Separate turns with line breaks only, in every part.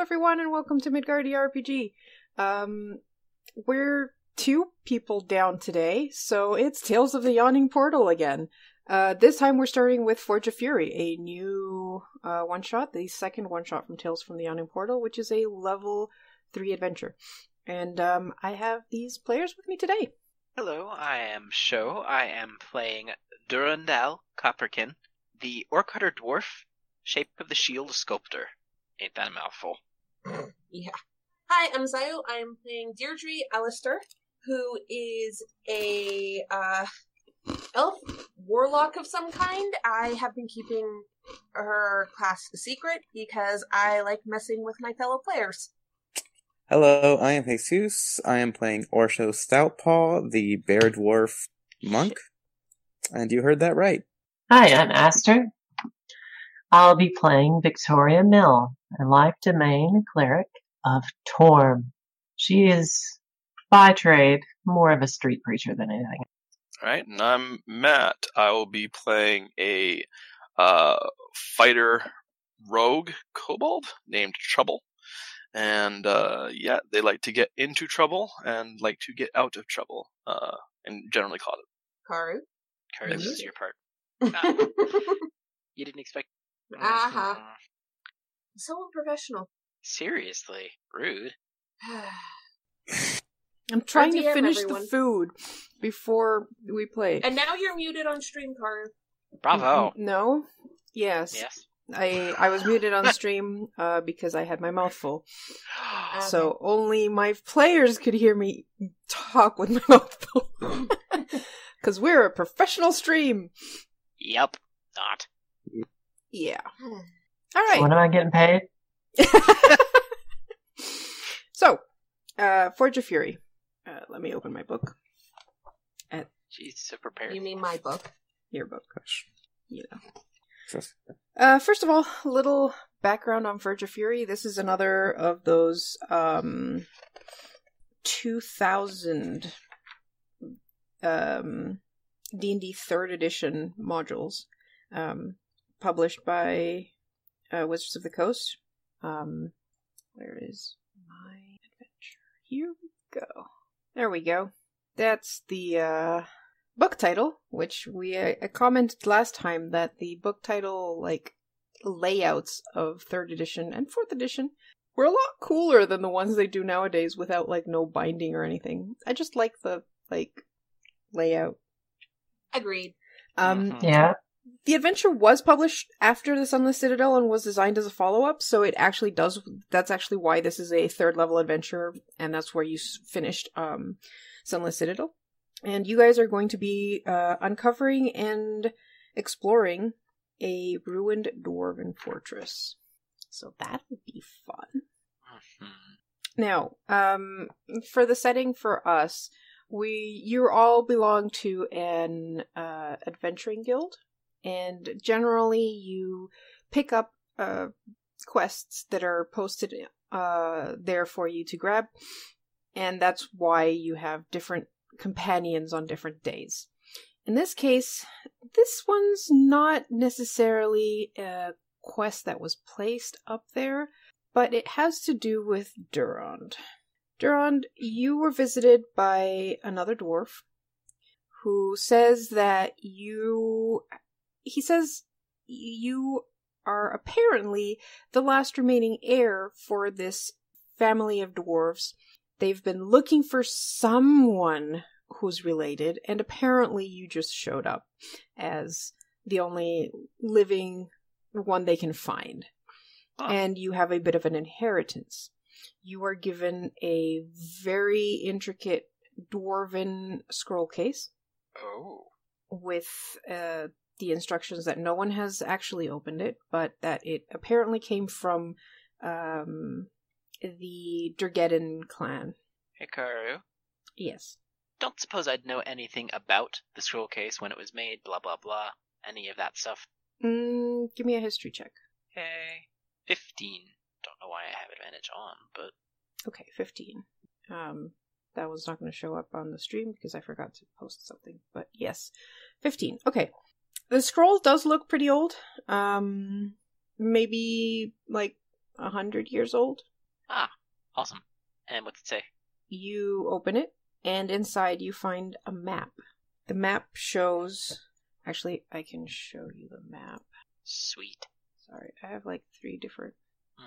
everyone, and welcome to E Midgardy RPG. Um, we're two people down today, so it's Tales of the Yawning Portal again. Uh, this time we're starting with Forge of Fury, a new uh, one shot, the second one shot from Tales from the Yawning Portal, which is a level three adventure. And um, I have these players with me today.
Hello, I am Sho. I am playing Durandal Copperkin, the Orc Hunter Dwarf, Shape of the Shield Sculptor. Ain't that a mouthful?
Hi, I'm Zayo. I'm playing Deirdre Alistair, who is a uh, elf warlock of some kind. I have been keeping her class a secret because I like messing with my fellow players.
Hello, I am Jesus. I am playing Orsho Stoutpaw, the bear dwarf monk. And you heard that right.
Hi, I'm Aster. I'll be playing Victoria Mill, a life domain cleric of Torm. She is, by trade, more of a street preacher than anything.
All right, and I'm Matt. I will be playing a uh, fighter rogue kobold named Trouble. And uh, yeah, they like to get into trouble and like to get out of trouble, uh, and generally cause it.
Karu.
Carrie, this is your part. You didn't expect. Mm,
Uh-huh. so unprofessional.
Seriously, rude.
I'm trying to
DM,
finish
everyone.
the food before we play.
and now you're muted on stream, Karu.
Bravo.
Mm, No? Yes.
Yes.
I, I was muted on stream uh, because I had my mouth full.
Ah,
Uh,
So only my players could hear me talk with my mouth full. Because we're a professional stream.
Yep. Not.
Yeah. All
So
right.
When am I getting paid?
so, uh, Forge of Fury. Uh, let me open my book.
She's so prepared.
You mean my book?
Your book. You know.
Just-
Uh, first of all, a little background on Verge of Fury. This is another of those um, 2000 um, D&D 3rd edition modules um, published by uh, Wizards of the Coast. Um, where is my adventure? Here we go. There we go. That's the uh, book title, which we uh, commented last time that the book title like layouts of third edition and fourth edition were a lot cooler than the ones they do nowadays without like no binding or anything. I just like the like layout.
Agreed.
Um,
Mhm.
Yeah.
the adventure was published after the Sunless Citadel and was designed as a follow-up, so it actually does. That's actually why this is a third-level adventure, and that's where you s- finished um, Sunless Citadel. And you guys are going to be uh, uncovering and exploring a ruined dwarven fortress. So that would be fun.
Mhm.
Now, um, for the setting for us, we you all belong to an uh, adventuring guild, and generally you pick up uh, quests that are posted uh, there for you to grab, and that's why you have different companions on different days. In this case, this one's not necessarily a quest that was placed up there but it has to do with Durand. Durand, you were visited by another dwarf who says that you. He says you are apparently the last remaining heir for this family of dwarves. They've been looking for someone who's related, and apparently you just showed up as the only living one they can find
Huh.
and you have a bit of an inheritance. You are given a very intricate dwarven scroll case
Oh.
with uh, the instructions that no one has actually opened it, but that it apparently came from um, the Durgeddon clan.
Hikaru.
Yes.
Don't suppose I'd know anything about the scroll case when it was made, blah, blah, blah. Any of that stuff.
Mm, give me a history check.
Hey. 15. Don't know why I have advantage on, but
Okay, 15. Um, that one's not going to show up on the stream because I forgot to post something, but yes, 15. Okay. The scroll does look pretty old. Um, maybe like a hundred years old.
Awesome. And what's it say?
You open it, and inside you find a map. The map shows. Actually, I can show you the map.
Sweet.
Sorry, I have like three different.
Hmm.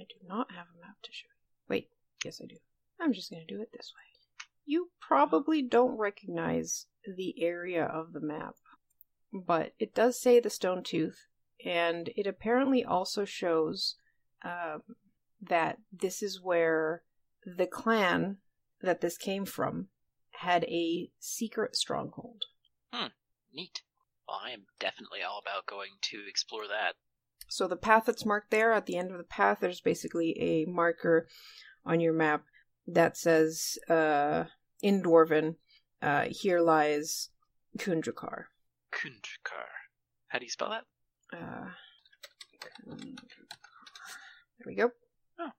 I do not have a map to show you. Wait, yes, I do. I'm just going to do it this way. You probably don't recognize the area of the map, but it does say the Stone Tooth, and it apparently also shows um, that this is where the clan that this came from had a secret stronghold.
Neat. Well, I am definitely all about going to explore that.
So the path that's marked there, at the end of the path, there's basically a marker on your map that says, uh, in Dwarven, uh, here lies Kundrakar.
Kundrakar. How do you spell that?
Uh, Kundrakar. There we go.
Oh.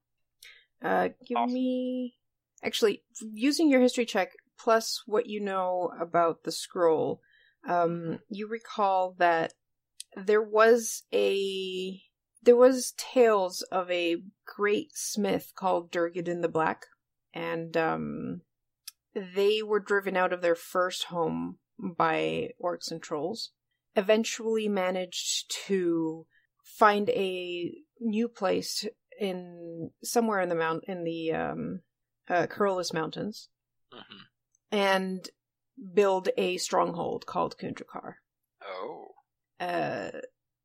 Uh, give
Awesome.
me. Actually, using your history check plus what you know about the scroll, um, you recall that there was a there was tales of a great smith called Durgadin the Black, and um, they were driven out of their first home by orcs and trolls. Eventually, managed to find a new place in somewhere in the mount in the um, uh, Curlus Mountains
Mm-hmm.
and build a stronghold called Kundrakar
Oh.
uh,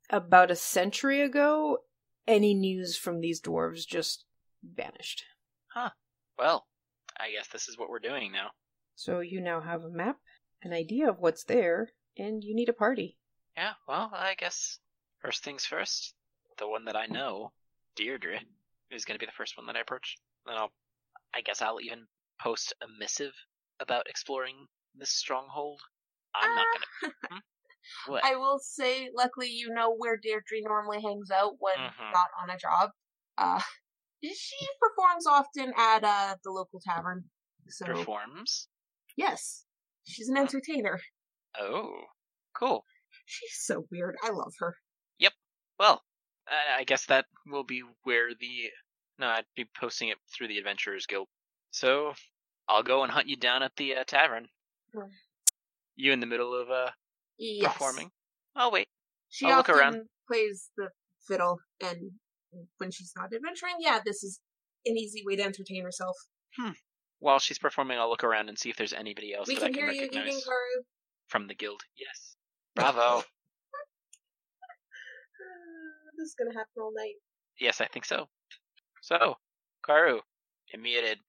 about a century ago, any news from these dwarves just vanished.
Well, I guess this is what we're doing now.
So you now have a map, an idea of what's there, and you need a party.
Yeah, well, I guess first things first. The one that I know, Deirdre, is going to be the first one that I approach. Then I'll, I guess I'll even post a missive about exploring this stronghold. I'm not
Ah.
gonna. What?
I will say, luckily, you know where Deirdre normally hangs out when
Mhm.
not on a job. Uh, she performs often at uh, the local tavern. So,
Performs.
yes, she's an entertainer.
Oh, cool.
She's so weird. I love her.
Well, I I guess that will be where the. No, I'd be posting it through the Adventurers Guild. So, I'll go and hunt you down at the uh, tavern.
Sure.
You in the middle of uh,
Yes.
performing? I'll wait.
She
I'll look
often
around.
plays the fiddle, and when she's not adventuring, yeah, this is an easy way to entertain herself.
While she's performing, I'll look around and see if there's anybody else
we
that
can
I can
hear you
recognize
eating, Karu.
from the guild. Yes. Bravo.
Uh, this is gonna happen all night.
yes, I think so. So, Karu, you're muted.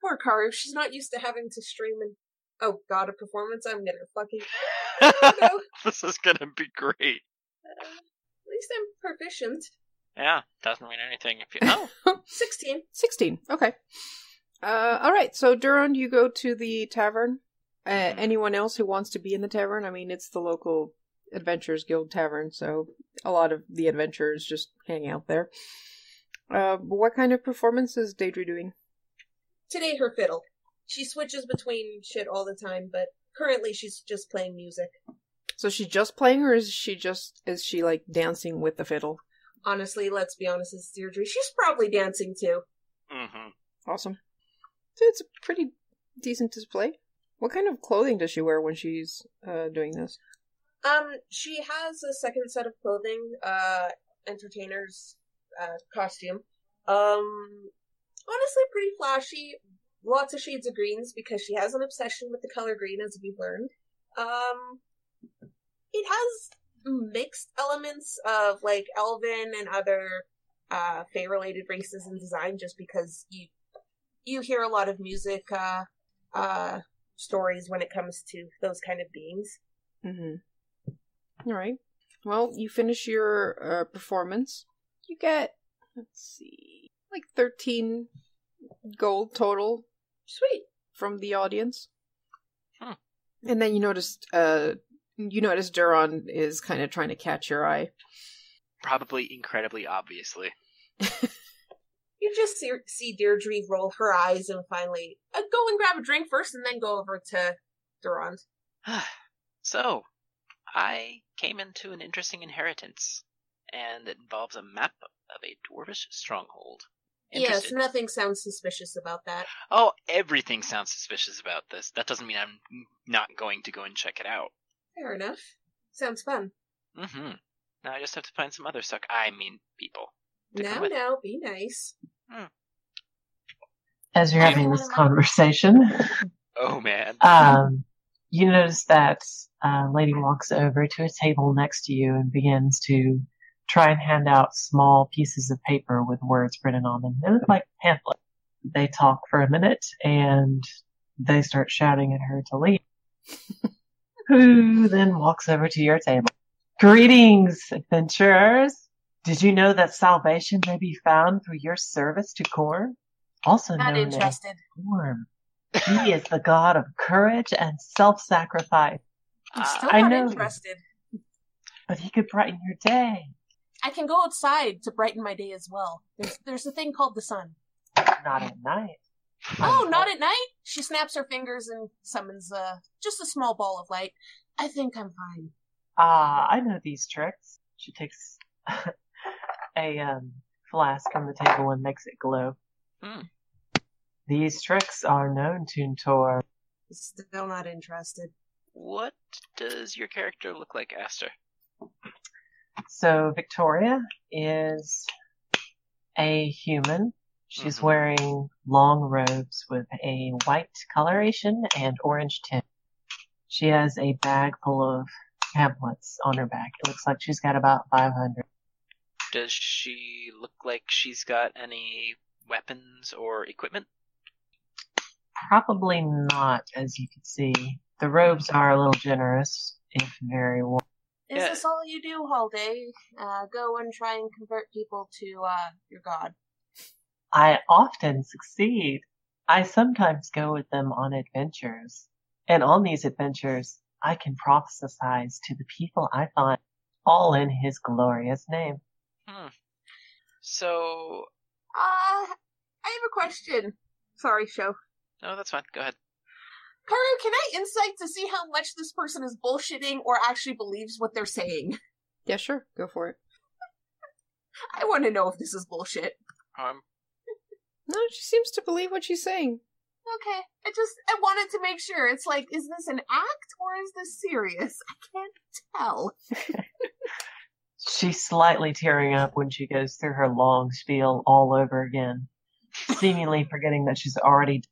Poor Karu, she's not used to having to stream and oh god, a performance. I'm gonna fucking. You know,
this is gonna be great.
uh, at least I'm proficient.
Yeah, doesn't mean anything if you. Oh,
Sixteen.
16. Okay. Uh, all right, so Durand, you go to the tavern. Uh,
Mhm.
Anyone else who wants to be in the tavern? I mean, it's the local Adventurers Guild tavern, so a lot of the adventurers just hang out there. Uh, what kind of performance is Daedra doing?
Today, her fiddle. She switches between shit all the time, but currently she's just playing music.
So she's just playing, or is she just is she like dancing with the fiddle?
Honestly, let's be honest, it's Deirdre. She's probably dancing too.
Mm-hmm.
Awesome. So it's a pretty decent display. What kind of clothing does she wear when she's uh, doing this?
Um, she has a second set of clothing, uh, entertainer's uh, costume. Um, honestly, pretty flashy. Lots of shades of greens because she has an obsession with the color green, as we've learned. Um, it has mixed elements of like elven and other uh, fae-related races in design, just because you you hear a lot of music uh, uh, stories when it comes to those kind of beings.
Mm-hmm. All right. Well, you finish your uh, performance. You get let's see, like thirteen gold total
Sweet.
from the audience.
Huh.
And then you noticed, uh, you notice Duron is kind of trying to catch your eye.
probably incredibly obviously.
You just see, see Deirdre roll her eyes and finally uh, go and grab a drink first and then go over to Durand.
so, I came into an interesting inheritance, and it involves a map of a dwarvish stronghold.
Yes,
Interested?
nothing sounds suspicious about that.
Oh, everything sounds suspicious about this. That doesn't mean I'm not going to go and check it out.
Fair enough. Sounds fun.
Mm-hmm. Now I just have to find some other suck. I mean, people. To come
Now,
with.
now, be nice.
As you're having this conversation,
Oh man.
um, you notice that uh, lady walks over to a table next to you and begins to try and hand out small pieces of paper with words printed on them. They look like pamphlets. They talk for a minute and they start shouting at her to leave. Who then walks over to your table? Greetings, adventurers! Did you know that salvation may be found through your service to Korn? Also
Not
known as
interested.
Gorm. He is the god of courage and self-sacrifice,
I'm
Ah,
still
I
not
know.
interested.
but he could brighten your day.
I can go outside to brighten my day as well. There's there's a thing called the sun.
Not at night.
Oh, not at night? She snaps her fingers and summons uh, just a small ball of light. I think I'm fine.
Ah, I know these tricks. She takes a um, flask from the table and makes it glow.
Hmm.
These tricks are known to Tor.
Still not interested.
What does your character look like, Aster?
So Victoria is a human. She's
Mhm.
wearing long robes with a white coloration and orange tint. She has a bag full of pamphlets on her back. It looks like she's got about 500.
Does she look like she's got any weapons or equipment?
Probably not, as you can see. The robes are a little generous, if very warm.
Is
Yeah.
this all you do, Holiday? Uh, go and try and convert people to uh, your god.
I often succeed. I sometimes go with them on adventures. And on these adventures, I can prophesize to the people I find, all in his glorious name.
So,
Uh, I have a question. Sorry, show.
no, that's fine. Go ahead.
Karu, can I insight to see how much this person is bullshitting or actually believes what they're saying?
Yeah, sure. Go for it.
I want to know if this is bullshit.
Um,
No, she seems to believe what she's saying.
Okay, I just I wanted to make sure. It's like, is this an act or is this serious? I can't tell.
She's slightly tearing up when she goes through her long spiel all over again, seemingly forgetting that she's already,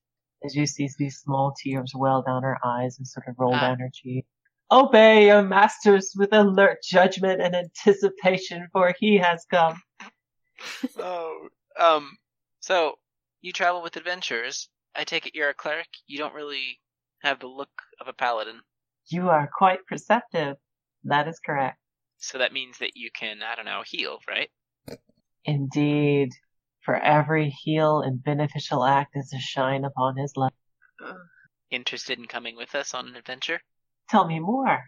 as you see these small tears well down her eyes and sort of roll
Ah.
down her cheek. Obey your masters with alert judgment and anticipation, for he has come.
oh, um, so you travel with adventurers. I take it you're a cleric. You don't really have the look of a paladin,
You are quite perceptive. That is correct.
so that means that you can, I don't know, heal, right?
Indeed. For every heal and beneficial act is a shine upon his life.
Interested in coming with us on an adventure?
Tell me more.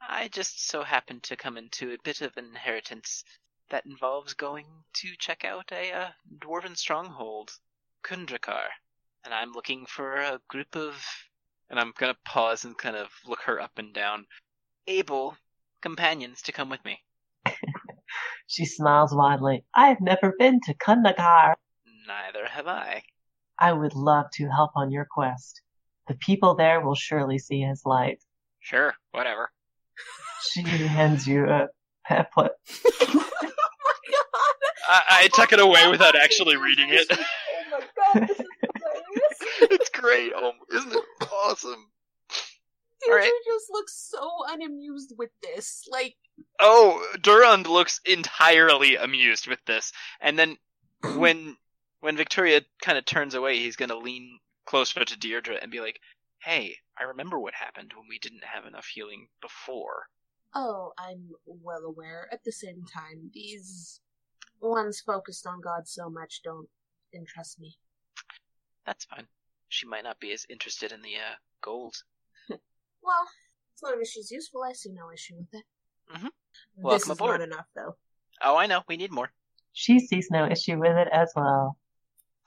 I just so happened to come into a bit of an inheritance that involves going to check out a uh, dwarven stronghold, Kundrakar, and I'm looking for a group of. And I'm gonna pause and kind of look her up and down. Able companions to come with me.
She smiles widely. I have never been to Kundakar.
Neither have I.
I would love to help on your quest. The people there will surely see his light.
Sure, whatever.
She hands you a pamphlet.
oh my god!
I, I tuck it away without actually reading it.
Oh my god, this is hilarious.
it's great. Oh, isn't it awesome?
Deirdre
Alright.
just looks so unamused with this. Like,
Oh, Durand looks entirely amused with this.
And then when when Victoria kind of turns away, he's gonna lean closer to Deirdre and be like, "Hey, I remember what happened when we didn't have enough healing before."
oh, I'm well aware. At the same time, these ones focused on God so much don't interest me.
That's fine. She might not be as interested in the uh, gold.
Well, as long as she's useful, I see no issue with it.
Mhm.
this
Welcome
is
aboard.
not enough, though.
Oh, I know. We need more.
She sees no issue with it as well.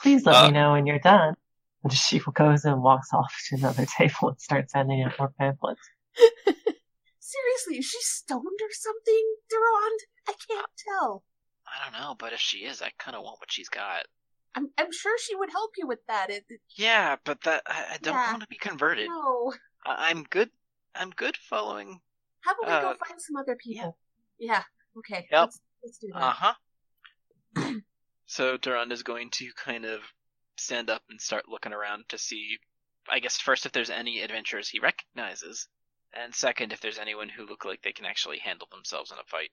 Please let
Uh.
me know when you're done. And she goes and walks off to another table and starts handing out more pamphlets.
Seriously, is she stoned or something, Durand? I can't tell.
I don't know, but if she is, I kind of want what she's got.
I'm, I'm sure she would help you with that. It, it-
Yeah, but that I, I don't
Yeah.
want to be converted.
no.
I, I'm good. I'm good following.
How about we
Uh,
go find some other people? Yeah. Okay.
Yep.
Let's, let's do that.
Uh huh. Uh-huh. so Durand is going to kind of stand up and start looking around to see, I guess first if there's any adventurers he recognizes, and second if there's anyone who look like they can actually handle themselves in a fight.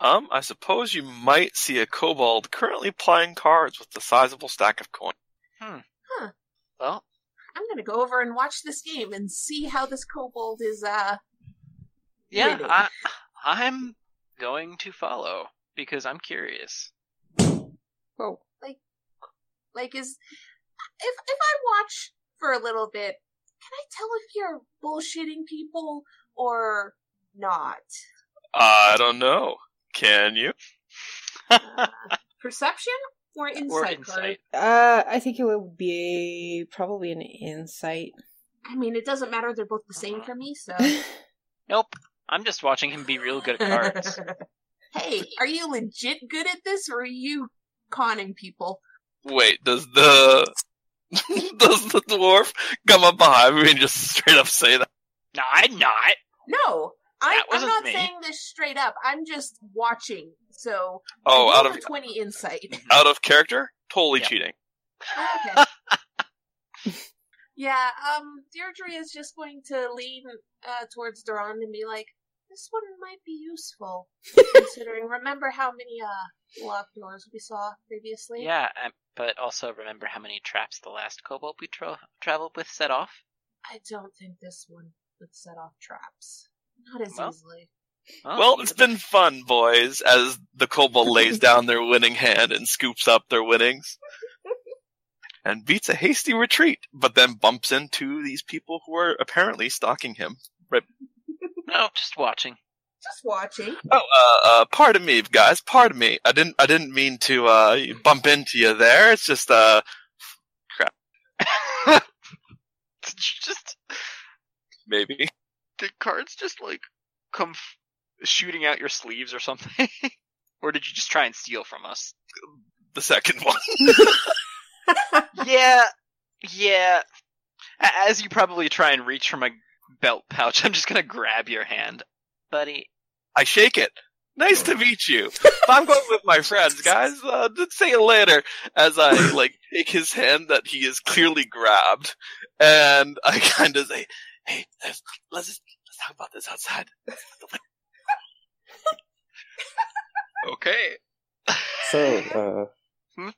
Um, I suppose you might see a kobold currently playing cards with a sizable stack of coins.
Well,
I'm gonna go over and watch this game and see how this kobold is. Uh,
yeah,
Really?
I, I'm going to follow because I'm curious.
Whoa.
like is if if I watch for a little bit, can I tell if you're bullshitting people or not?
I don't know. Can you?
Perception or insight?
or
Carter?
insight.
Uh, I think it would be a, probably an insight.
I mean, it doesn't matter. They're both the same for me, so.
Nope. I'm just watching him be real good at cards.
hey, are you legit good at this, or are you conning people?
Wait, does the does the dwarf come up behind me and just straight up say that?
no, I'm not.
No, I,
That
I'm
wasn't
not
me.
saying this straight up. I'm just watching. So,
Oh,
I
out
rolled
of
a twenty insight.
out of character? Totally
Yeah.
cheating.
Okay. yeah, um, Deirdre is just going to lean uh, towards Duran and be like, this one might be useful, considering, remember how many uh, locked doors we saw previously?
Yeah, um, but also remember how many traps the last kobold we tra- traveled with set off.
I don't think this one would set off traps. Not as
Well,
easily.
well,
you
it's
know,
been fun, boys, as the kobold lays down their winning hand and scoops up their winnings and beats a hasty retreat, but then bumps into these people who are apparently stalking him.
No, just watching.
Just watching.
Oh, uh, uh, pardon me, guys. Pardon me. I didn't. I didn't mean to uh, bump into you there. It's just uh,
just
maybe.
the cards just like come f- shooting out your sleeves or something. or did you just try and steal from us?
The second one.
Yeah, yeah. A- As you probably try and reach for my belt pouch, I'm just gonna grab your hand, buddy.
I shake it. Nice to meet you. I'm going with my friends, guys. Uh, just see you later. As I like take his hand that he is clearly grabbed, and I kind of say, "Hey, let's let's, just, let's talk about this outside."
Okay.
So, uh,
Hmm?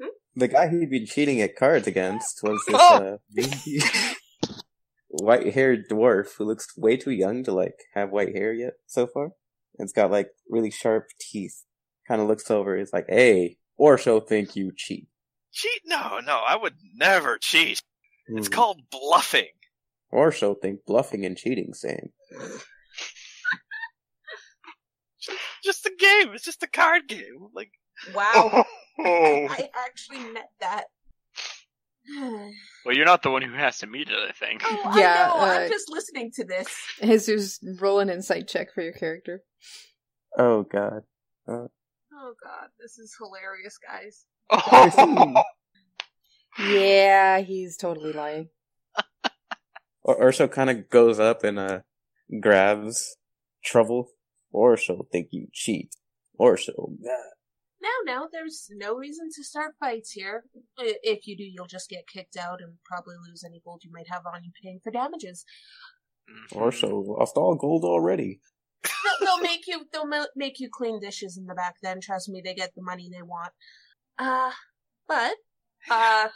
Hmm?
the guy he'd been cheating at cards against was this
Oh!
uh, white-haired dwarf who looks way too young to like have white hair yet so far. It's got like really sharp teeth. Kind of looks over. Is like, "Hey, Orsho, think you cheat?"
Cheat? No, no. I would never cheat. It's
Hmm.
called bluffing.
Orsho think bluffing and cheating same.
Just a game. It's just a card game. Like.
Wow.
Oh.
I actually met that. oh,
Well, you're not the one who has to meet it, I think.
Yeah,
I know.
uh,
I'm just listening to this.
Jesus, roll an insight check for your character.
Oh God.
Oh, God. This is hilarious, guys.
Yeah, he's totally lying.
Or- Ursho kind of goes up and uh grabs trouble. Ursho think you cheat. Ursho.
No, no, there's no reason to start fights here. I- If you do, you'll just get kicked out and probably lose any gold you might have on you paying for damages.
Mm-hmm.
Ursho lost all gold already.
They'll, they'll make you. They'll ma- make you clean dishes in the back. Then trust me, they get the money they want. Uh, but uh,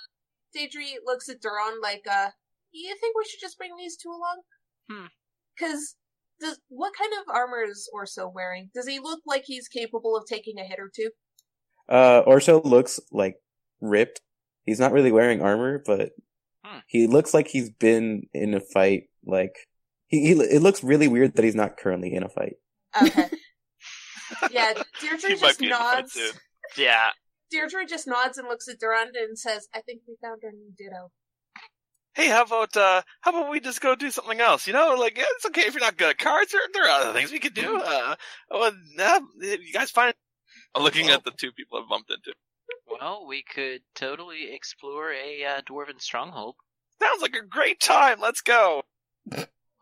Deidre looks at Duran like, uh, you think we should just bring these two along?
Hmm.
Because does what kind of armor is Orso wearing? Does he look like he's capable of taking a hit or two?
Uh Ursho looks like ripped. He's not really wearing armor, but
Hmm.
he looks like he's been in a fight. Like he, he it looks really weird that he's not currently in a fight.
Okay. yeah, Deirdre
He might
just
be in the fight,
nods.
too.
yeah.
Deirdre just nods and looks at Durand and says, I think we found our new ditto.
hey, how about uh, how about we just go do something else? You know, like yeah, it's okay if you're not good at cards. There, there are other things we could do. Uh, oh, nah, you guys find. I'm looking at the two people I've bumped into.
Well, we could totally explore a uh, dwarven stronghold.
Sounds like a great time. Let's go.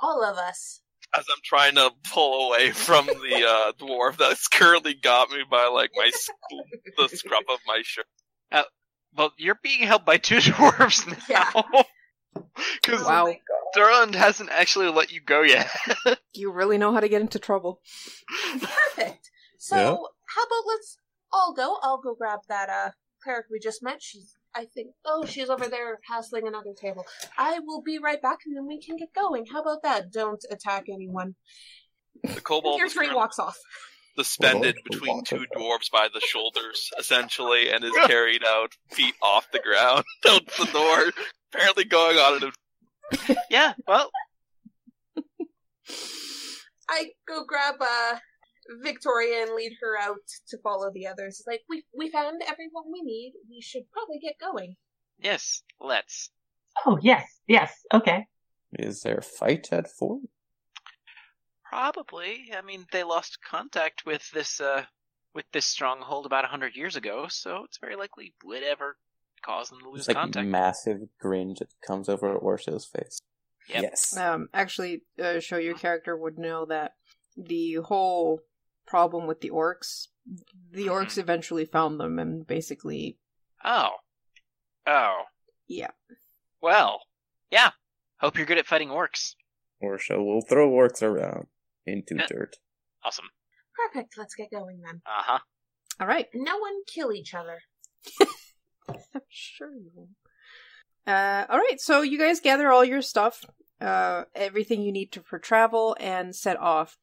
All of us.
As I'm trying to pull away from the uh, dwarf that's currently got me by like my s- the scruff of my shirt.
Well, you're being held by two dwarves
Yeah.
now. Because
Wow.
Durand hasn't actually let you go yet.
You really know how to get into trouble.
Perfect. So
Yeah.
how about let's all go? I'll go grab that uh cleric we just met. She's I think oh she's over there hassling another table. I will be right back and then we can get going. How about that? Don't attack anyone.
The kobold
Your
is
tree
currently
walks off.
suspended
Well,
between
that's
two
a
dwarves by the shoulders, essentially, and is carried out feet off the ground out the door, apparently going on an
yeah, well,
I go grab uh Victoria and lead her out to follow the others. It's like we we found everyone we need. We should probably get going.
yes, let's.
Oh, yes, yes, okay.
Is there a fight at four?
Probably. I mean, they lost contact with this uh, with this stronghold about a hundred years ago, so it's very likely whatever caused them to lose
It's like
contact.
massive grin just comes over Orso's face.
Yep.
Yes.
Um, actually, uh, show your character would know that the whole problem with the orcs, the orcs eventually found them and basically,
oh, oh,
yeah.
well, yeah. Hope you're good at fighting orcs.
Orso will throw orcs around into
Yeah.
dirt.
Awesome.
Perfect. Let's get going then.
Uh huh.
All right.
No one kill each other.
I'm sure you will. Uh, all right, so you guys gather all your stuff, uh, everything you need to, for travel, and set off.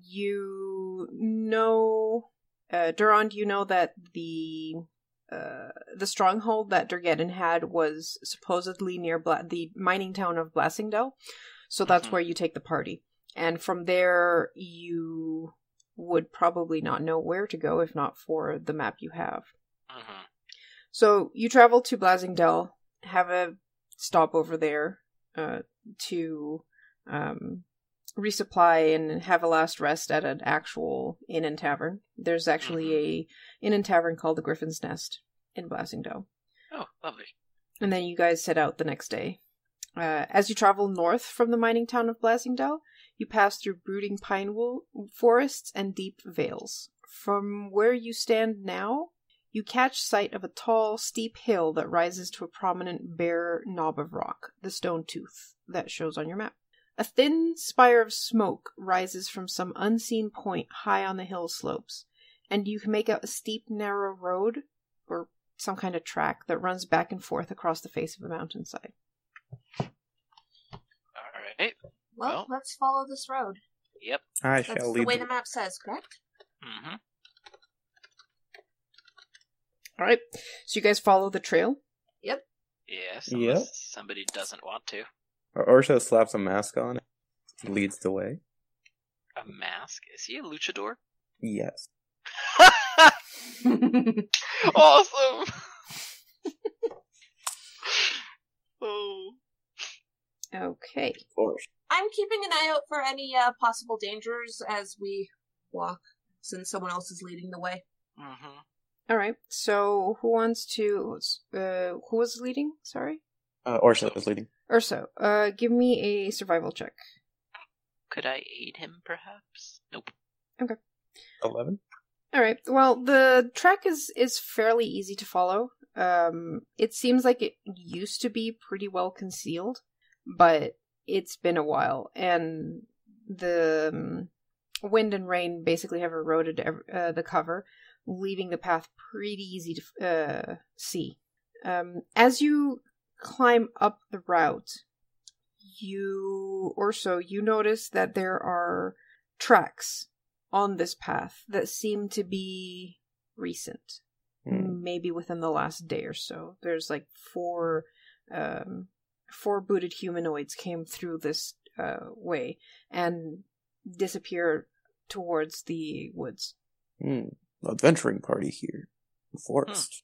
You know, uh, Durand, you know that the uh, the stronghold that Durgeddon had was supposedly near Bla- the mining town of Blassingdale, so that's
Mhm.
where you take the party. And from there, you would probably not know where to go if not for the map you have.
hmm
So you travel to Blasingdell, have a stop over there uh, to um, resupply and have a last rest at an actual inn and tavern. There's actually a inn and tavern called the Griffin's Nest in Blasingdell.
Oh, lovely.
And then you guys set out the next day. Uh, as you travel north from the mining town of Blasingdale, you pass through brooding pine wo- forests and deep vales. From where you stand now, you catch sight of a tall, steep hill that rises to a prominent bare knob of rock, the stone tooth that shows on your map. A thin spire of smoke rises from some unseen point high on the hill slopes, and you can make out a steep, narrow road or some kind of track that runs back and forth across the face of a mountainside.
All right.
Well,
Well.
let's follow this road.
Yep.
I
That's the way the map says, correct?
Mm-hmm.
All right. So you guys follow the trail.
Yes.
Yep.
Unless somebody doesn't want to.
Orso slaps a mask on and leads the way.
A mask? Is he a luchador?
Yes.
awesome. oh.
Okay.
I'm keeping an eye out for any uh, possible dangers as we walk, since someone else is leading the way.
Mm-hmm.
All right. So who wants to? Uh, who was leading? Sorry,
Uh, Orso is leading.
Urso. Uh, give me a survival check.
Could I aid him, perhaps? Nope.
11?
All right. Well, the track is is fairly easy to follow. Um, it seems like it used to be pretty well concealed, but it's been a while, and the um, wind and rain basically have eroded ev- uh, the cover, leaving the path pretty easy to uh, see. Um, as you climb up the route, you or so you notice that there are tracks on this path that seem to be recent,
Hmm.
maybe within the last day or so. There's like four, um, four booted humanoids came through this uh, way and disappeared towards the woods.
Hmm. Adventuring party here. Forest.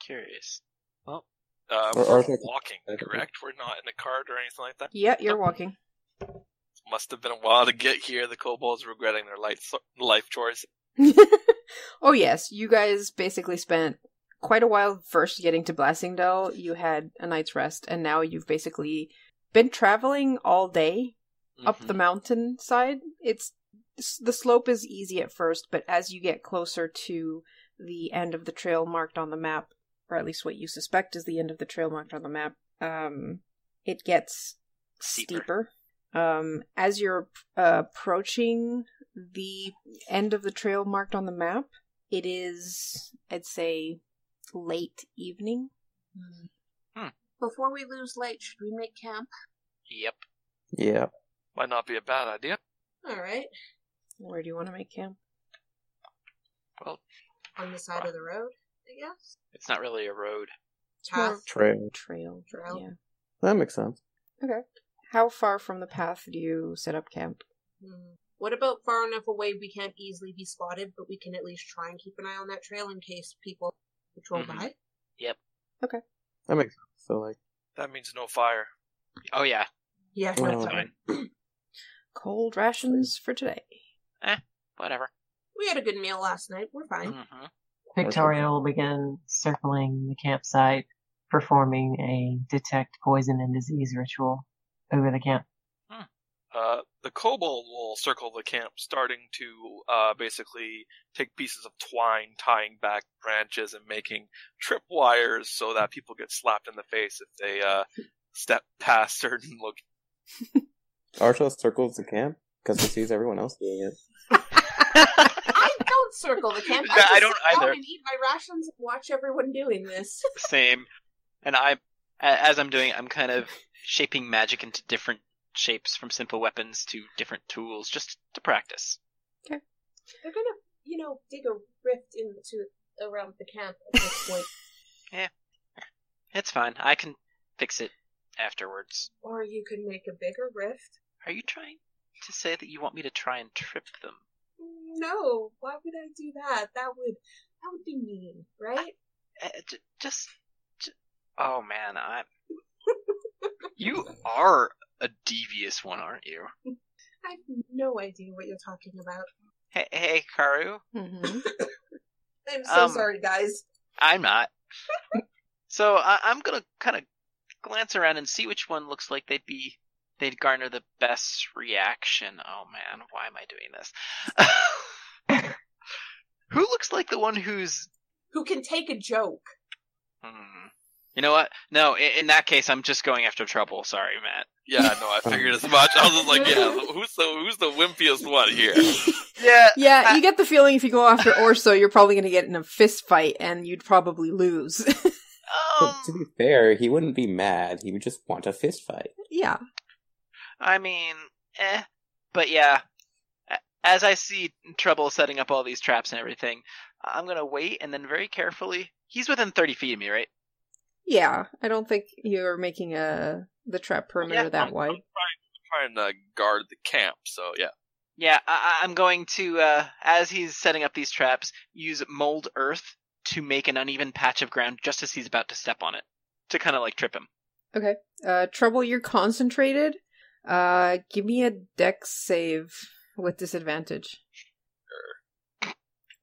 Curious. Well,
Uh,
Or-
we're
or-
walking, correct? We're not in a cart or anything like that.
Yeah, you're walking.
Must have been a while to get here. The kobolds regretting their life, life choice.
oh yes, you guys basically spent quite a while first getting to Blassingdale. You had a night's rest, and now you've basically been traveling all day up the mountain side. It's s- the slope is easy at first, but as you get closer to the end of the trail marked on the map, or at least what you suspect is the end of the trail marked on the map, um, it gets
Steeper.
steeper. Um, as you're uh, approaching the end of the trail marked on the map, it is, I'd say, late evening.
Hmm.
Before we lose light, should we make camp?
Yep.
Hmm.
Yeah.
Might not be a bad idea.
All right.
Where do you want to make camp?
On the side of the road, I guess.
It's not really a road.
It's more
Path.
of
Trail.
a trail.
Trail.
Yeah.
That makes sense.
How far from the path do you set up camp?
Hmm. What about far enough away we can't easily be spotted, but we can at least try and keep an eye on that trail in case people patrol
Mhm.
by?
That makes sense. So like,
That means no fire.
Oh yeah,
Yeah,
Oh.
that's
no.
fine.
Cold rations for today.
Whatever.
We had a good meal last night. We're fine.
hmm
Victoria will begin circling the campsite, performing a detect poison and disease ritual over the camp.
Uh, the kobold will circle the camp, starting to uh, basically take pieces of twine, tying back branches, and making trip wires so that people get slapped in the face if they uh, step past certain look.
Arshel circles the camp because he sees everyone else doing it.
Mm-hmm.
I don't circle the camp. I,
Yeah,
just
I don't
sit down
either.
And eat my rations and watch everyone doing this.
Same. And I, a- as I'm doing, it, I'm kind of shaping magic into different shapes, from simple weapons to different tools, just to practice.
They're gonna, you know, dig a rift into around the camp at this point,
It's fine. I can fix it afterwards.
or you can make a bigger rift.
Are you trying to say that you want me to try and trip them?
No, why would I do that? That would that would be mean, right?
Uh, j- just, j- oh man, I. You are a devious one, aren't you?
I have no idea what you're talking about.
Hey, hey, Karu.
Mm-hmm.
I'm so
Um,
sorry, guys.
I'm not. so I, I'm gonna kind of glance around and see which one looks like they'd be they'd garner the best reaction. Oh man, why am I doing this? Who looks like the one who's?
Who can take a joke?
Hmm. You know what? No, in, in that case, I'm just going after trouble. Sorry, Matt.
Yeah, no, I figured as much. I was just like, yeah, who's the who's the wimpiest one here?
Yeah.
yeah, you get the feeling if you go after Orso, you're probably going to get in a fist fight and you'd probably lose.
Oh,
But to be fair, he wouldn't be mad. He would just want a fist fight.
yeah.
I mean, eh. But yeah, a- as I see trouble setting up all these traps and everything, I- I'm gonna wait and then very carefully. He's within 30 feet of me, right?
Yeah, I don't think you're making a the trap perimeter
Yeah,
that wide.
Trying to guard the camp, so yeah.
Yeah, I- I- I'm going to, uh, as he's setting up these traps, use mold earth to make an uneven patch of ground just as he's about to step on it to kind of like trip him.
Uh trouble you're concentrated. Uh give me a dex save with disadvantage.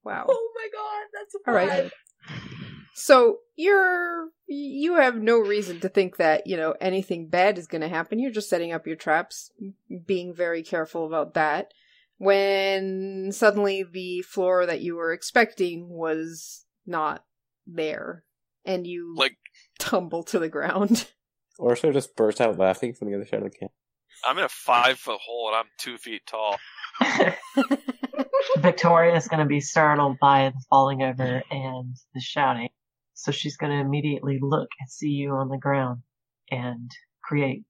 Wow.
Oh my god, that's a
All right.
five.
So you're you have no reason to think that you know anything bad is going to happen. You're just setting up your traps, being very careful about that. When suddenly the floor that you were expecting was not there, and you
Like-
tumble to the ground.
Orshel just burst out laughing from the other side of the camp.
I'm in a five foot hole and I'm two feet tall.
Victoria is going to be startled by the falling over and the shouting. So she's going to immediately look and see you on the ground and create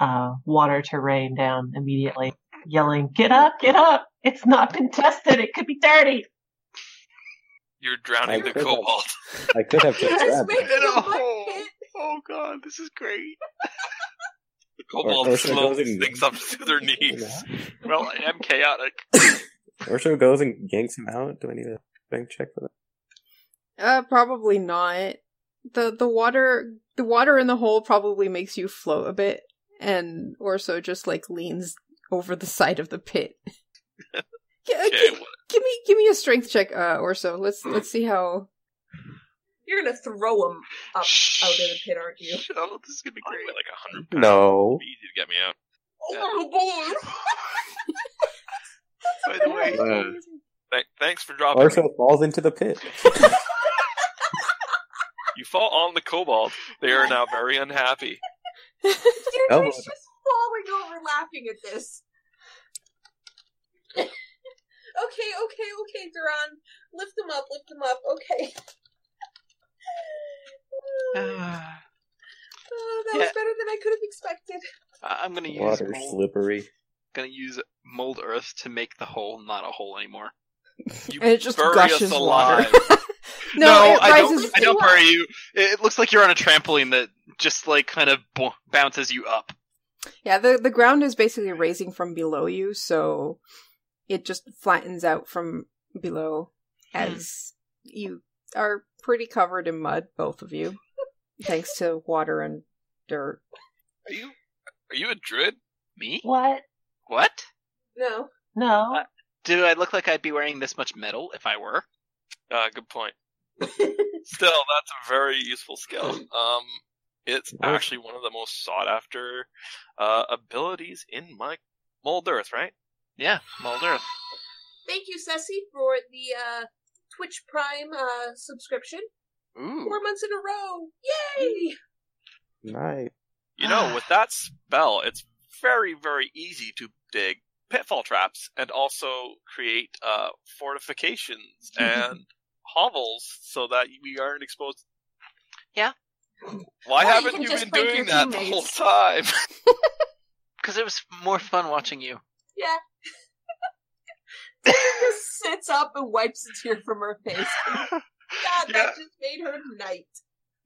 uh, water to rain down immediately, yelling, Get up, get up! It's not been tested. It could be dirty.
You're drowning
I
the
could have-
kobold.
I could have
You
just
guys
grabbed
made
him.
me a
No.
black pit.
Oh god, this is great.
The kobold
Or- or so it
slowly
goes in-
sinks up to their knees. Well, I am chaotic.
Orshel goes and yanks him out. Do I need a bank check for that?
Uh, probably not. the The water the water in the hole probably makes you float a bit, and Orso just like leans over the side of the pit. G-
Okay,
g- give me give me a strength check, uh, Orso. Let's let's see how.
You're gonna throw him up out of the pit, aren't you?
Oh, this is gonna be great. Like a hundred.
No.
It'd be Easy to get me out.
Oh my god!
By the way,
Uh,
th- thanks for dropping. me.
Orso falls into the pit.
You fall on the kobold. They are now very unhappy.
Oh.
Deirdre's just falling over laughing at this. okay, okay, okay, Duran. Lift them up, lift them up. Okay.
Ah,
Oh, that was
Yeah.
better than I could have expected.
I- I'm gonna use
Water
mold,
slippery.
gonna use mold earth to make the hole not a hole anymore.
You
And it just
bury
gushes
us
water.
alive.
No, it
I don't.
rises-
I don't
you
bury.
bury you. It, it looks like you're on a trampoline that just like kind of bo- bounces you up.
Yeah, the the ground is basically raising from below you, so it just flattens out from below as you are pretty covered in mud, both of you, thanks to water and dirt.
Are you? Are you a druid?
Me?
What?
What?
No.
No.
Do I look like I'd be wearing this much metal if I were?
Uh, good point. Still, that's a very useful skill. Um, it's
Worth-
actually one of the most sought after uh, abilities in my mold earth. Right?
Yeah, mold earth.
Thank you, Ceci, for the uh, Twitch Prime uh, subscription. Four
Ooh.
months in a row. Yay!
Nice.
You
Ah.
know, with that spell, it's very, very easy to dig pitfall traps and also create uh, fortifications and hovels so that we aren't exposed.
Yeah.
Or
Why
you
haven't
can
you,
just
been
prank
doing
your
that the whole
teammates.
time?
Because it was more fun watching you.
Yeah. Duran just sits up and wipes a tear from her face. God,
Yeah.
that just made her night.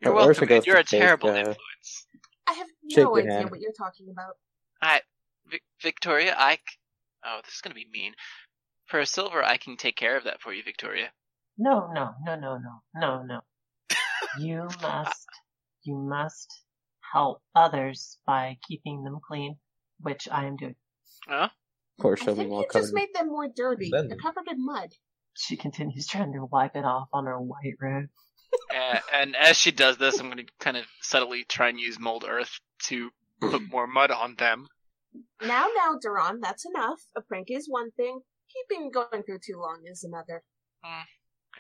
You're
Or
welcome.
Ursula goes
Ed. You're
to
a terrible
take, uh,
influence.
I have
Shake
no
your
idea
hand.
what you're talking about.
Vic- Victoria, I. c- Oh, this is gonna be mean. For a silver, I can take care of that for you, Victoria.
No, no, no, no, no, no, no. you must, you must help others by keeping them clean, which I am doing.
Of course,
I
she'll be
think
more
you just
covered.
made them more dirty.
Then-
They're covered in mud.
She continues trying to wipe it off on her white robe.
Uh, and as she does this, I'm gonna kind of subtly try and use mold earth to put more mud on them.
Now, now, Duran, that's enough. A prank is one thing. Keeping going through too long is another.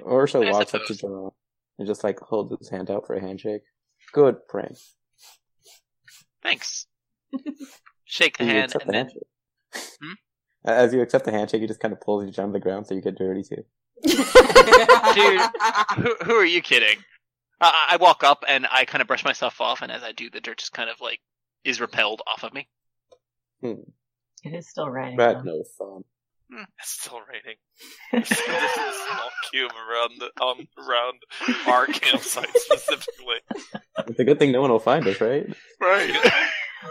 Orso
I
walks up to
suppose.
John and just like holds his hand out for a handshake. Good prank.
Thanks. Shake the
You
hand
accept
and
the
then
handshake.
Hmm?
As you accept the handshake, he just kind of pulls you down to the ground so you get dirty too.
who, who are you kidding? I, I- I walk up and I kind of brush myself off, and as I do, the dirt just kind of like is repelled off of me.
It is still raining.
But
though.
no fun.
It's still raining. This is a small cube around the, um, around our campsite specifically.
It's a good thing no one will find us, right?
Right.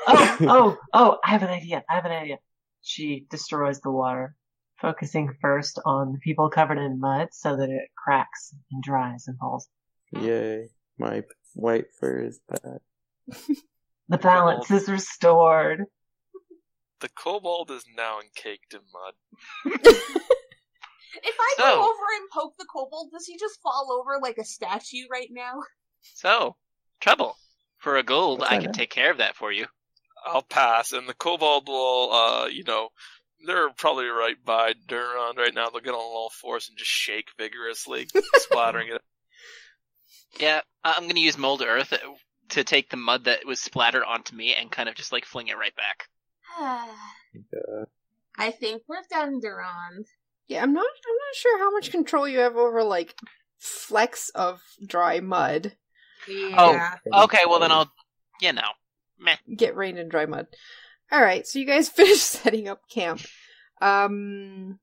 oh, oh, oh, I have an idea. I have an idea. She destroys the water, focusing first on the people covered in mud so that it cracks and dries and falls.
Yay. My white fur is back.
The balance is restored.
The kobold is now encaked in mud.
if I
So-
go over and poke the kobold, does he just fall over like a statue right now?
So, trouble. For a gold,
Let's
I
find
can
out.
take care of that for you.
I'll pass, and the kobold will, uh, you know, they're probably right by Duran right now. They'll get on all fours and just shake vigorously, splattering it.
Yeah, I- I'm gonna use mold earth uh, to take the mud that was splattered onto me and kind of just like fling it right back.
I think we're done, Duran.
Yeah, I'm not. I'm not sure how much control you have over like flecks of dry mud.
Oh.
Yeah.
Oh, Okay, well then I'll, you know, meh.
Get rained in dry mud. All right, so you guys finish setting up camp. Um,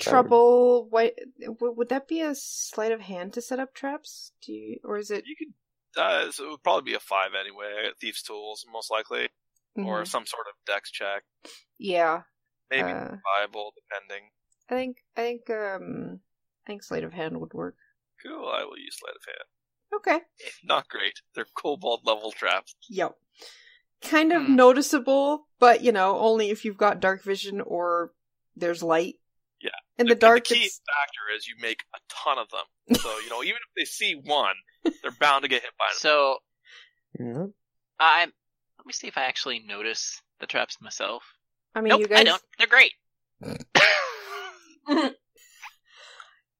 trouble. What would that be? A sleight of hand to set up traps? Do you or is it?
You could, uh, so it would probably be a five anyway. Thieves' tools, most likely, or
Mhm.
some sort of dex check,
yeah.
maybe
uh,
Bible, depending.
I think I think um I think sleight of hand would work.
Cool. I will use sleight of hand.
Okay.
Not great. They're kobold level traps.
Yep. Kind of
Hmm.
noticeable, but you know, only if you've got dark vision or there's light.
Yeah.
In the dark,
the key
it's-
factor is you make a ton of them. So you know, even if they see one, they're bound to get hit by them.
So
Yeah.
I let me see if I actually notice the traps myself.
I mean,
nope,
you guys,
I don't. They're great.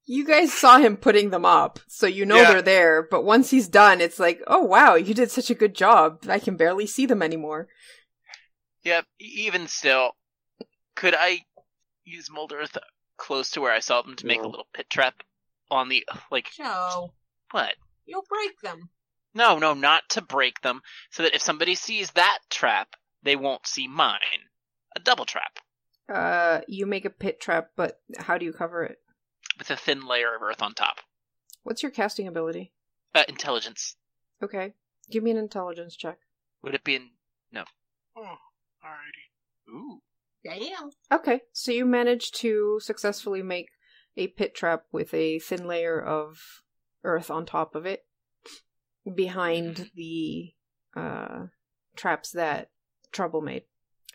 you guys saw him putting them up, so you know
Yeah.
they're there. But once he's done, it's like, oh wow, you did such a good job. I can barely see them anymore.
yep. e- Even still, could I use mold earth close to where I saw them to make a
No.
little pit trap on the like
Joe,
what?
you'll break them.
No, no, not to break them, so that if somebody sees that trap, they won't see mine. A double trap
Uh, you make a pit trap, but how do you cover it?
with a thin layer of earth on top.
What's your casting ability?
Uh, intelligence.
Okay, give me an intelligence check.
Would it be in? No. Oh, alrighty. Ooh.
Damn.
Okay, so you managed to successfully make a pit trap with a thin layer of earth on top of it behind the uh, traps that Trouble made.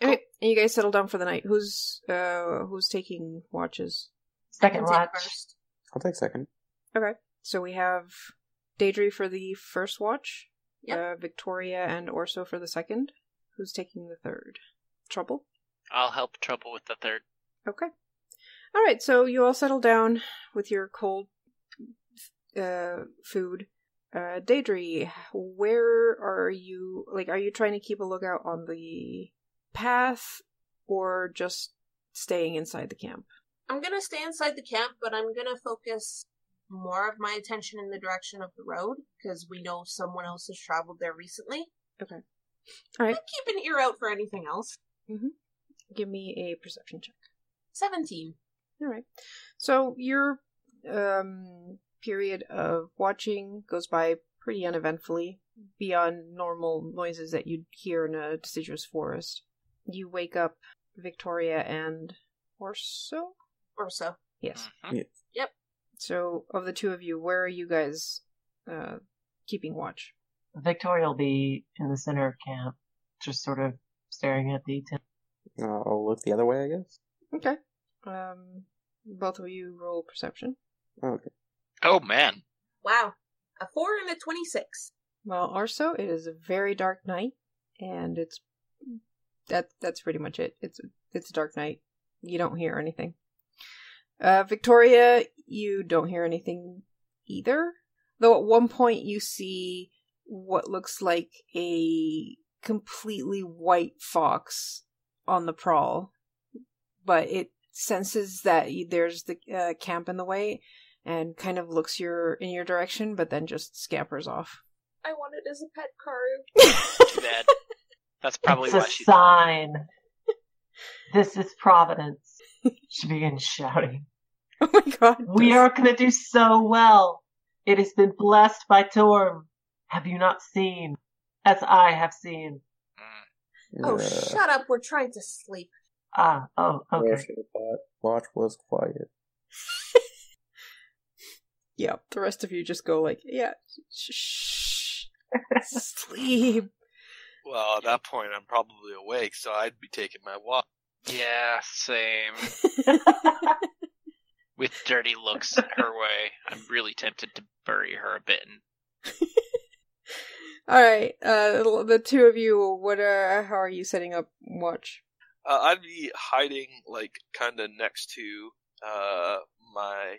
Okay, and you guys settle down for the night. Who's uh, who's taking watches?
Second
I can
watch.
take first.
I'll take second.
So we have Daedry for the first watch,
Yep.
uh, Victoria and Orso for the second. Who's taking the third? Trouble.
I'll help trouble with the third.
Okay. All right, so you all settle down with your cold uh, food. Uh, Daedry, where are you? Like, are you trying to keep a lookout on the path or just staying inside the camp?
I'm gonna stay inside the camp, but I'm gonna focus more of my attention in the direction of the road because we know someone else has traveled there recently.
Okay. All right.
I'll keep an ear out for anything else.
Give me a perception check.
Seventeen.
All right. So your um, period of watching goes by pretty uneventfully, beyond normal noises that you'd hear in a deciduous forest. You wake up Victoria and Orso?
or so.
Yes.
Mhm.
So, of the two of you, where are you guys uh, keeping watch?
Victoria will be in the center of camp, just sort of staring at the tent.
I'll look the other way, I guess.
Okay. Um, both of you roll perception.
Oh man.
Wow. A four and a twenty-six.
Well, also, it is a very dark night, and it's that that's pretty much it. It's it's a dark night. You don't hear anything. Uh, Victoria, you don't hear anything either. Though at one point you see what looks like a completely white fox on the prowl, but it senses that you, there's the uh, camp in the way and kind of looks your in your direction, but then just scampers off.
I want it as a pet card.
Too bad. That's probably
it's
why
a
she's
sign. this is providence. She began shouting.
oh my god.
We
this-
are going to do so well. It has been blessed by Torm. Have you not seen? As I have seen.
Mm.
Oh,
Yeah.
shut up! We're trying to sleep.
Ah, oh,
I
okay.
should've thought Watch was quiet.
Yeah, the rest of you just go like, yeah, sh- shh, sleep.
Well, at that point, I'm probably awake, so I'd be taking my walk.
Yeah, same. With dirty looks her way, I'm really tempted to bury her a bit. And
All right, uh, the two of you, what are how are you setting up watch?
Uh, I'd be hiding, like, kind of next to uh, my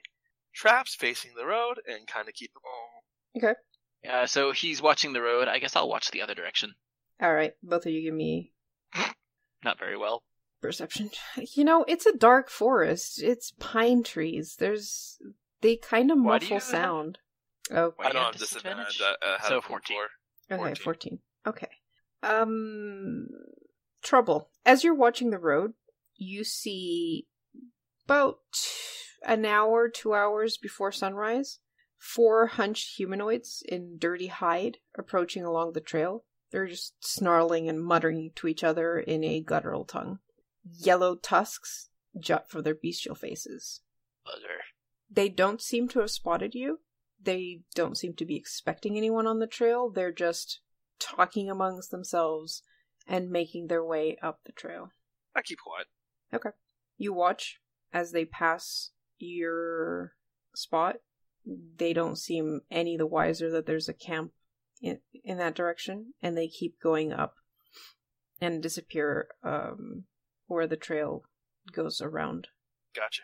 traps facing the road and kind of keep them all.
uh, so he's watching the road. I guess I'll watch the other direction.
All right, both of you give me
Not very well.
perception. You know, it's a dark forest. It's pine trees. There's they kind of
Why do
muffle
you have-
sound. Oh,
Why
I
do
don't
you
have disadvantage. I, I had
So
a
14.
four.
Okay,
14.
14. Okay. Um trouble. As you're watching the road, you see about an hour, 2 hours before sunrise, four hunched humanoids in dirty hide approaching along the trail. They're just snarling and muttering to each other in a guttural tongue. Yellow tusks jut from their bestial faces.
Bugger.
They don't seem to have spotted you, They don't seem to be expecting anyone on the trail. They're just talking amongst themselves and making their way up the trail.
I keep quiet.
You watch as they pass your spot. They don't seem any the wiser that there's a camp in, in that direction, and they keep going up and disappear um, where the trail goes around.
Gotcha.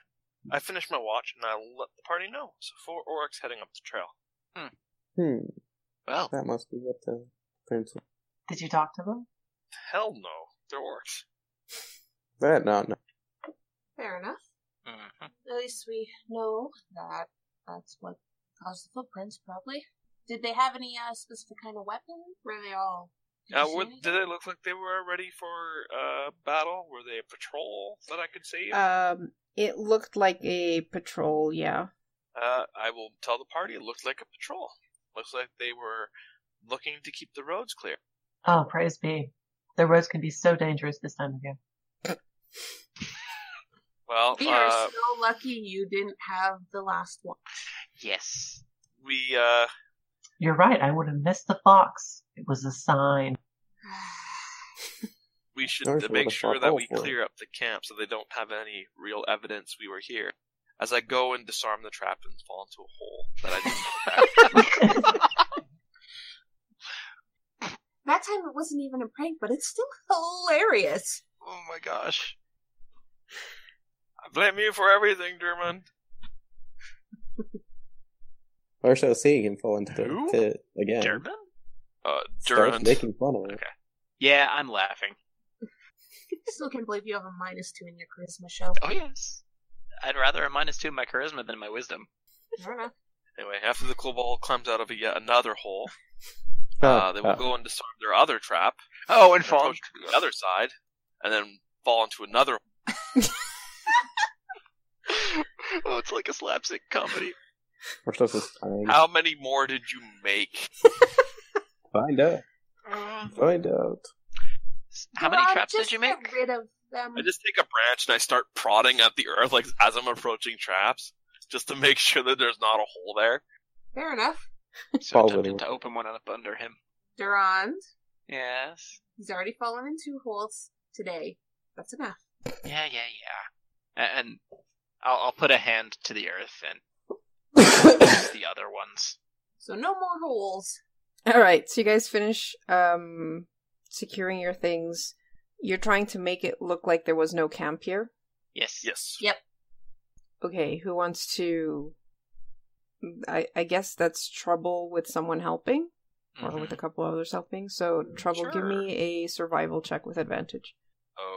I finish my watch and I let the party know. So four orcs heading up the trail.
Hmm.
Well,
That must be what the prince.
Did you talk to them?
Hell no, they're orcs.
That no, no.
Fair enough.
mhm.
At least we know that that's what caused the footprints, probably. Did they have any uh, specific kind of weapon? Were they all? did
Now,
you see
were,
anything?
did they look like they were ready for uh, battle? Were they a patrol that I could see?
Um, it looked like a patrol, yeah.
Uh, I will tell the party it looked like a patrol. Looks like they were looking to keep the roads clear.
Oh, praise be. The roads can be so dangerous this time of year.
Well,
We are
uh,
so lucky you didn't have the last one.
yes.
we uh,
You're right. I would have missed the fox. It was a sign.
we should
Or if it
make
was a
sure
fuck
that
all
we
for it.
clear up the camp so they don't have any real evidence we were here. As I go and disarm the trap and fall into a hole that I didn't know about.
that time it wasn't even a prank, but it's still hilarious.
oh my gosh! I blame you for everything, Derman.
Or so seeing him fall into the
Who?
pit again.
German?
Uh,
Starts
Dermond.
making fun of him.
Okay.
Yeah, I'm laughing.
Still can't believe you have a minus two in your charisma show.
Oh yes. I'd rather a minus two in my charisma than my wisdom.
Fair enough.
Anyway, after the kobold climbs out of a, yet another hole,
Huh,
uh, they will
huh.
go and disarm their other trap,
Oh, and
and approach from the other side, and then fall into another.
oh, it's like a slapstick comedy.
We're supposed to find,
How many more did you make?
find out.
Uh,
Find out.
How many
Rob,
traps did
just
you
get
make?
rid of them.
I just take a branch and I start prodding at the earth, like as I'm approaching traps, just to make sure that there's not a hole there.
Fair enough.
So
Balls
tempted
anyway.
to open one up under him.
Durand,
Yes.
he's already fallen in two holes today. That's enough.
Yeah, yeah, yeah. A- And I'll, I'll put a hand to the earth and use the other ones.
So no more holes.
All right, so you guys finish um securing your things. You're trying to make it look like there was no camp here.
Yes.
Yes.
Yep.
Okay, who wants to I I guess that's trouble with someone helping or with
Mhm.
a couple others helping. So trouble give
Mm-hmm. Sure.
me a survival check with advantage.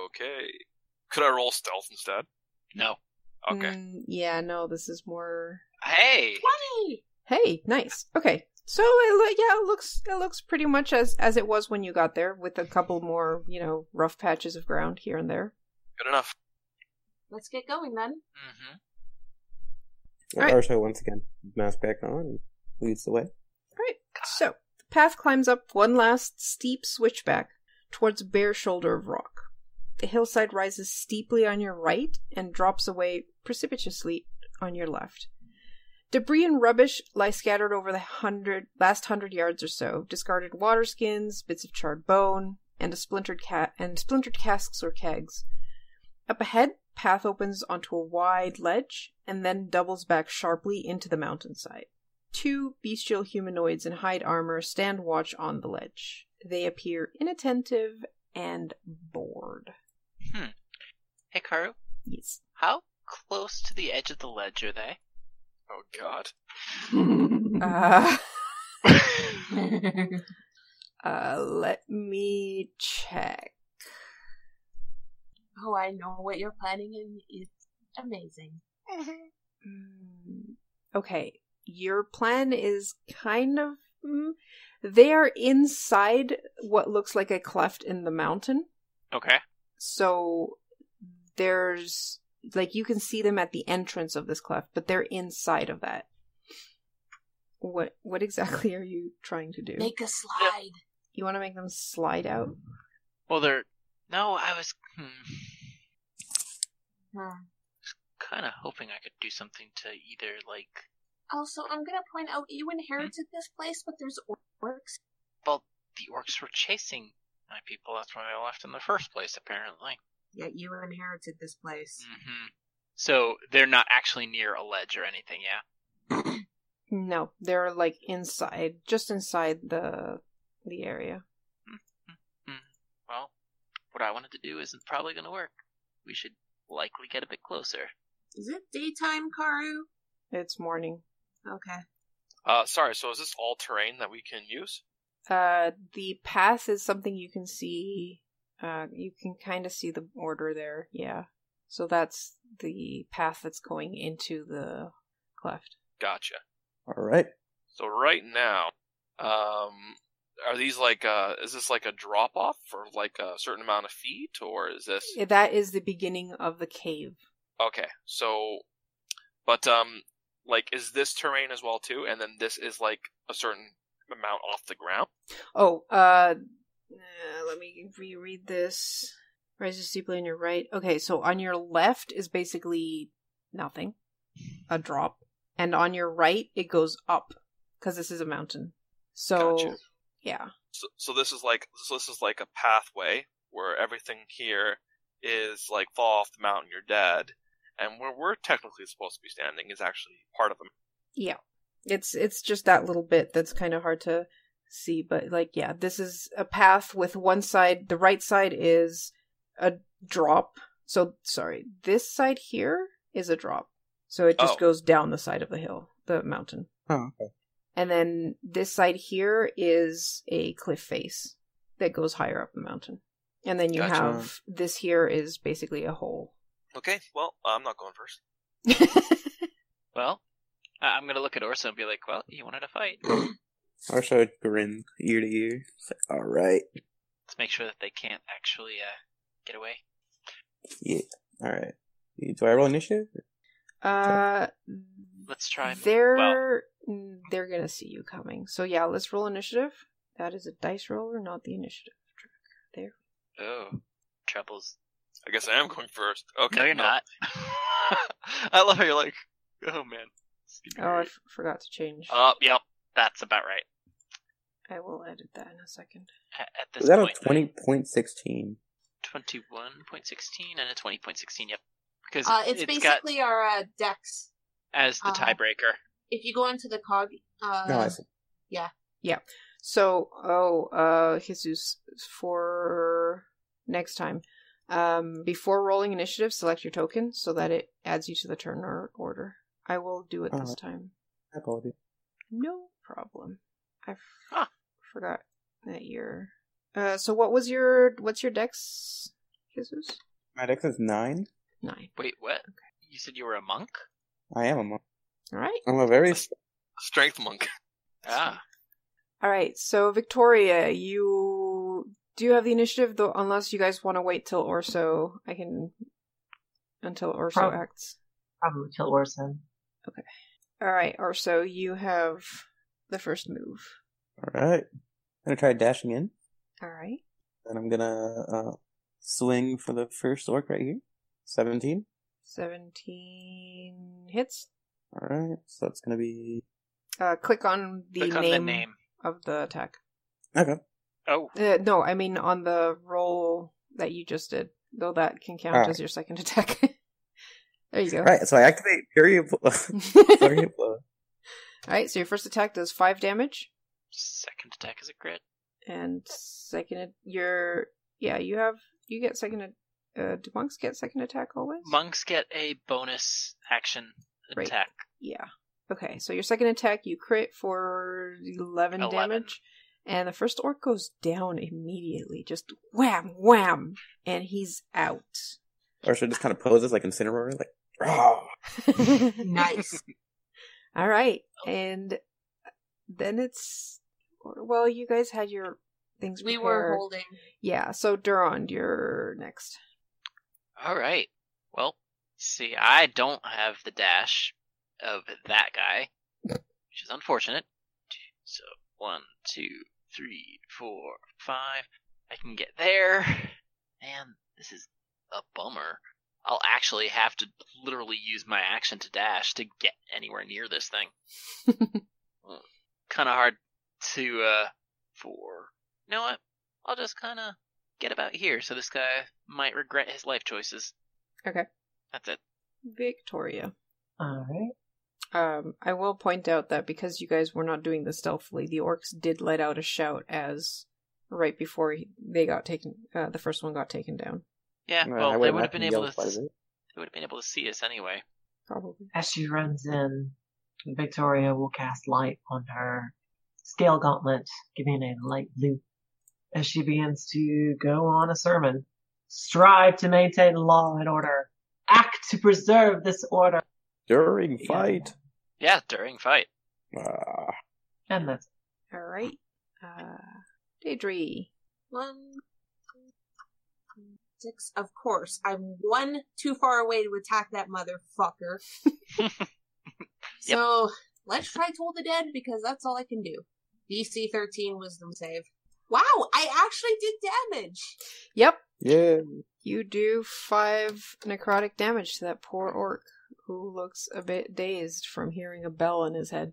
Okay. Could I roll stealth instead?
No.
Okay.
Mm, yeah, no, this is more
Hey!
Twenty.
Hey, nice. Okay, so it, loo- yeah, it looks it looks pretty much as as it was when you got there, with a couple more you know rough patches of ground here and there.
Good enough.
Let's get going then.
hmm
Alright.
Arsha once again mask back on and leads the way.
All right, so the path climbs up one last steep switchback towards a bare shoulder of rock. The hillside rises steeply on your right and drops away precipitously on your left. Debris and rubbish lie scattered over the hundred last hundred yards or so. Discarded water skins, bits of charred bone, and a splintered cat and splintered casks or kegs. Up ahead, path opens onto a wide ledge and then doubles back sharply into the mountainside. Two bestial humanoids in hide armor stand watch on the ledge. They appear inattentive and bored.
Hmm. Hey, Karu,
Yes.
how close to the edge of the ledge are they?
Oh God.
Uh,
Fair
uh, let me check.
Oh, I know what you're planning, and it's amazing.
Mm, Okay, your plan is kind of. mm, They are inside what looks like a cleft in the mountain.
Okay.
So there's. Like, you can see them at the entrance of this cleft, but they're inside of that. What what exactly are you trying to do?
Make a slide.
you want to make them slide out?
Well, they're. No, I was hmm,
Hmm.
kind of hoping I could do something to either, like,
Also, I'm gonna point out you
Hmm?
inherited this place, but there's orcs.
Well, the orcs were chasing my people. That's why they left in the first place, apparently.
Yeah, you inherited this place.
hmm So they're not actually near a ledge or anything, yeah?
No, they're like inside, just inside the the area.
Well, what I wanted to do isn't probably going to work. We should likely get a bit closer.
Is it daytime, Karu?
It's morning.
Okay.
Uh, sorry, so is this all terrain that we can use?
Uh, the path is something you can see. Uh, you can kind of see the border there. Yeah. So that's the path that's going into the cleft.
Gotcha.
All right.
So right now, um, are these like uh, is this like a drop off for like a certain amount of feet, or is this
That is the beginning of the cave.
okay? So, but um, like is this terrain as well too, and then this is like a certain amount off the ground.
Oh, uh, uh, let me reread this. Rises steeply on your right. Okay, so on your left is basically nothing, a drop, and on your right it goes up because this is a mountain. So
Gotcha.
yeah,
So, so this is like so this is like a pathway where everything here is like fall off the mountain, you're dead, and where we're technically supposed to be standing is actually part of them.
yeah, it's it's just that little bit that's kind of hard to see, but like yeah, this is a path with one side. The right side is a drop. So sorry, this side here is a drop. So it just
Oh.
goes down the side of the hill, the mountain.
Oh, okay.
And then this side here is a cliff face that goes higher up the mountain. And then you
Gotcha.
have this here is basically a hole.
Okay, well I'm not going first.
Well, I- I'm going to look at Orso and be like, well, you wanted to fight.
Arsha grins ear to ear. It's like, all right.
Let's make sure that they can't actually uh, get away.
Yeah. All right. Do I roll initiative?
uh
Let's try. and-
they're they're gonna see you coming. So yeah, let's roll initiative. That is a dice roller, not the initiative.
Oh, troubles.
I guess I am going first. Okay,
no, you're not. I love how you're like, oh man. It's gonna
Oh,
be
I
weird.
f- forgot to change.
Uh, yep, that's about right.
I will edit that in a second.
A- At this
Is that
point,
a twenty point sixteen?
21.16 and a 20.16, yep. Because
Uh, it's,
it's got
basically our uh, dex.
as the
uh,
tiebreaker.
If you go onto the cog, uh,
No, I see.
So oh, uh, Jesus, for next time, um, before rolling initiative, select your token so that it adds you to the turn or order. I will do it this
Alright.
time.
I apologize.
No problem. I f-
Huh.
forgot that your. Uh, so what was your what's your dex, Jesus?
My dex is nine.
Nine.
Wait, what? You said you were a monk?
I am a monk.
All right.
I'm a very
Strength monk.
Ah,
All right. So Victoria, you do you have the initiative though? Unless you guys want to wait till Orso, I can until Orso
Prob-
acts.
Probably kill Orson.
All right, Orso, you have the first move.
all right. I'm gonna try dashing in,
All right.
and I'm gonna uh, swing for the first orc right here. Seventeen.
17 hits.
All right. So that's gonna be
Uh, click on the,
click
name,
on the name.
of the attack.
okay.
Oh,
Uh, no, I mean on the roll that you just did, though that can count
All
as your second attack. there you go.
All right. So I activate fury of blow. fury of blow.
All right, so your first attack does 5 damage.
second attack is a crit.
and second your yeah you have you get second uh do monks get second attack always
Monks get a bonus action
Right.
attack.
yeah okay so your second attack you crit for 11,
11.
damage and the first orc goes down immediately just wham wham and he's out
Arsha just kind of poses like Incineroar, like. Oh,
nice.
all right and then it's or- well you guys had your things
we
prepared.
were holding.
yeah so durand you're next
All right. Well, see, I don't have the dash of that guy, which is unfortunate. So one, two, three, four, five. I can get there, and this is a bummer. I'll actually have to literally use my action to dash to get anywhere near this thing. kind of hard to uh for. You know what? I'll just kind of get about here, so this guy might regret his life choices.
Okay.
That's it.
Victoria.
All right.
Um, I will point out that because you guys were not doing this stealthily, the orcs did let out a shout as right before he, they got taken. Uh, the first one got taken down.
Yeah.
No, I
well, they
wouldn't
would have
to
been able
yell
to.
quite a
They
bit.
would have been able to see us anyway.
Probably.
As she runs in, Victoria will cast light on her scale gauntlet, giving it a light blue. As she begins to go on a sermon, strive to maintain law and order, act to preserve this order.
During fight.
Yeah, during fight.
Ah,
And that's
All right. Uh, Daedry.
One, two, six. Of course, I'm one too far away to attack that motherfucker. So let's try Toll the Dead because that's all I can do. DC 13 Wisdom save. Wow, I actually did damage.
Yep.
yeah.
You do five necrotic damage to that poor orc who looks a bit dazed from hearing a bell in his head.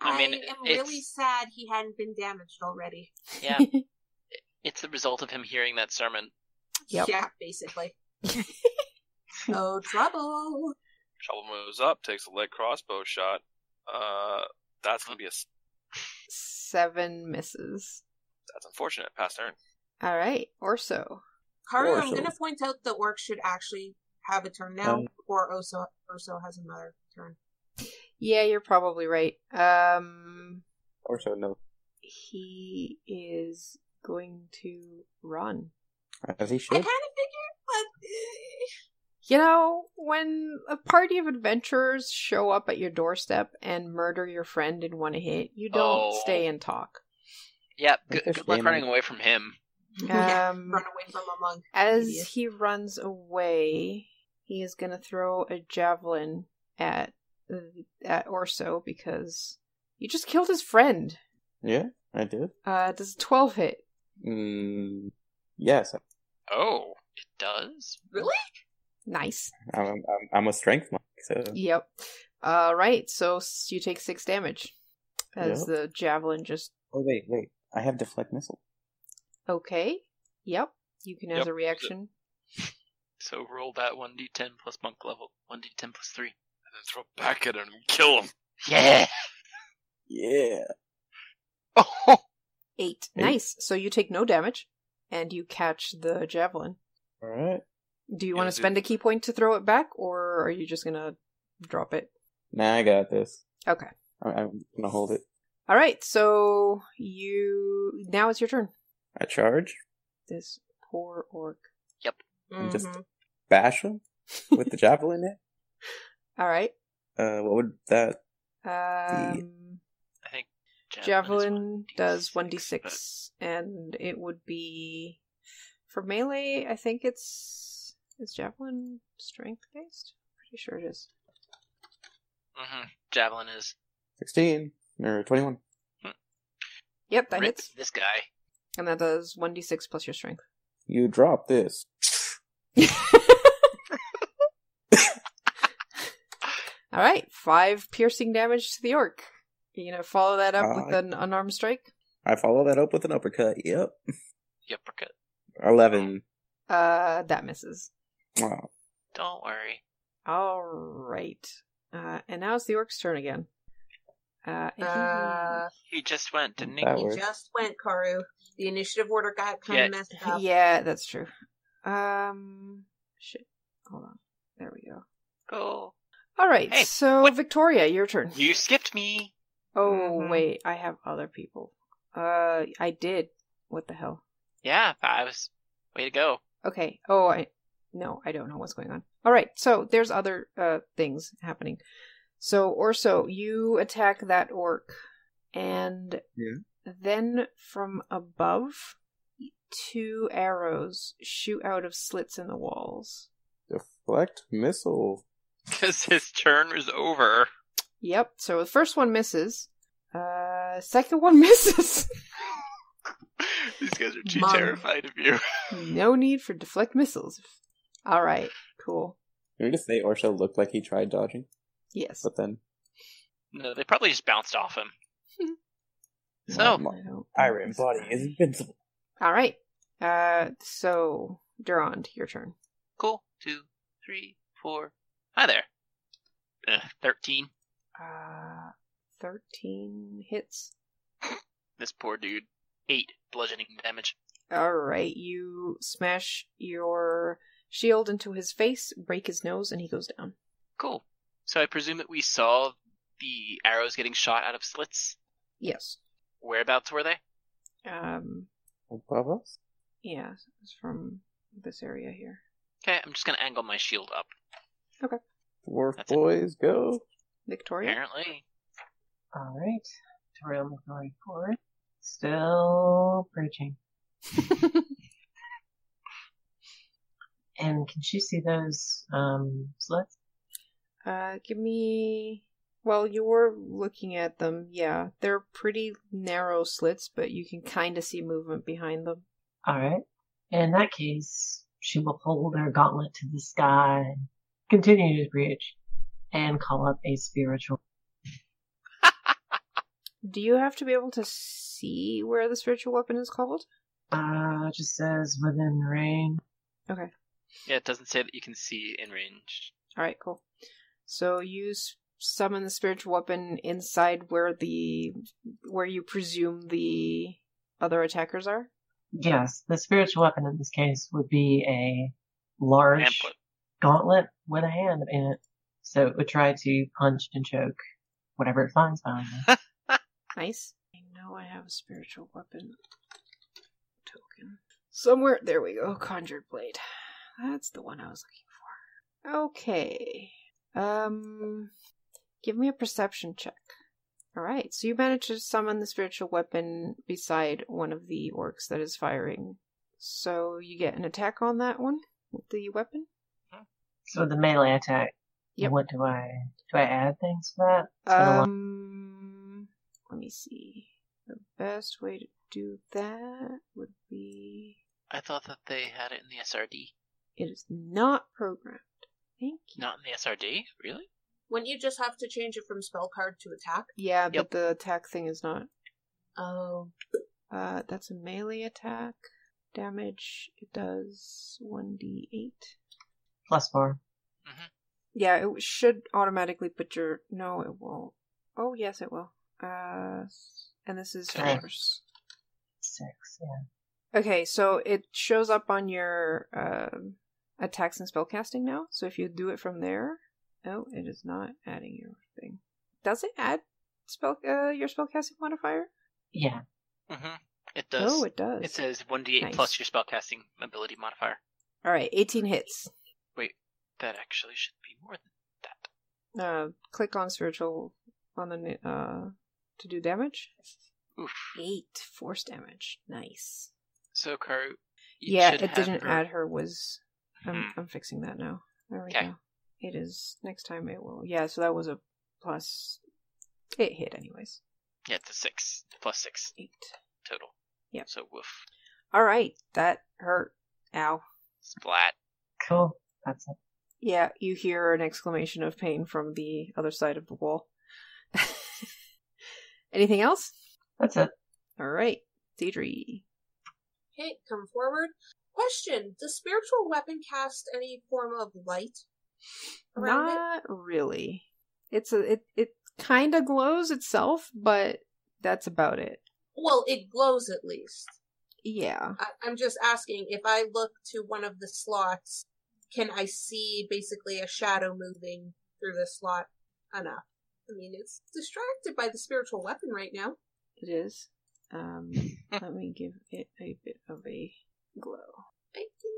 I
I,
mean,
am
it's-
really sad he hadn't been damaged already.
Yeah. it's the result of him hearing that sermon.
Yep.
Yeah, basically. oh, trouble.
Trouble moves up, takes a lead crossbow shot. Uh, that's gonna be a s-
Seven misses.
that's unfortunate. Pass turn.
All right. Or so.
Carter,
Or
I'm
so.
going to point out that orc should actually have a turn now,
Um,
or Oso Oso has another turn.
Yeah, you're probably right. Um,
Or so, no.
he is going to run.
As he
I kind
should.
of figured,
You know, when a party of adventurers show up at your doorstep and murder your friend in one hit, you don't
Oh.
stay and talk.
Yeah. Good,
That's a
good luck
shame. eh?
running away from him.
but eh, yeah,
Um,
run away from a monk.
As
Idiot.
he runs away, he is going to throw a javelin at at Orso because you just killed his friend.
Yeah, I did.
Uh, does a twelve hit?
Mm, yes,
Oh, it does.
Really?
Nice.
I'm, I'm, I'm a strength monk, so
Yep. All right. So s- you take six damage as
Yep.
the javelin just
Oh wait, wait. I have deflect missile.
okay. Yep. You can as
Yep.
a reaction.
So roll that 1d10 plus monk level. 1d10 plus 3.
And then throw it back at him and kill him.
Yeah!
Yeah.
Oh!
Eight.
Eight.
Nice. So you take no damage, and you catch the javelin.
All right.
Do you
Yeah,
want to
dude.
spend a key point to throw it back, or are you just gonna drop it?
Nah, I got this.
Okay.
I- I'm gonna hold it.
All right, so you now it's your turn.
I charge
This poor orc.
and just
Mhm.
bash him with the javelin. In.
All right.
Uh, what would that?
Um,
I think
javelin
is
does
1d6,
1d6 and it would be for melee, I think it's is javelin strength based? Pretty sure it is.
hmm Javelin is.
Sixteen or twenty-one.
Yep, that
Rip
hits.
this guy.
And that does 1d6 plus your strength.
You drop this.
All right, 5 piercing damage to the orc. You going to follow that up with
Uh,
an unarmed strike?
I follow that up with an uppercut. Yep.
Uppercut.
Eleven.
Uh that misses.
Wow.
Don't worry.
All right. Uh, and now it's the orc's turn again. Uh, and he-
Uh,
He just went, didn't he?
That
you
works.
just went, Karu. The initiative order got kind
Yeah.
of messed up.
yeah, that's true. Um, shit. Hold on. There we go.
Go.
All right.
Hey,
so
what-
Victoria, your turn.
You Mm-hmm. skipped me!
Oh
Mhm.
wait, I have other people. Uh, I did. What the hell?
Yeah, I was. Way to go.
Okay. Oh, I no, I don't know what's going on. All right. So there's other uh things happening. So Orso, you attack that orc, and
Yeah.
then from above, two arrows shoot out of slits in the walls.
Deflect missile.
Because his turn was over.
Yep. So the first one misses. Uh, second one misses.
These guys are too
Mom.
terrified of you.
no need for deflect missiles. All right. cool.
Can we just say Orsha looked like he tried dodging?
Yes.
But then
No, they probably just bounced off him.
I
So,
don't-
Iron's body is invincible.
All right. Uh, so Durand, your turn.
cool. Two, three, four. Hi there. Ugh, Thirteen.
Uh, thirteen hits.
This poor dude. Eight bludgeoning damage.
All right, you smash your shield into his face, break his nose, and he goes down.
Cool. So I presume that we saw the arrows getting shot out of slits.
Yes.
Whereabouts were they?
Um.
Above us?
Yeah, it's from this area here.
Okay, I'm just gonna angle my shield up.
Dwarf
That's it.
boys, go.
Victoria.
Apparently.
All right. Torium is going forward. Still preaching. And can she see those um, slits?
uh, give me. Well, you were looking at them. Yeah, they're pretty narrow slits, but you can kind of see movement behind them.
All right. In that case, she will hold her gauntlet to the sky, continue to preach, and call up a spiritual.
Do you have to be able to see where the spiritual weapon is called?
Uh, it just says within range.
Yeah, it doesn't say that you can see in range.
All right, cool. So you s- summon the spiritual weapon inside where the where you presume the other attackers are.
Yes, the spiritual weapon in this case would be a large
Amplet.
gauntlet with a hand in it. So it would try to punch and choke whatever it finds behind it.
Nice. I know I have a spiritual weapon token somewhere. There we go. Conjured blade. That's the one I was looking for. Okay. Um, give me a perception check. All right. So you managed to summon the spiritual weapon beside one of the orcs that is firing. So you get an attack on that one with the weapon.
So the melee attack.
Yep.
What do I do? I add things to that. So the one-
Um, let me see. The best way to do that would be.
I thought that they had it in the SRD.
It is not programmed. Thank you.
Not in the SRD? Really?
Wouldn't you just have to change it from spell card to attack?
Yeah,
Yep.
but the attack thing is not.
Oh.
Uh, that's a melee attack. Damage it does one d eight.
plus four.
Yeah, it should automatically put your. No, it won't. Oh yes, it will. Uh, and this is
Okay.
yours.
Six. Yeah.
Okay, so it shows up on your um, attacks and spellcasting now. So if you do it from there, oh, it is not adding your thing. Does it add spell uh, your spellcasting modifier?
Yeah.
Mm-hmm. It does.
Oh,
it,
it does.
says 1d8
Nice.
plus your spellcasting ability modifier.
All right, eighteen hits.
That actually should be more than that.
Uh, click on spiritual on the n- uh to do damage.
Oof.
Eight force damage. Nice.
So, Karu, you
yeah,
should
it
have
didn't
her-
add her whiz. I'm,
Hmm.
I'm fixing that now. There we
Okay.
go. It is next time it will. Yeah, so that was a plus. It hit anyways.
Yeah, it's a 6. Plus 6
Eight.
total.
Yep.
So, woof.
All right, that hurt. Ow.
Splat.
Cool. That's it.
Yeah, you hear an exclamation of pain from the other side of the wall. Anything else?
That's it.
All right, Deidre.
Okay, come forward. Question Does spiritual weapon cast any form of light around it?
Not really. It's a it it kind of glows itself, but that's about it.
Well, it glows at least.
Yeah.
I- I'm just asking if I look to one of the slots, can I see basically a shadow moving through the slot enough? I mean, it's distracted by the spiritual weapon right now.
It is. Um, let me give it a bit of a glow.
I can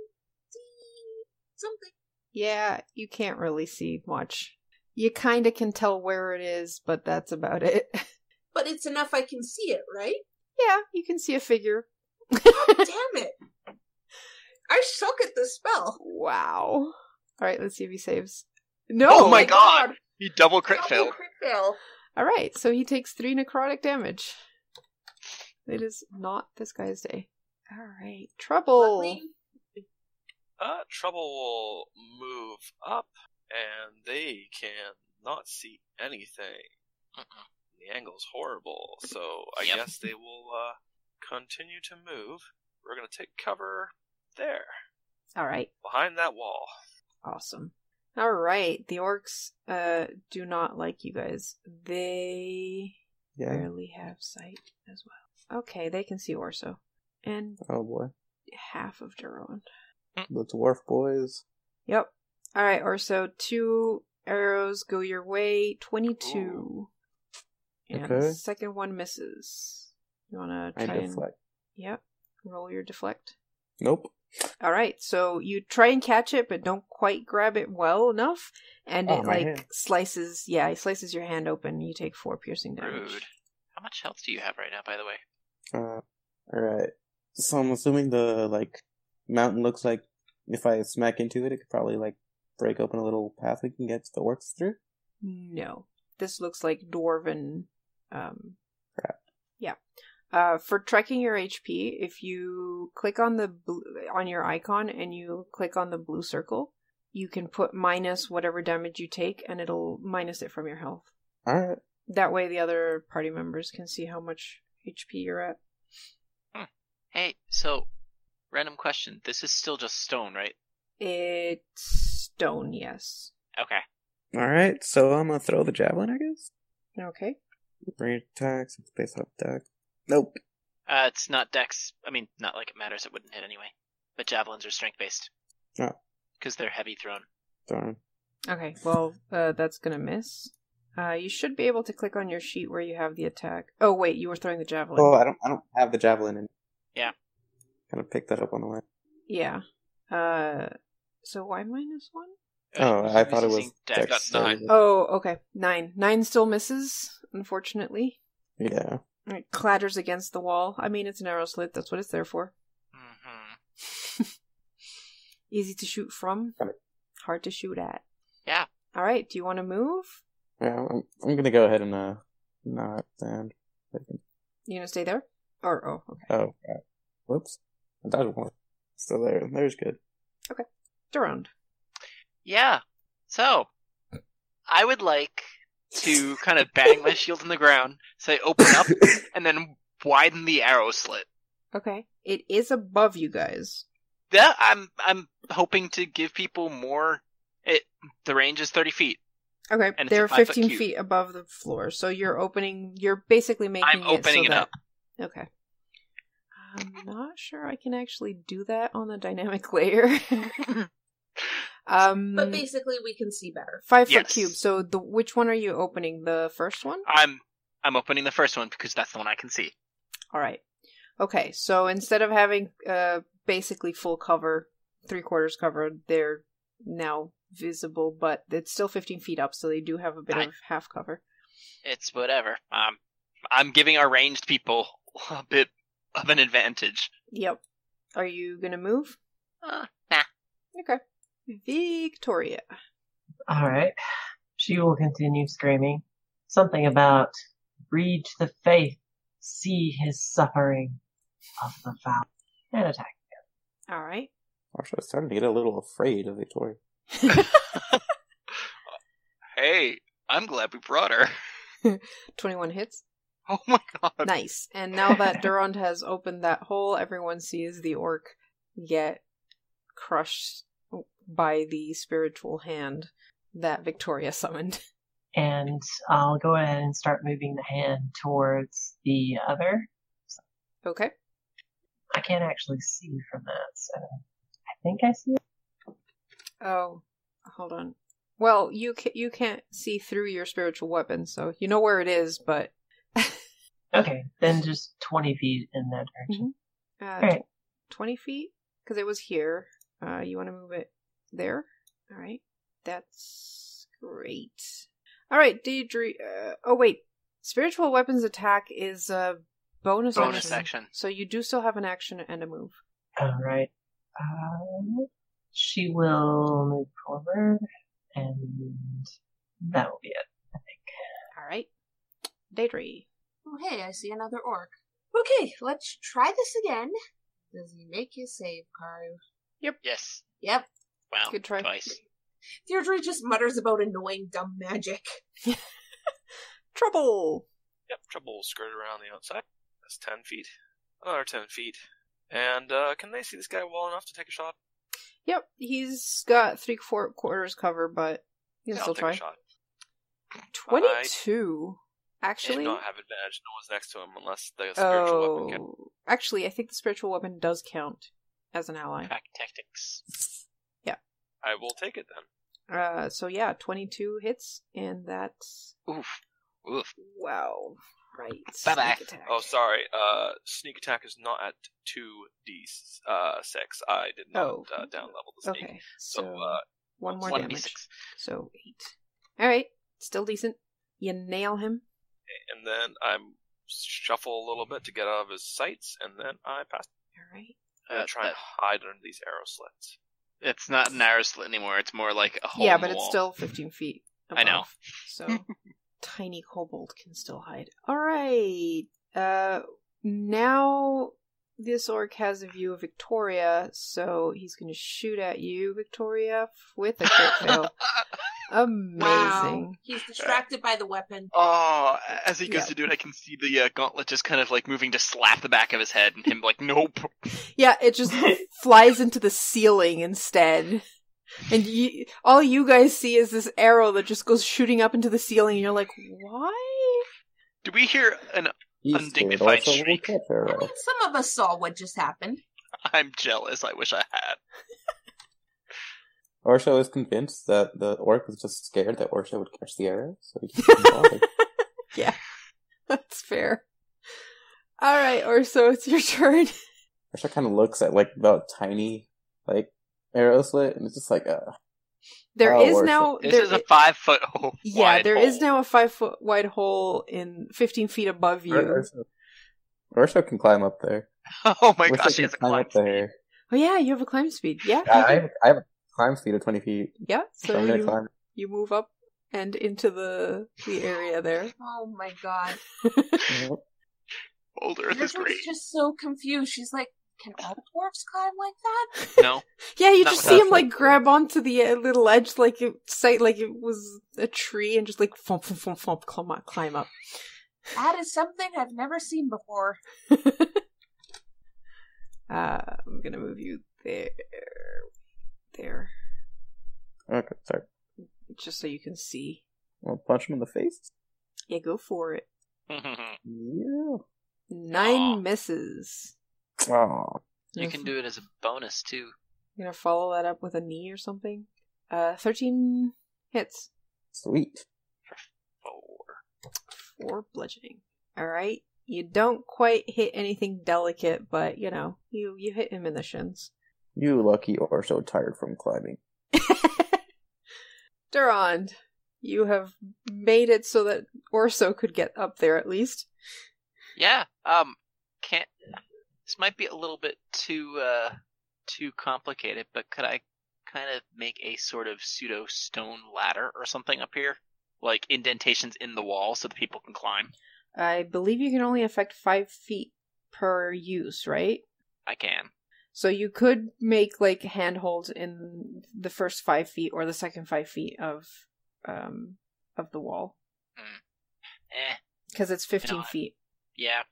see something.
Yeah, you can't really see much. You kind of can tell where it is, but that's about it.
But it's enough I can see it, right?
yeah, you can see a figure.
Damn it! I suck at this spell.
wow. All right, let's see if he saves. No.
Oh my god! He double crit
Double
failed.
crit fail.
All right, so he takes 3 necrotic damage. It is not this guy's day. All right. Trouble.
Luckily,
Uh, Trouble will move up, and they can not see anything.
Mm-mm.
The angle's horrible, so I
Yep.
guess they will uh, continue to move. We're gonna take cover there,
All right.
behind that wall.
Awesome. All right. The orcs uh do not like you guys. They
Yeah.
barely have sight as well. Okay, they can see Orso and
Oh boy.
half of Duron.
The dwarf boys.
Yep. All right, Orso. Two arrows go your way. Twenty-two. And
Okay.
the second one misses. You wanna
I
try and
deflect.
yep. Roll your deflect.
Nope.
All right, so you try and catch it, but don't quite grab it well enough, and
Oh,
it
my
like
hand.
slices. Yeah, it slices your hand open. You take four piercing damage.
Rude. How much health do you have right now, by the way?
Uh, alright. So I'm assuming the, like, mountain looks like if I smack into it, it could probably, like, break open a little path we can get the orcs through.
No, this looks like dwarven. Um,
Crap.
Yeah. Uh, for tracking your HP, if you click on the bl- on your icon and you click on the blue circle, you can put minus whatever damage you take, and it'll minus it from your health.
Alright.
That way, the other party members can see how much HP you're at.
Hey, so random question. This is still just stone, right?
It's stone, yes.
Okay.
Alright, so I'm gonna throw the javelin, I guess?
Okay.
Range attacks, space up attack. Nope.
Uh, it's not dex. I mean, not like it matters. It wouldn't hit anyway. But javelins are strength based.
Oh.
Because they're heavy thrown.
Darn.
Okay, well, uh, that's gonna miss. Uh, you should be able to click on your sheet where you have the attack. Oh, wait, you were throwing the javelin.
Oh, I don't, I don't have the javelin in.
Yeah.
Kind of picked that up on the way.
Yeah. Uh, so why minus one?
Oh, I thought it was
Uh, using dex.
dex,
Got
so-
nine.
Oh, okay, nine. Nine still misses, unfortunately.
Yeah.
It clatters against the wall. I mean, it's an arrow slit, that's what it's there for.
hmm
Easy to shoot from,
Got
hard to shoot at.
Yeah.
Alright, do you want to move?
Yeah, I'm, I'm gonna go ahead and uh, not then.
You gonna stay there? Or, oh, okay.
Oh, crap. whoops! I dodged one. So there, there's good.
Durand.
Yeah. So, I would like to kind of bang my shield in the ground, say open up, and then widen the arrow slit.
Okay. It is above you guys.
Yeah, I'm I'm hoping to give people more. It the range is thirty feet.
Okay,
And it's
they're
a five-foot
15
cube.
feet above the floor, so you're opening. You're basically making.
I'm opening
it,
it
so
up.
that- Okay. I'm not sure I can actually do that on the dynamic layer. um,
But basically, we can see better.
five foot
Yes.
cube. So the which one are you opening? The first one.
I'm I'm opening the first one because that's the one I can see.
All right. Okay, so instead of having uh basically full cover, three quarters cover, they're now visible, but it's still 15 feet up, so they do have a bit
I-
of half cover.
It's whatever. Um, I'm giving our ranged people a bit of an advantage.
Yep. Are you gonna move?
Uh, nah.
Okay. Victoria.
All right. She will continue screaming. Something about read the faith, see his suffering of the vow, and attack.
All right.
Actually, I was starting to get a little afraid of Victoria.
Hey, I'm glad we brought her.
21 hits.
Oh my god.
Nice. And now that Durand has opened that hole, everyone sees the orc get crushed by the spiritual hand that Victoria summoned.
And I'll go ahead and start moving the hand towards the other.
Okay.
I can't actually see from that, so I think I see it.
Oh, hold on. Well, you ca- you can't see through your spiritual weapon, so you know where it is, but
Okay, then just 20 feet in that direction.
uh,
right.
20 feet because it was here. Uh, you want to move it there? All right. That's great. All right, Deidre. Uh, oh, wait. Spiritual weapons attack is a bonus,
Bonus
action.
action.
So you do still have an action and a move.
All right. Um, she will move forward, and that will be it.
All right. Deidre.
Oh, hey, I see another orc. Okay, let's try this again. Does he make you save, Karu?
Yes.
Yep.
Wow.
Good try.
Twice.
Deirdre just mutters about annoying dumb magic.
Trouble.
Yep, trouble will skirt around the outside. That's 10 feet. Another 10 feet. And uh, can they see this guy well enough to take a shot?
Yep, he's got three four quarters cover, but you can
Yeah,
still
I'll take a
try.
shot.
Twenty-two, actually.
And not have advantage. No one's next to him unless the spiritual weapon can.
Oh, actually, I think the spiritual weapon does count as an ally.
Pack tactics.
I will take it then.
Uh, so yeah, twenty-two hits, and that's
Oof. Oof.
wow. Right.
Bye-bye.
sneak attack.
Oh, sorry. Uh, sneak attack is not at 2d6. Uh, six. I did not
Oh.
uh, down level the sneak.
Okay,
So,
so
uh,
one more
One
damage.
d6.
So eight. All right, still decent. You nail him.
and then I'm shuffle a little bit to get out of his sights, and then I pass.
All right.
And
Uh,
try and
that-
hide under these arrow slits.
it's not an arrow slit anymore. It's more like a hole.
yeah,
in
but
the
it's
wall.
still 15 feet.
I know.
above, So tiny kobold can still hide. All right. Uh, now this orc has a view of Victoria, so he's going to shoot at you, Victoria, with a crit fail. Amazing.
Wow. He's distracted by the weapon.
Oh, as he goes
Yeah.
to do it, I can see the uh, gauntlet just kind of like moving to slap the back of his head, and him like, nope.
Yeah, it just flies into the ceiling instead. And you, all you guys see is this arrow that just goes shooting up into the ceiling, and you're like, why?
Do we hear an?
You
Undignified
scared also
shriek.
little cat arrow.
Well, Some of us saw what just happened.
I'm jealous. I wish I had.
Orsha is convinced that the orc was just scared that Orsha would catch the arrow, so he just didn't bother.
That's fair. All right, Orso, it's your turn.
Orsha kind of looks at like the tiny like arrow slit, and it's just like, uh,
There
Oh,
is
Orso.
now
This
there
is a
i-
five foot hole.
yeah,
wide
there is
hole.
now a five foot wide hole in fifteen feet above you.
Orsha. Orsha can climb up there.
Oh my
Orsha
gosh, he
can
has a climb.
up there.
Oh yeah, you have a climb speed. Yeah,
I, I
you do.
have, I have a climb speed of twenty feet,
yeah.
so,
So
I'm gonna
you
climb.
you move up and into the the area there.
Oh my god.
Nope.
Old Earth is
Deirdre's
great.
just so confused. She's like, can all dwarves climb like that?
No,
Yeah, you
Not
just
without
see him like
flipping.
grab onto the uh, little edge like it say like it was a tree and just like fump fump fump fump climb up climb up.
That is something I've never seen before.
Uh, I'm gonna move you there there
Okay, sorry.
just so you can see.
Well, punch him in the face.
Yeah, go for it.
Yeah.
Nine
Aw.
misses.
Oh,
you can do it as a bonus too.
You're gonna follow that up with a knee or something. Uh, thirteen hits,
sweet.
Four.
four bludgeoning. All right, you don't quite hit anything delicate, but you know, you you hit him in the shins.
You lucky Orsha tired from climbing.
Durand, you have made it so that Orso could get up there at least.
Yeah. Um. Can't. This might be a little bit too uh too complicated, but could I kind of make a sort of pseudo stone ladder or something up here, like indentations in the wall, so that people can climb?
I believe you can only affect five feet per use, right?
I can.
So you could make like handholds in the first five feet or the second five feet of um of the wall
Eh.
because it's fifteen
know, I-
feet.
Yeah.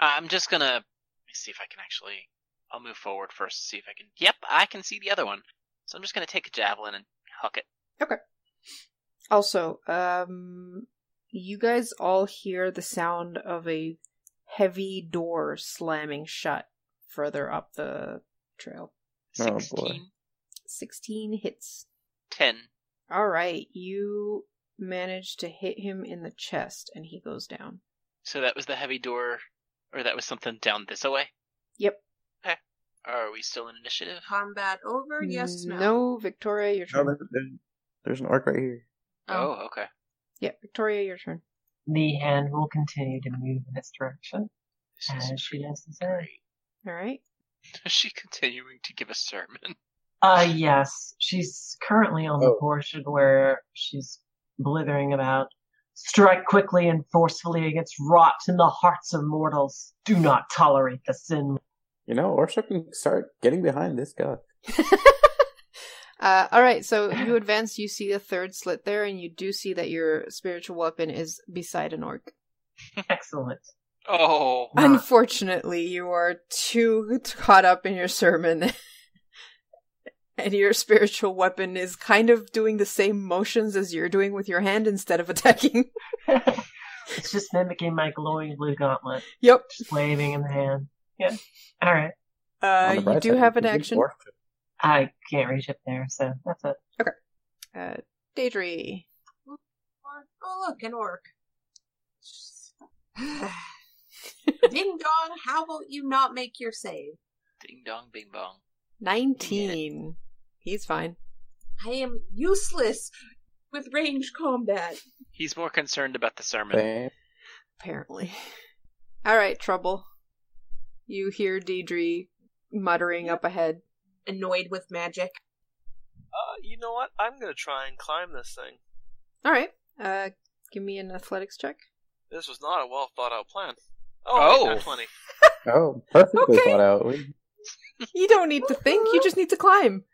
I'm just gonna let me see if I can actually. I'll move forward first, see if I can. Yep, I can see the other one. So I'm just gonna take a javelin and huck it.
Also, um, you guys all hear the sound of a heavy door slamming shut further up the trail.
Oh, boy.
16,
Sixteen hits.
10.
All right, you manage to hit him in the chest, and he goes down.
So that was the heavy door, or that was something down this way.
Yep.
Are we still in initiative?
Combat over, yes, no.
No, Victoria, your
No,
turn.
there, there, there's an orc right here.
Oh,
Oh.
okay.
Yeah, Victoria, your turn.
The hand will continue to move in this direction
This is
as uh, she does the same.
great.
All right.
Is she continuing to give a sermon?
Uh, yes, she's currently on the
Oh.
portion where she's blithering about. Strike quickly and forcefully against rot in the hearts of mortals. Do not tolerate the sin.
You know, Orsha can start getting behind this guy.
Uh, all right, so you advance, you see a third slit there, and you do see that your spiritual weapon is beside an orc.
Excellent.
Oh,
Not-
Unfortunately, you are too caught up in your sermon. and your spiritual weapon is kind of doing the same motions as you're doing with your hand instead of attacking.
it's just mimicking my glowing blue gauntlet,
yep.
just waving in the hand. Yeah. All right.
On
Uh,
the
you
bright
do
side,
have
you
an
can beat
action.
Orsha.
I can't reach up there, so that's it.
Uh, Daedry.
Oh, look, an orc. Ding dong, how about you not make your save?
ding dong, bing bong.
19. He's fine.
I am useless with range combat.
He's more concerned about the sermon.
Bam.
apparently. All right, trouble. You hear Deidre muttering up ahead.
Annoyed with magic.
Uh, you know what? I'm gonna try and climb this thing.
All right, uh, give me an athletics check.
This was not a well thought out plan. Oh, I
Oh.
got twenty.
Oh, perfectly
Okay.
thought out. We-
You don't need to think; you just need to climb.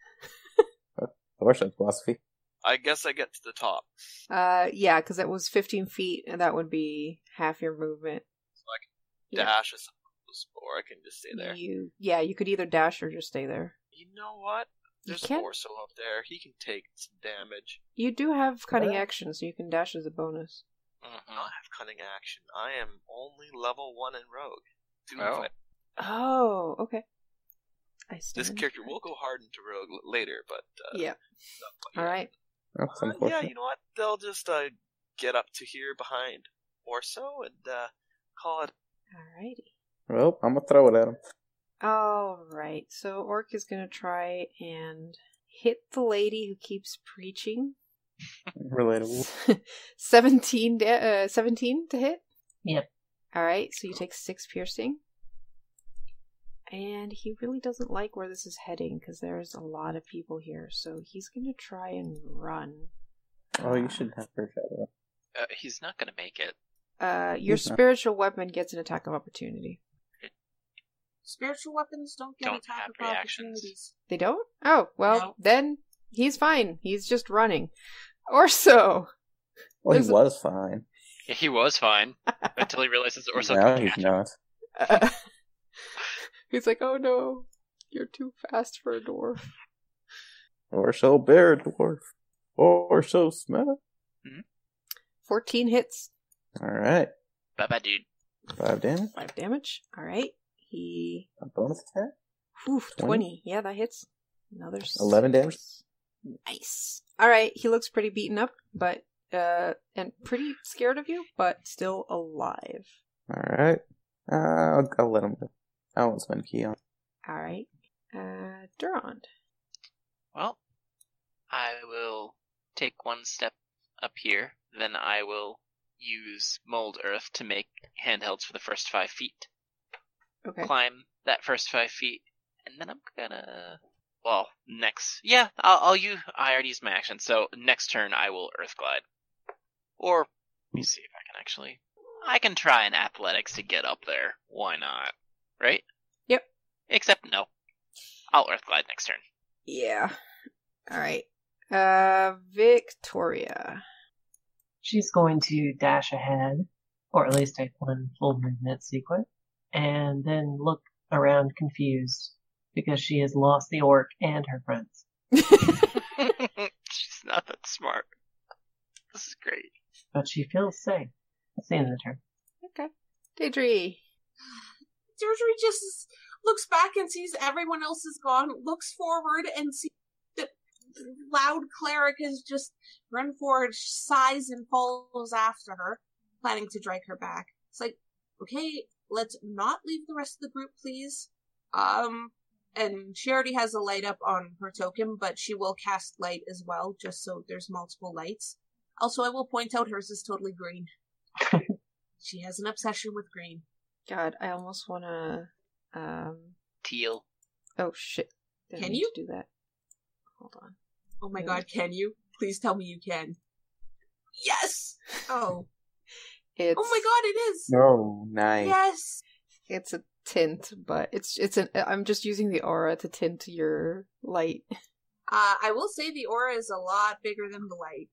Orsha philosophy.
I guess I get to the top,
Uh, yeah, because it was 15 feet, and that would be half your movement.
so I can
Yeah.
dash, I suppose, or I can just stay there.
You, yeah, you could either dash or just stay there.
You know what?
You
There's
can't-
Orso up there. He can take some damage.
You do have cutting
Yeah.
action, so you can dash as a bonus.
I
Mm-hmm.
don't have cunning action. I am only level one in rogue. Dude,
Oh.
if I-
Oh, okay. I
this
stand.
character will go hard into rogue l- later, but uh,
Yeah.
not quite
All
yet.
right.
That's
Uh, yeah,
unfortunate.
you know what? They'll just uh, get up to here behind Orso and uh, call it.
All righty.
Well, I'm gonna throw it at him.
All right, so Orc is going to try and hit the lady who keeps preaching.
Relatable.
17, da- uh, 17 to hit?
Yep.
All right, so you take 6 piercing. And he really doesn't like where this is heading because there's a lot of people here, so he's going to try and run.
Oh, you should have her shadow.
Uh, he's not gonna make it.
Uh, your
He's not-
spiritual weapon gets an attack of opportunity.
Spiritual weapons don't get
Don't
attack
have
of
reactions.
opportunities.
They don't? Oh, well,
No.
then he's fine. He's just running. Or so.
Well,
There's
he
a-
was fine.
Yeah, he was fine until he realizes Orso
now
can
he's
catch him.
not.
Uh, he's like, "Oh no, you're too fast for a dwarf."
Or so bear dwarf. Or so smell.
Fourteen hits,
All right.
Bye bye, dude.
Five damage.
five damage. All right, he
A bonus attack.
oof, 20.
20.
Yeah, that hits. Another six.
11 damage.
Nice. All right, he looks pretty beaten up, but uh, and pretty scared of you, but still alive.
All right. Uh, I'll, I'll let him. Go. I won't spend key on.
All right, uh, Durand.
Well, I will take one step up here, then I will use Mold Earth to make handhelds for the first five feet.
Okay.
Climb that first five feet, and then I'm gonna. Well, next. Yeah, I'll, I'll use. I already used my action, so next turn I will Earth Glide. Or, let me see if I can actually. I can try an athletics to get up there. Why not? Right?
Yep.
Except, no. I'll Earth Glide next turn.
Yeah. All right. Uh, Victoria.
She's going to dash ahead, or at least take one full movement sequence, and then look around confused because she has lost the orc and her friends.
She's not that smart. This is great.
But she feels safe. That's the end of the turn.
okay. Deidre.
Deirdre just is- looks back and sees everyone else is gone, looks forward and sees that the loud cleric has just run forward, sighs and follows after her, planning to drag her back. It's like, okay, let's not leave the rest of the group, please. Um, and she already has a light up on her token, but she will cast light as well, just so there's multiple lights. Also, I will point out hers is totally green. she has an obsession with green.
God, I almost want to. Um.
Teal.
Oh shit! Didn't
Can
mean
you?
to do that? Hold on.
Oh my
Yeah.
god, can you? Please tell me you can. Yes! Oh.
It's
Oh my god, it is!
No, nice.
Yes!
It's a tint, but it's it's an I'm just using the aura to tint your light.
Uh, I will say the aura is a lot bigger than the light.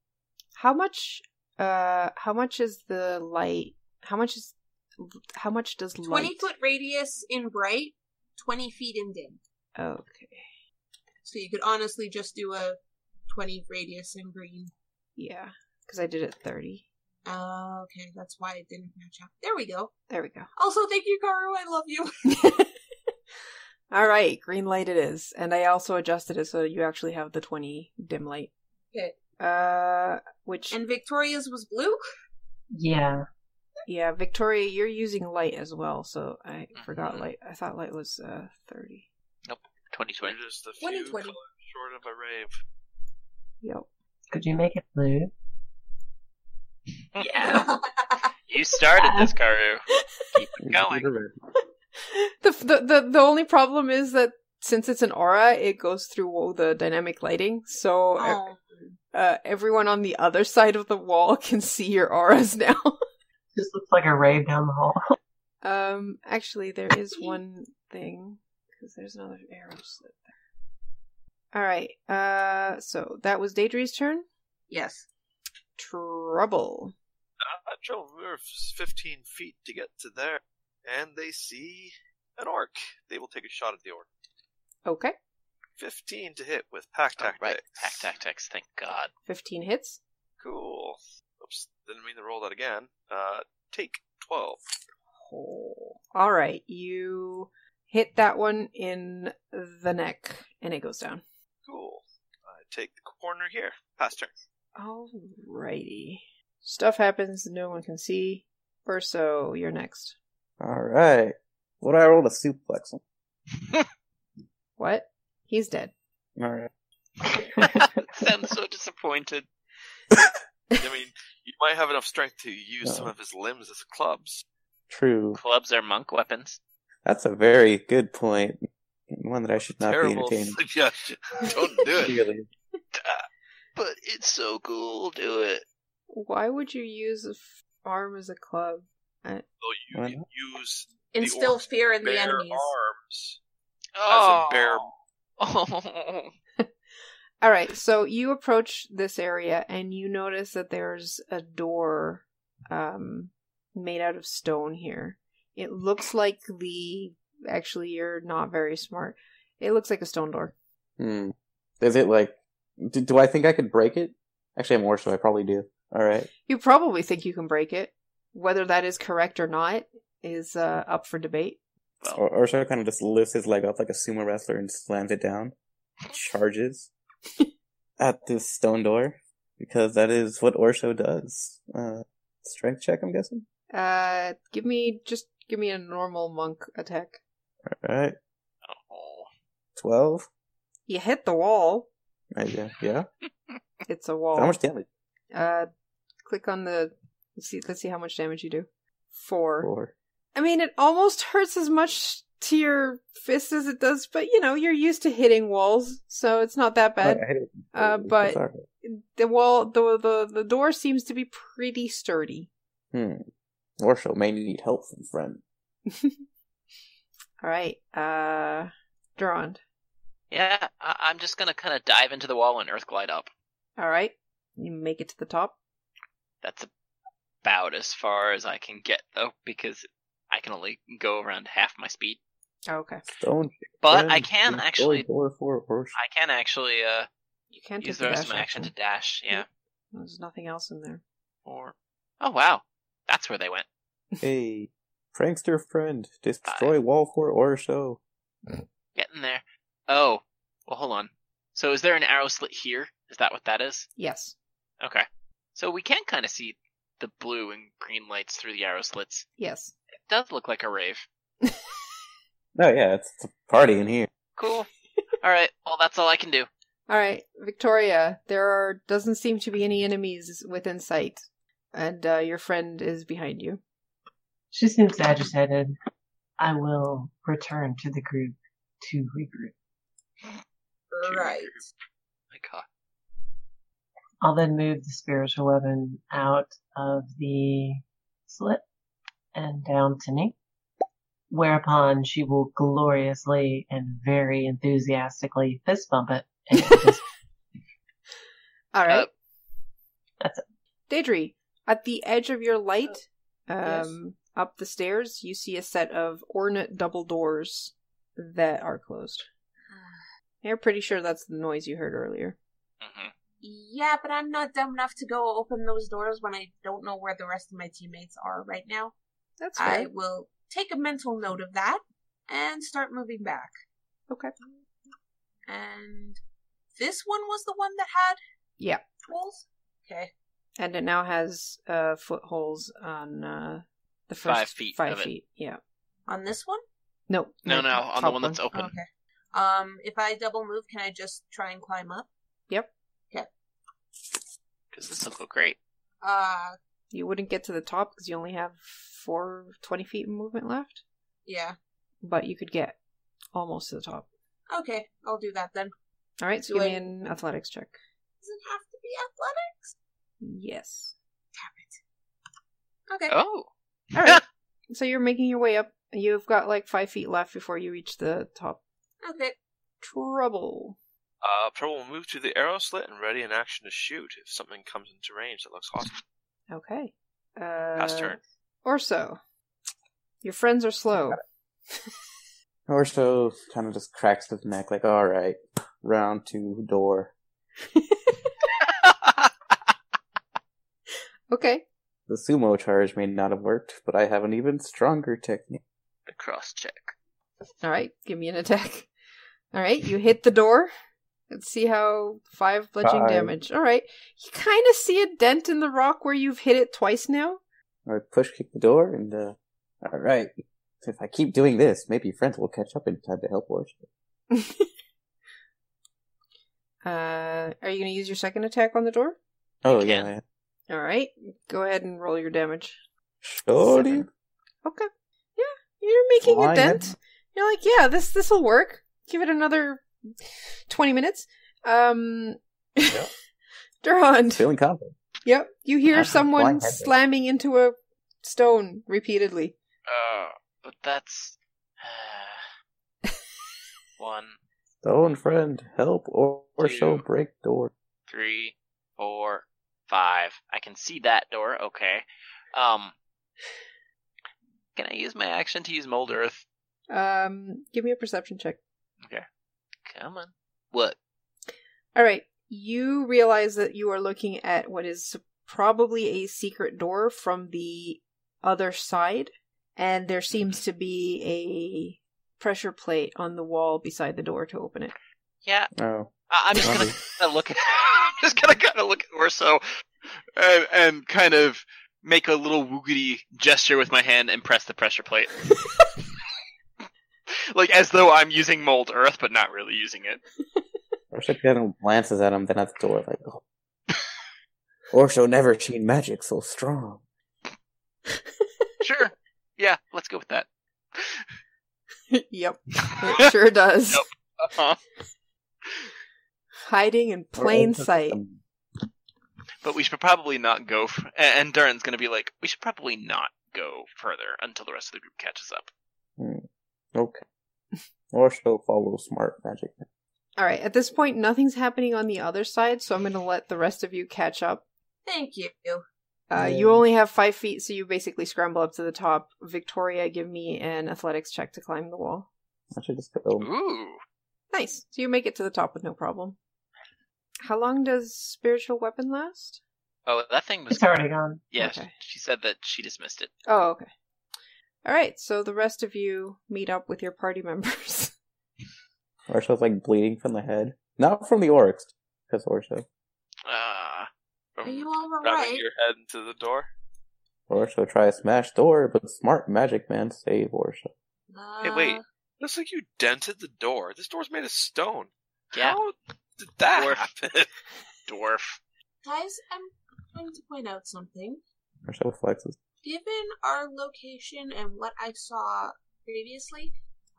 How much uh how much is the light? How much is how much does light
20 foot radius in bright, 20 feet in dim.
Okay.
So you could honestly just do a 20 radius in green.
Yeah, cuz I did it 30.
Uh, okay, that's why it didn't match up. There we go.
There we go.
Also, thank you, Karu. I love you.
All right, green light it is, and I also adjusted it so you actually have the twenty dim light.
Okay.
Uh, which
And Victoria's was blue.
Yeah.
yeah, Victoria, you're using light as well, so I forgot
Mhm.
light. I thought light was uh thirty.
Twenty
We're
twenty.
just a few
2020.
colors short of a rave.
Yep.
Could you make it blue?
Yeah, you started this, Karu. Keep it going.
Oh,
The, the the the only problem is that since it's an aura, it goes through all the dynamic lighting, so uh,
Oh.
uh, everyone on the other side of the wall can see your auras now.
Just looks like a rave down the hall.
Um, actually, there is one thing because there's another arrow slip there. All right. Uh, so that was Daedry's turn.
Yes.
Trouble.
I travel we're f- 15 feet to get to there, and they see an orc. They will take a shot at the orc.
Okay,
15 to hit with pack
Oh,
tactics.
right, pack tactics. Thank God.
fifteen hits.
Cool. Oops, didn't mean to roll that again. Uh, take 12.
Oh. All right, you hit that one in the neck, and it goes down.
Cool. I take the corner here. Pass turn.
Alrighty. Stuff happens no one can see. Verso, you're next.
All right. What do I roll to suplex him?
What? He's dead.
All right.
Sounds so disappointed.
I mean, you might have enough strength to use some
No.
of his limbs as clubs.
True.
Clubs are monk weapons.
That's a very good point. One that I should not
Terrible
be entertaining.
suggestion. Don't do it.
Really.
But it's so cool. Do it.
Why would you use a f- arm as a club?
Though
Why
you can use
Instill
orc
fear in the
bare
enemies.
arms
Oh.
as a bare
Oh.
All right, so you approach this area and you notice that there's a door um, made out of stone here. It looks like the. Actually, you're not very smart. It looks like a stone door.
Hmm. Is it like? Do, do I think I could break it? Actually, I'm Warsaw. I probably do. All right.
You probably think you can break it. Whether that is correct or not is uh, up for debate.
Or Orsha kind of just lifts his leg up like a sumo wrestler and slams it down, charges at this stone door because that is what Orsho does. Uh, strength check, I'm guessing.
Uh, give me just give me a normal monk attack.
All right,
Oh.
twelve.
You hit the wall.
Right, yeah, yeah.
It's a
Oh.
wall.
How much damage?
Uh, click on the. Let's see. Let's see how much damage you do. Four.
Four.
I mean, it almost hurts as much to your fist as it does, but you know, you're used to hitting walls, so it's not that bad.
Like, I hit it.
Uh,
It's
but-
alright.
The wall, the the the door seems to be pretty sturdy.
Orsho may need help from friend.
All right. Uh, Durand.
Yeah, I- I'm just gonna kind of dive into the wall and earth glide up.
All right. You make it to the top.
That's about as far as I can get though, because I can only go around half my speed.
Okay.
Stone.
But I
friend,
can
destroy
actually,
Door for Orsho.
I can actually uh
You can't
use
take
the
the
rest
dash
of my action to
action.
dash. Yeah.
There's nothing else in there.
Or oh wow, that's where they went.
Hey, prankster friend, destroy wall for Orsho.
Getting there. Oh, well, hold on. So is there an arrow slit here? Is that what that is?
Yes.
Okay. So we can kind of see the blue and green lights through the arrow slits.
Yes.
It does look like a rave.
Oh yeah, it's, it's a party in here.
Cool. all right. Well, that's all I can do.
All right, Victoria. There are doesn't seem to be any enemies within sight, and uh, your friend is behind you.
She seems agitated. I will return to the group to regroup.
Right.
My God.
I'll then move the spiritual weapon out of the slit and down to me. whereupon she will gloriously and very enthusiastically fist bump it. And just,
All right.
That's
it. Daedry, at the edge of your light, um, up the stairs, you see a set of ornate double doors that are closed. You're pretty sure that's the noise you heard earlier.
Mm-hmm.
Yeah, but I'm not dumb enough to go open those doors when I don't know where the rest of my teammates are right now.
That's
I
fair.
will take a mental note of that and start moving back.
Okay.
And this one was the one that had
Yeah.
tools? Okay.
And it now has uh, footholds on uh, the first
Five feet
Five
of it.
feet. Yeah.
On this one?
No. Oh.
No,
not
no, on the
top
one that's
Uh-huh.
open.
Okay. Um, if I double move, can I just try and climb up?
Because this will go great.
Uh,
You wouldn't get to the top because you only have four, 20 feet of movement left,
yeah.
but you could get almost to the top.
Okay, I'll do that then.
All right, so
Do
give
I-
me an athletics check.
Does it have to be athletic?
Yes.
Okay.
Oh,
All right. so you're making your way up. You've got like five feet left before you reach the top.
Oh.
Okay.
Trouble.
Uh, Pearl will move to the arrow slit and ready in action to shoot if something comes into range that looks hostile.
Okay. Uh,
Pass turn.
Or so. Your friends are slow.
Orso kind of just cracks his neck, like, all right, round two door.
Okay.
The sumo charge may not have worked, but I have an even stronger technique.
the cross check.
All right. Give me an attack. All right. You hit the door. Let's see how five bludgeoning
Five.
damage. All right. You kind of see a dent in the rock where you've hit it twice now.
I push kick the door, and uh, all right, if I keep doing this, maybe friends will catch up in time to help Orso.
Uh, are you going to use your second attack on the door?
Oh
You
yeah,
can.
yeah.
All right. Go ahead and roll your damage.
sure. dude.
Okay. Yeah, you're making
Why
a
not?
dent. You're like, yeah, this this will work. Give it another twenty minutes. Um,
Yeah.
Durand.
Feeling confident.
Yep, you hear
Why
someone
had they-
slamming into a stone repeatedly.
Uh, but that's one,
Stone friend, help or Orso
Two.
break door.
three, four, five. I can see that door. Okay. Um, can I use my action to use mold earth?
Um, give me a perception check.
Come on. What?
All right, you realize that you are looking at what is probably a secret door from the other side, and there seems to be a pressure plate on the wall beside the door to open it.
Yeah,
Oh,
I- I'm just gonna
Lovely.
kinda look at. I'm just gonna kind of look at Orso, and, and kind of make a little woogity gesture with my hand and press the pressure plate, like as though I'm using mold earth, but not really using it.
Orso kind of glances at him, then at the door, like, oh. Orso never seen magic so strong.
Sure. Yeah, let's go with that.
yep, it sure does.
Yep. Uh-huh.
Hiding in plain
Orso-
sight.
um,
But we should probably not go. F- a- and Duran's gonna be like, we should probably not go further until the rest of the group catches up.
Hmm. Okay. Orso follows smart magic.
All right, at this point, nothing's happening on the other side, so I'm going to let the rest of you catch up.
Thank you.
Uh,
Yeah.
You only have five feet, so you basically scramble up to the top. Victoria, give me an athletics check to climb the wall.
I should just go.
Ooh.
Nice. So you make it to the top with no problem. How long does spiritual weapon last?
Oh, that thing was.
it's already gone.
Yeah,
Okay.
she said that she dismissed it.
Oh, okay. All right. So the rest of you meet up with your party members.
Orso's like bleeding from the head. Not from the oryx, because Orso.
Ah.
Are
From
you all
grabbing
alright?
your head into the door.
Orso try to smash door, but smart magic man save Orso.
Uh,
Hey, wait. Looks like you dented the door. This door's made of stone.
Yeah.
How did that
Dwarf.
happen?
Dwarf.
Guys, I'm going to point out something.
Orso flexes.
Given our location and what I saw previously,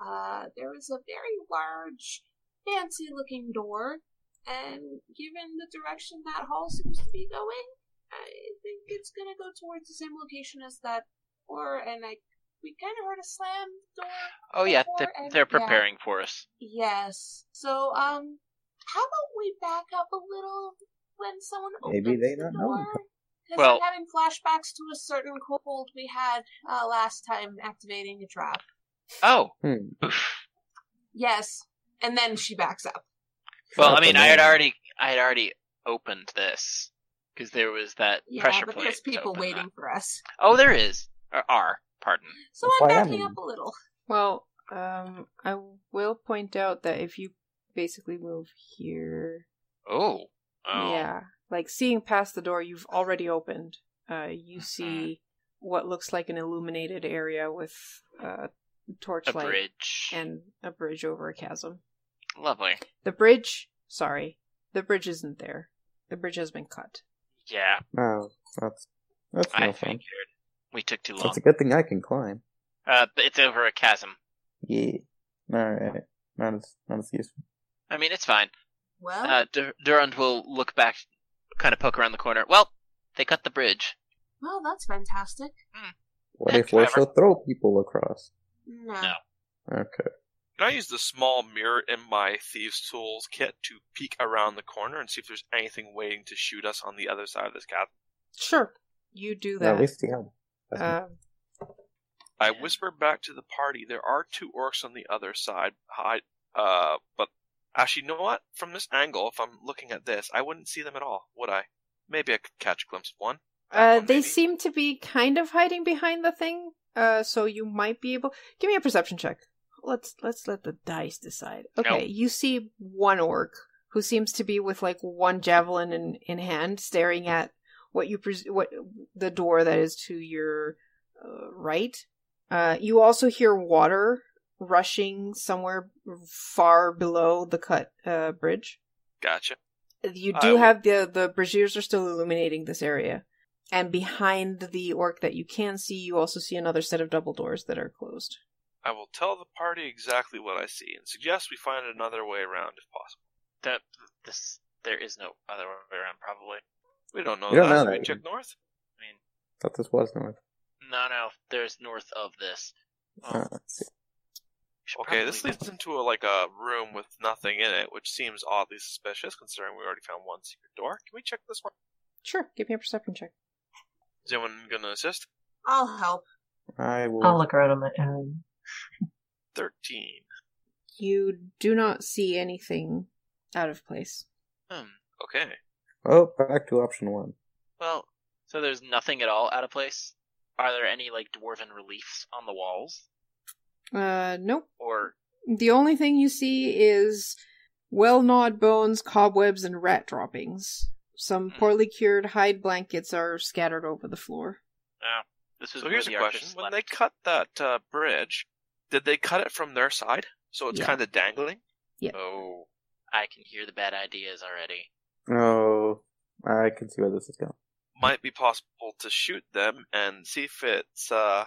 uh, there was a very large, fancy looking door, and given the direction that hall seems to be going, I think it's gonna go towards the same location as that door, and I we kind of heard a slam door.
Oh yeah,
Or
they're,
I-
they're
yeah.
preparing for us.
Yes. So, um, how about we back up a little when someone opens
Maybe they
the
don't know.
door? Because
Well-
I'm having flashbacks to a certain cold we had uh, last time activating a drop.
Oh.
Hmm.
Oof.
Yes. And then she backs up.
Well, I
Fuck,
mean, I had
man.
already, I had already opened this because there was that
Yeah,
pressure
but
plate.
there's
to
people
open
waiting
that.
for us.
Oh, there is. Or are. Pardon.
So
That's
I'm
why I
backing
mean-
up a little.
Well, um, I will point out that if you basically move here,
Oh. Oh.
yeah, like seeing past the door you've already opened, uh, you
Mm-hmm.
see what looks like an illuminated area with uh,
A
torchlight
bridge.
and a bridge over a chasm.
Lovely.
The bridge, sorry, the bridge isn't there. The bridge has been cut.
Yeah,
Oh, that's that's
I
no
figured.
fun.
We took too long.
That's a good thing I can climb.
Uh, but it's over a chasm.
Yeah. All right. Not as not as useful.
I mean, it's fine.
Well,
Uh, Dur- Durand will look back, kind of poke around the corner. Well, they cut the bridge.
well, that's fantastic.
What
Heck,
if we're
whatever.
so throw people across?
No.
No.
Okay.
Can I use the small mirror in my thieves' tools kit to peek around the corner and see if there's anything waiting to shoot us on the other side of this chasm?
Sure, you do
No, at
that.
least you have. That's
Uh,
I whisper back to the party. There are two orcs on the other side. Hide, uh, but actually, you know what? From this angle, if I'm looking at this, I wouldn't see them at all, would I? Maybe I could catch a glimpse of one. That
uh,
one,
they
maybe.
seem to be kind of hiding behind the thing, uh, so you might be able. Give me a perception check. Let's let's let the dice decide. Okay,
Nope.
you see one orc who seems to be with like one javelin in in hand, staring at what you pres- what the door that is to your uh, right. Uh, you also hear water rushing somewhere far below the cut uh, bridge.
Gotcha.
You
I
do
will-
have the the braziers are still illuminating this area, and behind the orc that you can see, you also see another set of double doors that are closed.
I will tell the party exactly what I see and suggest we find another way around if possible.
That this there is no other way around, probably.
We don't know
We don't
that.
know
so
that
We
yet.
check north.
I mean,
thought this was north.
no, no, there's north of this.
Uh,
Well,
let's see.
we should
Okay, this
probably-
leads into a, like a room with nothing in it, which seems oddly suspicious considering we already found one secret door. Can we check this one?
Sure, give me a perception check.
Is anyone going to assist?
I'll help.
I will.
I'll look around on my own.
Thirteen.
You do not see anything out of place.
Hmm.
Okay.
Oh, back to option one.
Well, so there's nothing at all out of place. Are there any like dwarven reliefs on the walls,
Uh, nope.
or
The only thing you see is well gnawed bones, cobwebs, and rat droppings. Some
Hmm.
poorly cured hide blankets are scattered over the floor.
this is
So
where
here's
the
a question:
archers
When
slept?
they cut that uh, bridge, did they cut it from their side so it's
Yeah.
kind of dangling?
Yeah.
Oh,
I can hear the bad ideas already.
Oh, I can see where this is going.
might be possible to shoot them and see if it's uh,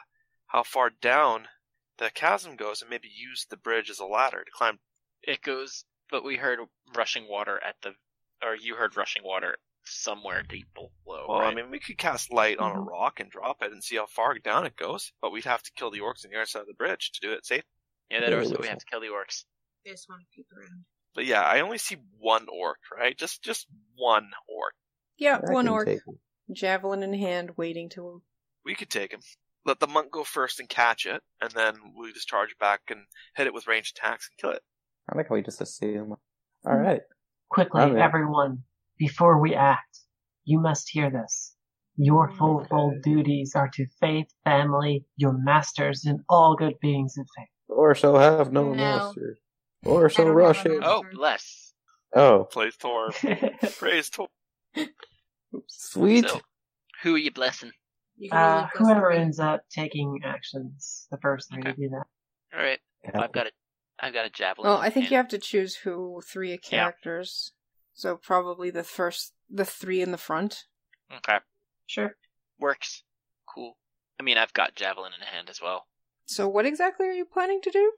how far down the chasm goes, and maybe use the bridge as a ladder to climb.
It goes, but we heard rushing water at the, or you heard rushing water somewhere deep below.
Well,
right?
I mean, we could cast light on a
Mhm.
rock and drop it and see how far down it goes, but we'd have to kill the orcs on the other side of the bridge to do it safe.
yeah, that
Yeah,
orcs,
it
but we
was-
have to kill the orcs.
I just want to peek around.
But yeah, I only see one orc, right? Just just one orc.
Yeah,
I
one
can
orc,
take it.
javelin in hand, waiting to
We could take him. Let the monk go first and catch it, and then we just charge back and hit it with ranged attacks and kill it.
I like how we just assume.
Hmm.
All right.
Quickly,
I'm in.
everyone, before we act, you must hear this. Your fourfold duties are to faith, family, your masters, and all good beings of faith.
Or so have no,
No.
master. Or
I
so
don't have a
rush in.
Mm-hmm.
master.
Oh,
Sorry.
bless.
Oh,
Praise Thor. Praise Thor.
sweet.
Oh. So, who are you blessing?
You can
uh,
only press
whoever
three.
ends up taking actions, the first three to do that.
All right,
Yeah.
I've got a, I've got a javelin.
Well,
in
I think
hand.
you have to choose who three characters. So probably the first, the three in the front.
Okay,
Sure.
works. Cool. I mean, I've got javelin in hand as well.
So what exactly are you planning to do?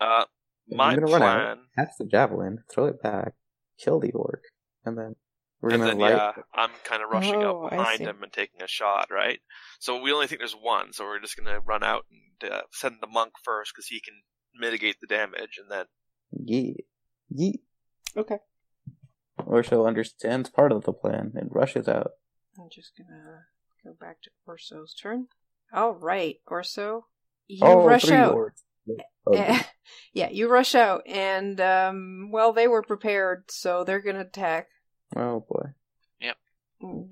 Uh, my
I'm gonna run out.
plan.
That's the javelin. Throw it back. Kill the orc, and then We're
and
gonna
then
light.
yeah, I'm kind of rushing
Oh, I
up behind
see.
him and taking a shot, right? So we only think there's one, so we're just gonna run out and uh, send the monk first because he can mitigate the damage, and then
Yeet. Yeet.
Okay.
Orso understands part of the plan and rushes out.
I'm just gonna go back to Orso's turn. All right, Orso, you
All
rush
Oh, three
out. Eh.
orcs. Oh,
yeah, yeah, you rush out, and um, well, they were prepared, so they're gonna attack.
Oh boy.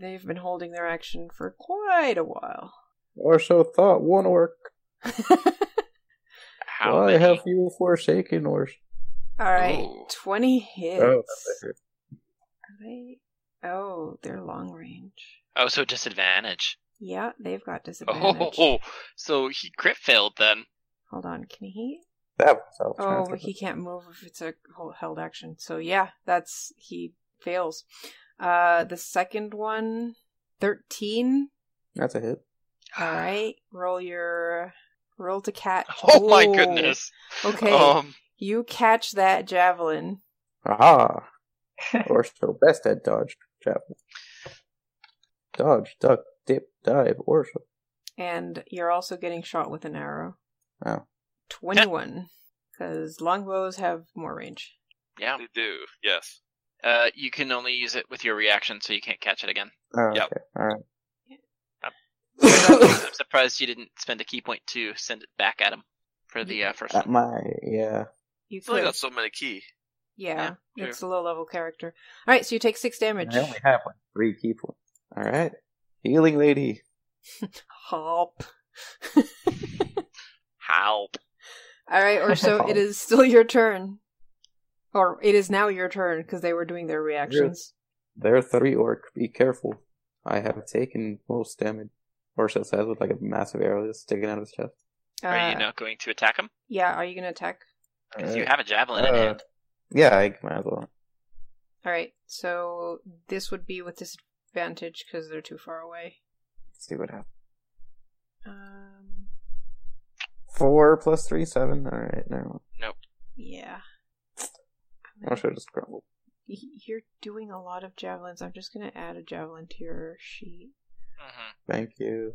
They've been holding their action for quite a while.
Orso thought one orc.
How
Why
many?
have you forsaken orcs?
All right,
Ooh.
twenty hits.
Oh,
Are they? Oh, they're long range.
Oh, so disadvantage.
Yeah, they've got disadvantage.
Oh, so he crit failed then.
Hold on, can he?
that was all.
Oh, he can't move if it's a hol- held action. So yeah, that's he fails. Uh, the second one, 13.
That's a hit.
All right, roll your roll to catch.
Oh my
Ooh.
goodness.
Okay,
Um,
you catch that javelin.
Aha! Orso best at dodge javelin. Dodge, duck, dip, dive, Orso.
and you're also getting shot with an arrow.
Oh.
21. Because longbows have more range.
yeah.
they do. Yes.
Uh, you can only use it with your reaction, so you can't catch it again.
Oh,
Yep.
okay. All right.
I'm surprised you didn't spend a key point to send it back at him for the uh, first
At
one.
my yeah.
You
It's only
could.
got so many key.
yeah,
yeah,
it's a low level character. Alright, so you take six damage.
I only have like three key points. All right. Healing lady.
Hop.
How?
Alright, or so it is still your turn. Or it is now your turn because they were doing their reactions.
There are three orc. Be careful. I have taken most damage. Orso says with like a massive arrow that's sticking out of his chest.
Are
Uh,
you not going to attack him?
Yeah, are you going to attack?
Because you
Alright.
have a javelin in
Uh,
hand.
Yeah, I might as well.
Alright, so this would be with disadvantage because they're too far away.
Let's see what happens.
Um,
Four plus three, seven. All right, now
yeah.
Orso just grumbled.
Y- You're doing a lot of javelins. I'm just gonna add a javelin to your sheet.
Mhm.
Thank you.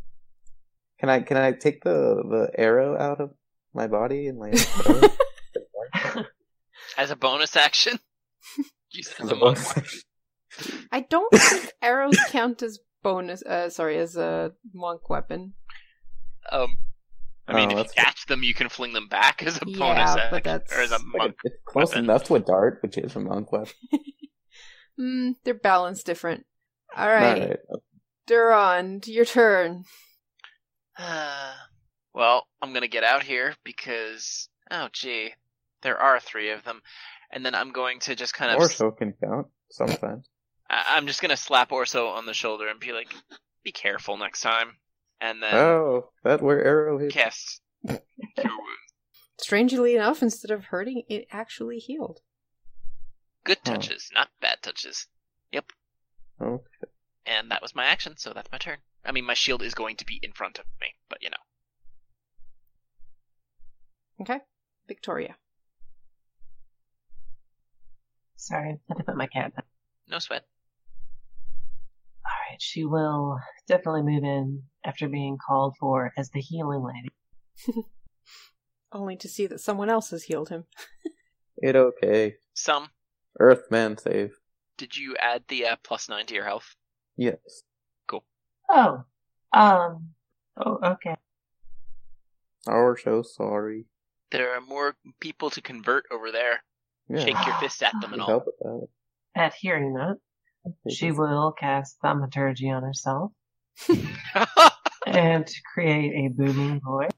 Can I can I take the the arrow out of my body and like throw it?
As a bonus action? Use it as
As
a
a
mod-
bonus action.
I don't think arrows count as bonus. Uh, sorry, as a monk weapon.
Um, I mean,
Oh,
if you
that's-
catch them, you can fling them back as a bonus
Yeah,
action.
but that's-
Or as a
Like
Like,
monk.
it's close
weapon.
enough to a dart, which is a monk weapon.
Mm, they're balanced different. All
All
right,
right.
Durand, your turn.
well, I'm gonna get out here because oh gee, there are three of them, and then I'm going to just kind of
Orso can count sometimes.
I- I'm just gonna slap Orso on the shoulder and be like, "Be careful next time," and then
oh, that where arrow hit.
cast Cure Wounds.
Strangely enough, instead of hurting, it actually healed.
Good
Huh.
touches, not bad touches.
Oh,
And that was my action, so that's my turn. I mean, my shield is going to be in front of me, but you know.
Okay, Victoria.
Sorry, I had to put my cat down.
No sweat.
All right, she will definitely move in after being called for as the healing lady.
Only to see that someone else has healed him.
it okay.
Some.
Earthman save.
Did you add the uh, plus nine to your health?
Yes.
Oh, um, oh, okay.
Orso, sorry.
There are more people to convert over there.
Yeah.
Shake your fist at them and
you can
all.
help with that.
At hearing that, she will cast thaumaturgy on herself and create a booming voice.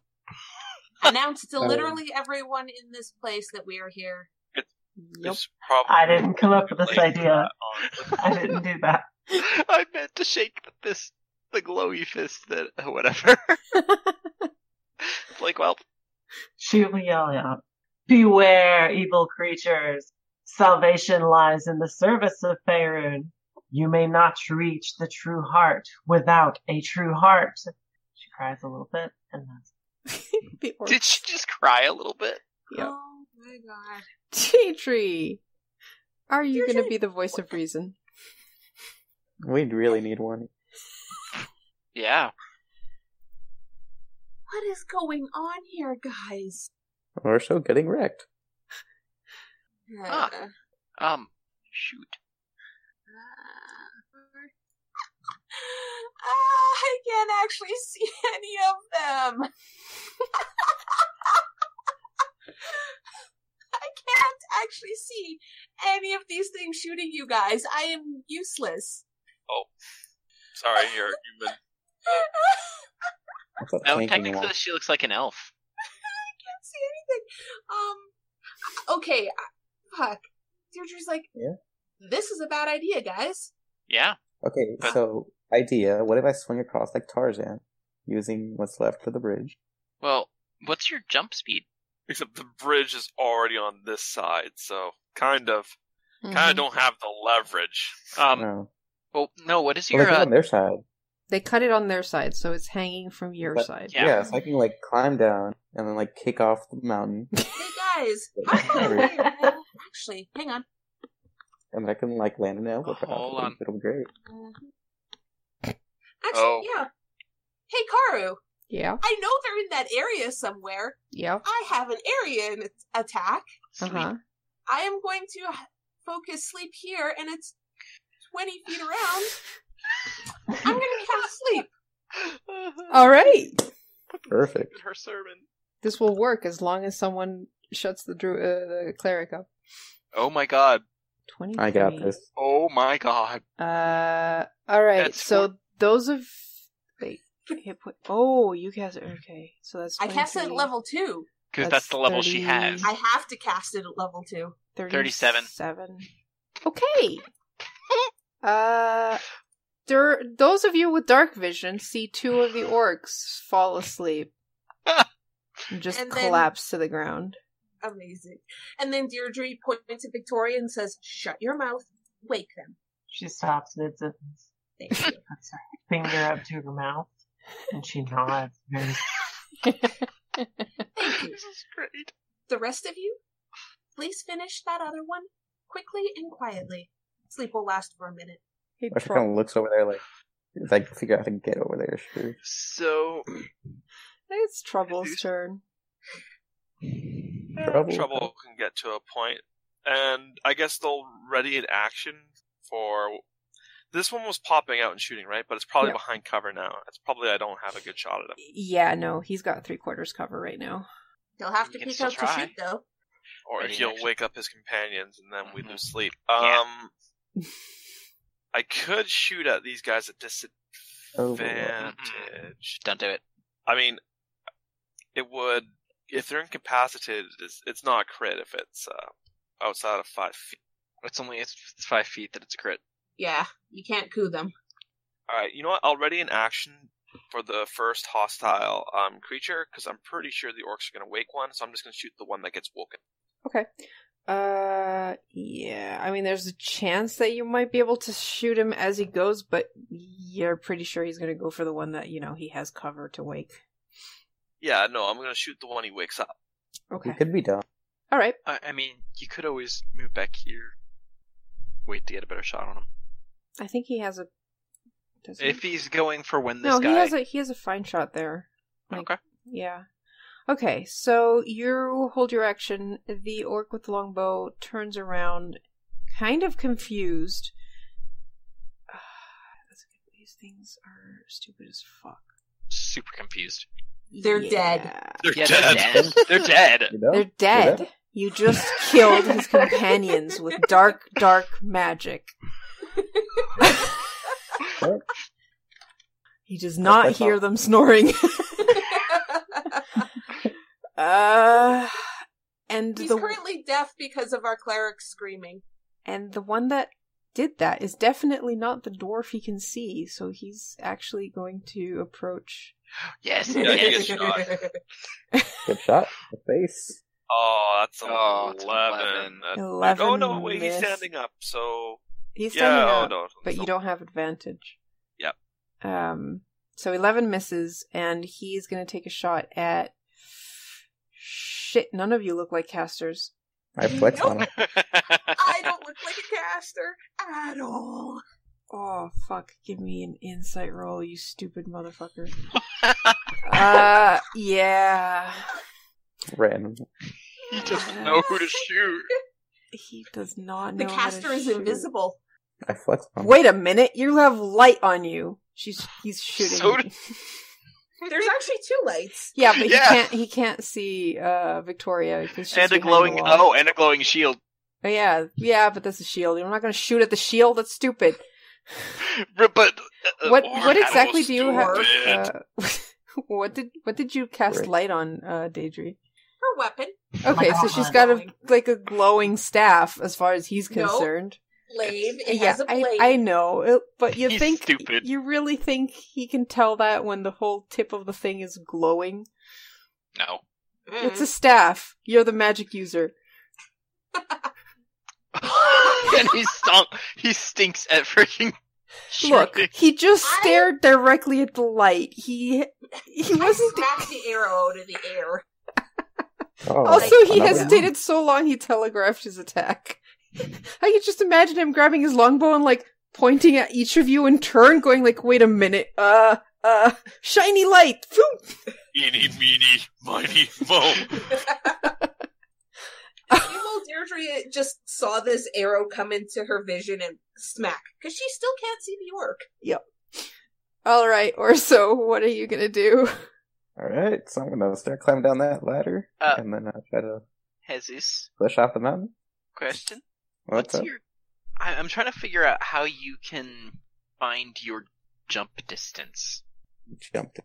Announce to
Um.
literally everyone in this place that we are here.
Yep.
It's probably uh, um,
I didn't come up with this
late for
idea.
that, honestly.
I didn't do that.
I meant to shake the fist, the glowy fist, that whatever. like, well,
She will yell out, Beware, evil creatures! Salvation lies in the service of Faerun. You may not reach the true heart without a true heart. She cries a little bit and that's
the orc.
did she just cry a little bit?
Yep.
Oh my god.
Tea tree. Are you going to
Deirdre.
be the voice of reason?
We'd really need one.
Yeah.
What is going on here, guys?
Or so getting wrecked.
Ah.
Uh,
Um. Shoot.
Ah, I can't actually see any of them. I can't actually see any of these things shooting you guys. I am useless.
Sorry, you're human.
That's a
No,
tanking
Oh, technically,
wall.
she looks like an elf.
can't see anything. Um, okay, I- fuck. Deirdre's like,
Yeah?
this is a bad idea, guys.
Yeah.
Okay,
But-
so idea. What if I swing across like Tarzan, using what's left of the bridge?
Well, what's your jump speed?
Except the bridge is already on this side, so kind of,
Mm-hmm.
kind of don't have the leverage.
Um.
No,
Well, no. What is
Uh, well,
your?
like,
Uh,
it's on their side.
They cut it on their side, so it's hanging from your
But-
side.
Yeah.
Yeah. so I can like climb down and then like kick off the mountain,
Hey, guys.
Yeah.
How about we- uh, actually, hang on.
and I can like land an albatross.
Hold on.
it'll be great.
Uh,
Oh.
actually, yeah. Hey, Karu.
Yeah.
I know they're in that area somewhere.
Yeah.
I have an area in its attack.
Uh huh.
I am going to h- focus sleep here, and it's 20 feet around. I'm going to cast sleep.
Uh-huh.
All right.
Perfect.
Her sermon.
This will work as long as someone shuts the dru- uh, the cleric up.
Oh my god!
Twenty.
I got this.
Oh my god!
Uh. All right.
That's
so those of wait. Hit point. Oh, you guys. are- Okay. So that's.
I cast it at
20,
level 2.
Because
That's
that's, the level she
30.
has.
I have to cast it at level 2.
37.
Seven. Okay. uh. There, those of you with dark vision see two of the orcs fall asleep and just
And then-
collapse to the ground.
Amazing. And then Deirdre points at Victoria and says, Shut your mouth, wake them.
She stops mid sentence,
Thank you.
puts her finger up to her mouth, and she nods. Very
Thank you.
This is great.
The rest of you, please finish that other one quickly and quietly. Sleep will last for a minute.
He
Or she kind of looks over there like, like figure out how to get over there. Sure.
So
It's Trouble's turn.
eh,
Trouble.
trouble can get to a point, and I guess they'll ready in action for. This one was popping out and shooting, right? But it's probably
Yeah.
behind cover now. It's probably I don't have a good shot at him.
Yeah, no, he's got three quarters cover right now.
You'll have
You
to
can
peek
still
out
try.
to shoot, though.
or
Ready in
he'll
action.
wake up his companions and then we
Mhm.
lose sleep. Um,
Yeah.
I could shoot at these guys at disadvantage.
Mm-mm. Don't do it.
I mean, it would if they're incapacitated. It's, it's not a crit if it's uh, outside of five feet.
It's only it's, it's five feet that it's a crit.
Yeah, you can't coo them.
All right, you know what? Already in action for the first hostile um, creature because I'm pretty sure the orcs are going to wake one, so I'm just going to shoot the one that gets woken.
Okay. Uh, yeah. I mean, there's a chance that you might be able to shoot him as he goes, but you're pretty sure he's going to go for the one that, you know, he has cover to wake.
Yeah, no, I'm going to shoot the one he wakes up.
Okay.
It could be done.
All right.
I, I mean, you could always move back here, wait to get a better shot on him.
I think he has a. Does he?
If he's going for when this
no,
guy,
he has a he has a fine shot there. like-
okay,
Yeah. Okay, so you hold your action. The orc with the longbow turns around, kind of confused. Ah, that's- These things are stupid as fuck.
super confused.
They're dead.
They're
yeah,
dead.
They're dead. They're dead.
You know?
They're dead. You just killed his companions with dark, dark magic.
What?
He does not
That's
hear
all.
them snoring. uh, and
He's
the
currently deaf because of our cleric screaming.
And the one that did that is definitely not the dwarf he can see, so he's actually going to approach.
Yes.
Yeah, he
yes.
gets shot.
Good shot. The face.
Oh, that's
Oh, it's
11.
11.
That-
11
oh, no, wait,
miss.
he's standing up, so.
He's
yeah,
standing
oh,
up,
no.
but
so-
you don't have advantage.
Yep.
Um. So eleven misses, and he's going to take a shot at. Shit! None of you look like casters.
I flex
Nope.
on him.
I don't look like a caster at all.
Oh fuck! Give me an insight roll, you stupid motherfucker. uh, yeah.
Random.
He doesn't know who to shoot.
He does not
The
know. how to
caster is
shoot.
invisible.
I flex on.
Wait a minute! You have light on you. She's he's shooting.
So do-
There's actually two lights.
yeah, but he
Yeah.
can't. He can't see uh Victoria because she's
and a
behind the
glowing
wall.
oh, and a glowing shield.
Oh, yeah, yeah, but that's a shield. I'm not going to shoot at the shield. That's stupid.
But, but uh,
what
or
What exactly
animals
do you
it.
have? Uh, what did What did you cast
Right.
light on, uh, Daedry?
Her weapon,
Okay, so
God.
she's got a like a glowing staff, as far as he's
No.
concerned.
blade. It
yeah,
has a
I,
blade.
I know, it- but you
He's
think
stupid.
you really think he can tell that when the whole tip of the thing is glowing?
No.
Mm.
It's a staff. You're the magic user.
and he stunk. He stinks at freaking.
Look,
shooting.
he just
I-
stared directly at the light. He he
I
wasn't.
smacked the arrow out of the air.
Oh,
Also, he
another
hesitated so long he telegraphed his attack. I could just imagine him grabbing his longbow and like pointing at each of you in turn, going like, "Wait a minute, uh, uh, shiny light." Phew.
Eeny, meeny, miny, mo.
Evil Deirdre just saw this arrow come into her vision and smack because she still can't see the orc.
All right, Orso, what are you gonna do?
All right, so I'm gonna start climbing down that ladder,
Uh,
and then I'll try to
Jesus,
push off the mountain.
question.
What's up?
your? I, I'm trying to figure out how you can find your jump distance
Jumped.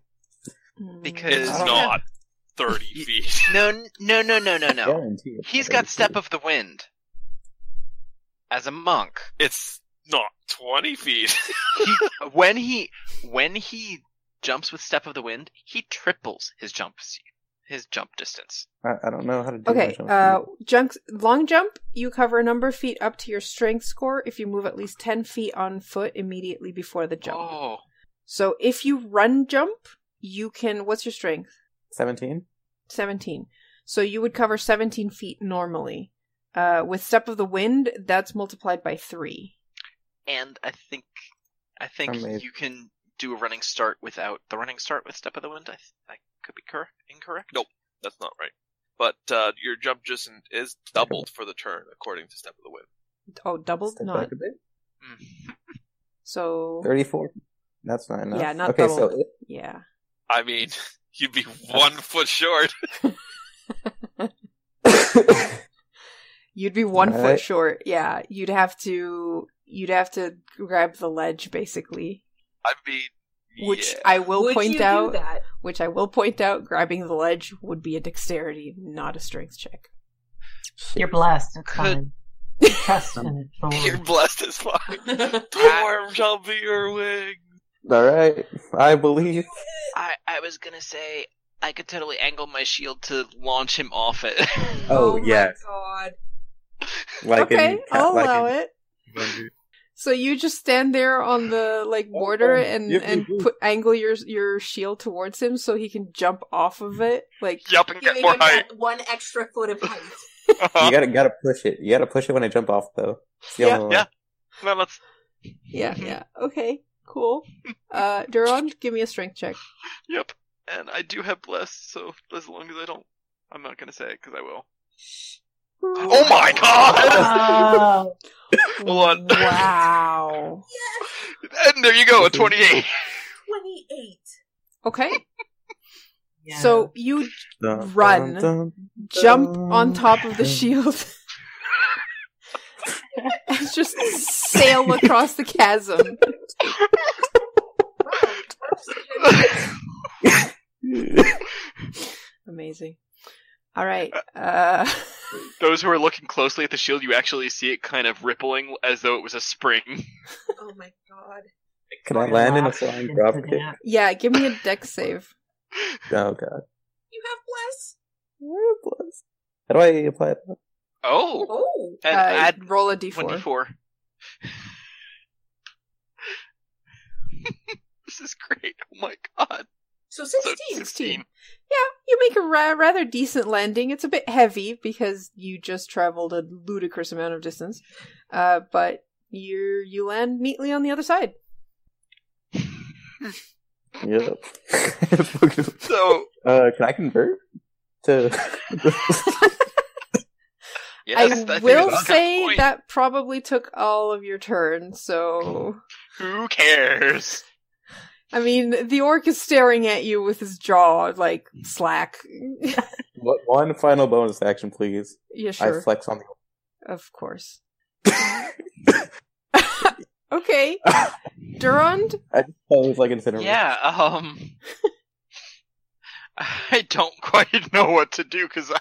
because
Hmm.
It's not 30 feet.
No, n- no, no, no, no, no.
Guaranteed.
He's got step of the wind. As a monk,
It's not 20 feet.
he, when he when he jumps with step of the wind, he triples his jump s- his jump distance.
I, I don't know how to do. my
Okay,
jump
uh,
speed.
junk, long jump, you cover a number of feet up to your strength score if you move at least 10 feet on foot immediately before the jump.
Oh,
So if you run jump, you can, what's your strength?
seventeen.
17. So you would cover 17 feet normally. Uh, with Step of the Wind, that's multiplied by 3.
and I think I think
Amazing.
you can do a running start without the running start with step of the wind. I, th- I could be cor- incorrect.
Nope. That's not right. But uh, your jump distance is doubled for the turn, according to Step of the Wind.
Oh, doubled?
Step
Not.
back a bit.
Mm.
So,
Thirty-four. That's not enough.
Yeah, not
okay.
doubled.
So if,
yeah.
I mean, you'd be one foot short.
You'd be one foot
Alright.
short. Yeah, you'd have to, you'd have to grab the ledge, basically.
I'd be.
Which
yeah.
I will
Would
point
you
out.
do that?
which I will point out, grabbing the ledge would be a dexterity, not a strength check.
You're blessed. It's fine.
Could-
Trust in it. Don't worry.
You're blessed as fuck. Storm shall be your wing.
all right, I believe.
I I was gonna say I could totally angle my shield to launch him off it.
Oh,
my
yes.
God.
Like
okay,
in,
I'll
like
allow
in-
it. So you just stand there on the like border
Okay.
and
Yep,
and
yep, yep.
put angle your your shield towards him so he can jump off of it. Like
Yup, and get
Giving
more
him
height.
that one extra foot of height.
You
Uh-huh.
gotta gotta push it. You gotta push it when I jump off though. It's the
Yeah.
only way.
Yeah. Well, let's
yeah, yeah. Okay, cool. Uh, Duron, give me a strength check.
Yep. And I do have blessed, so as long as I don't, I'm not gonna say it because I will. Oh my god!
Oh,
What?
Wow.
yes,
and there you go, a 28.
28.
Okay,
yeah.
so you
Dun,
Run.
dun, dun.
jump on top of the shield and just sail across the chasm.
Wow. Perhaps
Amazing. All right. Uh,
Those who are looking closely at the shield, you actually see it kind of rippling as though it was a spring.
even- Oh my God.
Can I land in a
Relax
flying
into
drop kick?
that.
yeah, give me a deck save.
Oh god.
You have bless.
Oh, bless. How do I apply it?
Oh!
Oh.
Uh,
And add
roll a d4.
24.
This is great. Oh my god.
So
So
16.
16. Yeah, you make a ra- rather decent landing. It's a bit heavy because you just traveled a ludicrous amount of distance, uh, but you you land neatly on the other side.
Yep. so,
So
uh, can I convert to?
I
Yes, think
will
that's a good
say
point.
that probably took all of your turn, so
Who cares?
I mean the orc is staring at you with his jaw like slack.
What, one final bonus action, please.
yeah, sure,
I flex on
of course.
the.
Okay, Durand.
I just pose Oh, like an cinnamon.
Yeah, um. I don't quite know what to do because I.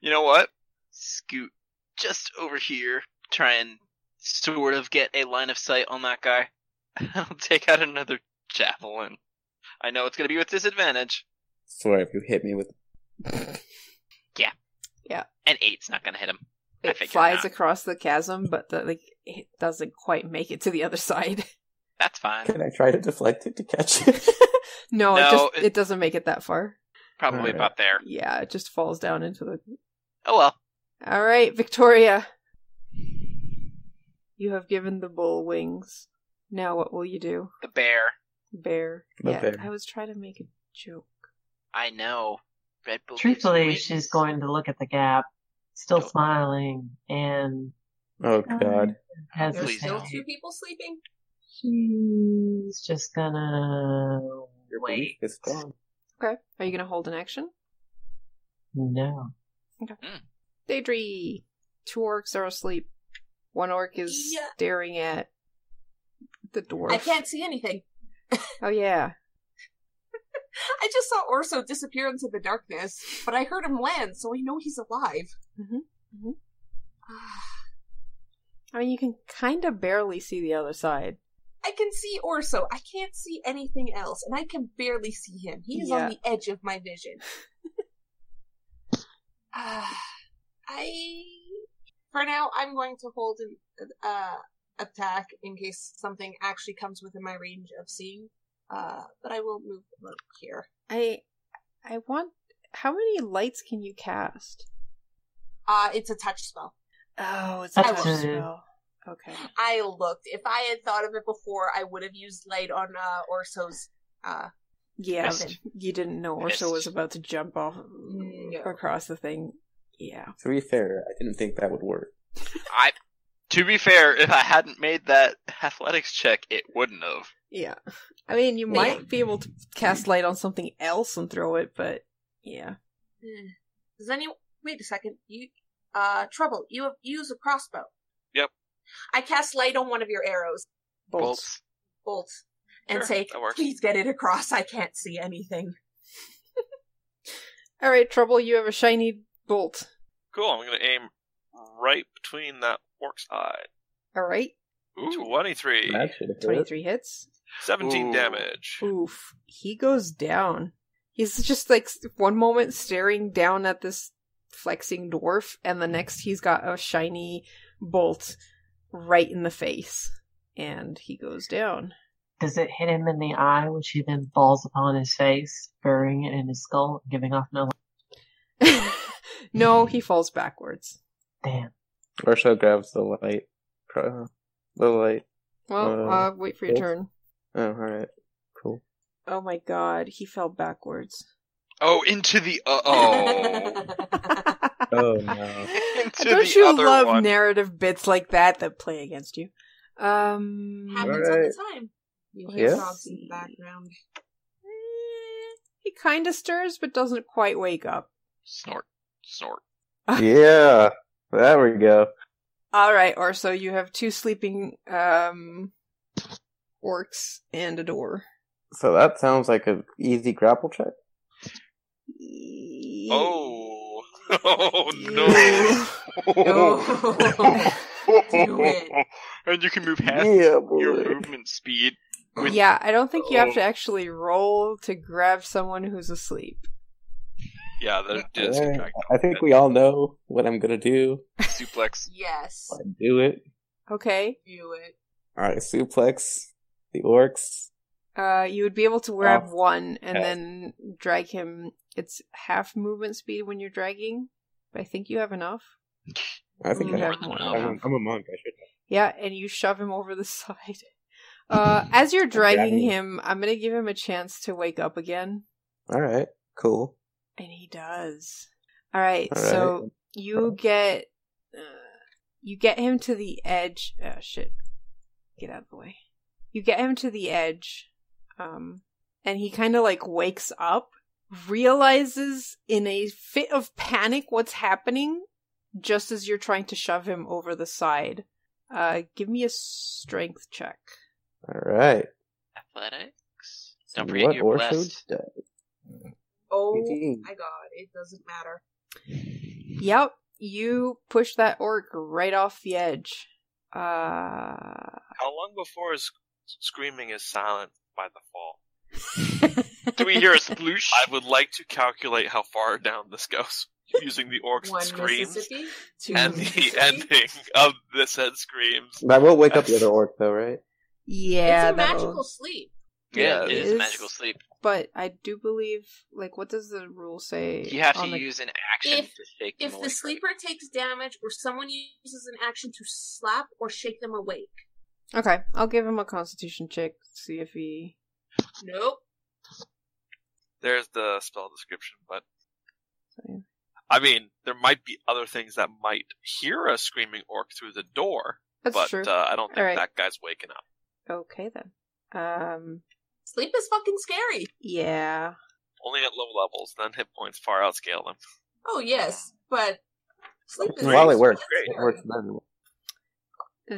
You know what? Scoot just over here, try and sort of get a line of sight on that guy. I'll take out another javelin. I know it's going to be with disadvantage.
Swear if you hit me with.
An eight's not going to hit him. I
It
figured
flies
not.
across the chasm, but the, like it doesn't quite make it to the other side.
That's fine.
Can I try to deflect it to catch it?
no, it
No,
just
it-
it doesn't make it that far.
Probably
Alright.
about there.
Yeah, it just falls down into the
Oh well.
All right, Victoria. You have given the bull wings. Now what will you do?
The bear.
Bear.
The
yeah,
bear.
I was trying to make a joke.
I know. Red Bull. gives you
Truthfully,
wings.
she's going to look at the gap, still
Nope.
smiling, and
oh god.
has
Please
his
There's still
tail.
don't.
two people sleeping.
She's just gonna
Your belief
wait.
is gone.
Okay. Are you going to hold an action?
No.
Daydree. Two orcs are asleep. One orc is
Yeah.
staring at the dwarf.
I can't see anything.
Oh yeah.
I just saw Orso disappear into the darkness, but I heard him land, so I know he's alive. Ah.
Mhm,
Mm-hmm.
mhm. I mean, you can kind of barely see the other side.
I can see Orso. I can't see anything else, and I can barely see him. He is
Yeah.
on the edge of my vision. Ah, I, for now, I'm going to hold an uh, attack in case something actually comes within my range of seeing. Uh, but I will move them up here.
I I want how many lights can you cast?
Uh, it's a touch spell.
Oh, it's
a
a
That's
touch
touch a-
spell. Okay.
I looked. If I had thought of it before, I would have used light on uh, Orso's. Uh,
Yeah,
Missed.
but you didn't know Orso
Missed.
was about to jump off
No.
across the thing. Yeah.
To be fair, I didn't think that would work.
I. To be fair, if I hadn't made that athletics check, it wouldn't have.
Yeah. I mean, you
Yeah.
might be able to cast light on something else and throw it, but yeah.
eh. does anyone? Wait a second. You, uh, trouble. You have you use a crossbow.
Yep.
I cast light on one of your arrows,
Bolts.
Bolts.
bolt, and
Sure,
say,
that works.
"Please get it across. I can't see anything."
All right, Trouble, you have a shiny bolt.
cool. I'm gonna aim right between that orc's eye.
All right.
Ooh.
Twenty-three,
That should have
23 hits.
seventeen
Ooh.
damage.
Oof. He goes down. He's just like s- one moment staring down at this flexing dwarf, and the next he's got a shiny bolt right in the face. And he goes down.
Does it hit him in the eye, which he then falls upon his face, burying it in his skull, giving off no
no, he falls backwards.
damn?
Urso grabs the light. Pro- The light.
Well, uh,
Uh,
wait for your
bolt.
turn.
Oh, alright. Cool.
Oh my god, he fell backwards.
Oh, into the. Uh, oh.
Oh no.
into
Don't
the
you
other
love
one.
narrative bits like that that play against you? Um,
Happens all the time. You hear
Yeah.
dogs in the background.
eh, he kind of stirs but doesn't quite wake up.
snort. Snort.
yeah. There we go.
All right, Orso, you have two sleeping um orcs and a door.
So that sounds like an easy grapple check.
Oh, oh no!
Yeah.
No. Do it.
and you can move half your
boy.
movement speed. With-
Yeah, I don't think you have to
Oh.
actually roll to grab someone who's asleep.
Yeah, that did
Alright.
subtract.
I think we all know what I'm gonna do.
Suplex.
yes.
I do it.
Okay.
Do it.
Alright, suplex. The orcs.
Uh, you would be able to grab
Oh.
one and
Okay.
then drag him. It's half movement speed when you're dragging, but I think you have enough.
I think
You
I
have
have.
more than
I'm,
enough.
I'm a monk. I should.
Yeah, and you shove him over the side. Uh, as you're dragging
mean-
him, I'm gonna give him a chance to wake up again,
All right, cool.
and he does. All right,
All
so
right.
you get uh, you get him to the edge. Oh shit! Get out of the way. You get him to the edge, um, and he kind of like wakes up, realizes in a fit of panic what's happening, just as you're trying to shove him over the side. Uh, give me a strength check.
All right.
Athletics. Don't forget
What
you're
Orcho
blessed.
does-
Oh
GG.
my god, it doesn't matter.
Yep, you push that orc right off the edge. Uh.
How long before his screaming is silent by the fall?
Do we hear a sploosh?
I would like to calculate how far down this goes using the orc's
One
screams
Mississippi, two
and the
Mississippi.
ending of this head screams.
That will wake up the other orc, though, right?
Yeah,
it's a
that'll-
magical sleep.
yeah,
Yeah,
it
it
is
is.
magical sleep.
But I do believe, like, what does the rule say?
You have to
on the-
use an action
If-
to shake them
If
awake,
the
right?
sleeper takes damage or someone uses an action to slap or shake them awake.
Okay, I'll give him a Constitution check. See if he.
Nope.
There's the spell description, but
Sorry.
I mean, there might be other things that might hear a screaming orc through the door,
That's
but
true.
Uh, I don't think
All right.
that guy's waking up.
okay then. Um.
Sleep is fucking scary.
Yeah.
Only at low levels, then hit points far outscale them.
Oh yes, but sleep is
Well, it works.
Great.
It works. better.
Um,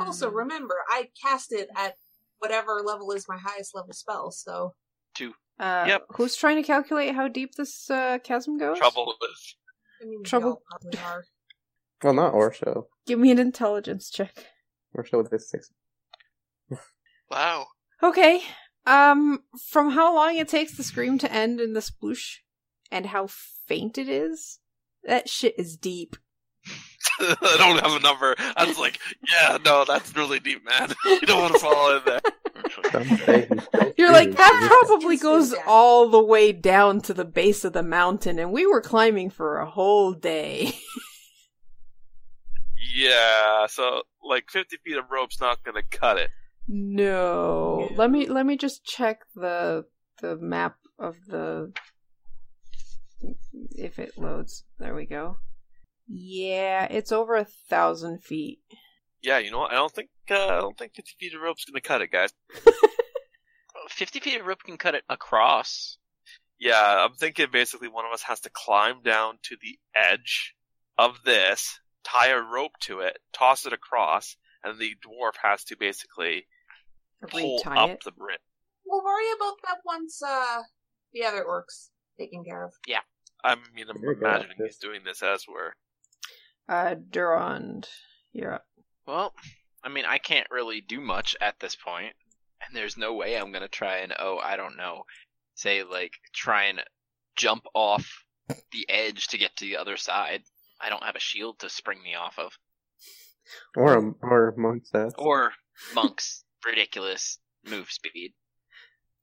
Also, remember, I cast it at whatever level is my highest level spell, so
Uh,
Yep.
Who's trying to calculate how deep this uh, chasm goes?
Trouble with
I mean, we
Trouble-
all probably are.
Well, not Orcho.
Give me an intelligence check.
Orcho with his six.
Wow.
Okay. Um, from how long it takes the scream to end in the sploosh, and how faint it is, that shit is deep.
I don't have a number. I was like, yeah, no, that's really deep, man. You don't want to fall in there.
You're like, that probably
Instant
goes
death.
all the way down to the base of the mountain, and we were climbing for a whole day.
Yeah, so like 50 feet of rope's not gonna cut it.
no. Let me let me just check the the map of the if it loads. There we go. Yeah, it's over a thousand feet.
Yeah, you know what? I don't think uh, I don't think 50 feet of rope's gonna cut it, guys.
50 feet of rope can cut it across.
Yeah, I'm thinking basically one of us has to climb down to the edge of this, tie a rope to it, toss it across, and the dwarf has to basically pull
Retie
up
it.
the brim.
We'll worry about that once uh the other orcs taken care of.
I mean, I'm
Very good.
imagining he's doing this as we're
Uh Durand, you're up.
Well, I mean, I can't really do much at this point, and there's no way I'm gonna try and oh, I don't know, say like try and jump off the edge to get to the other side. I don't have a shield to spring me off of,
Or a, or a monk says.
or Monk's ridiculous move speed. So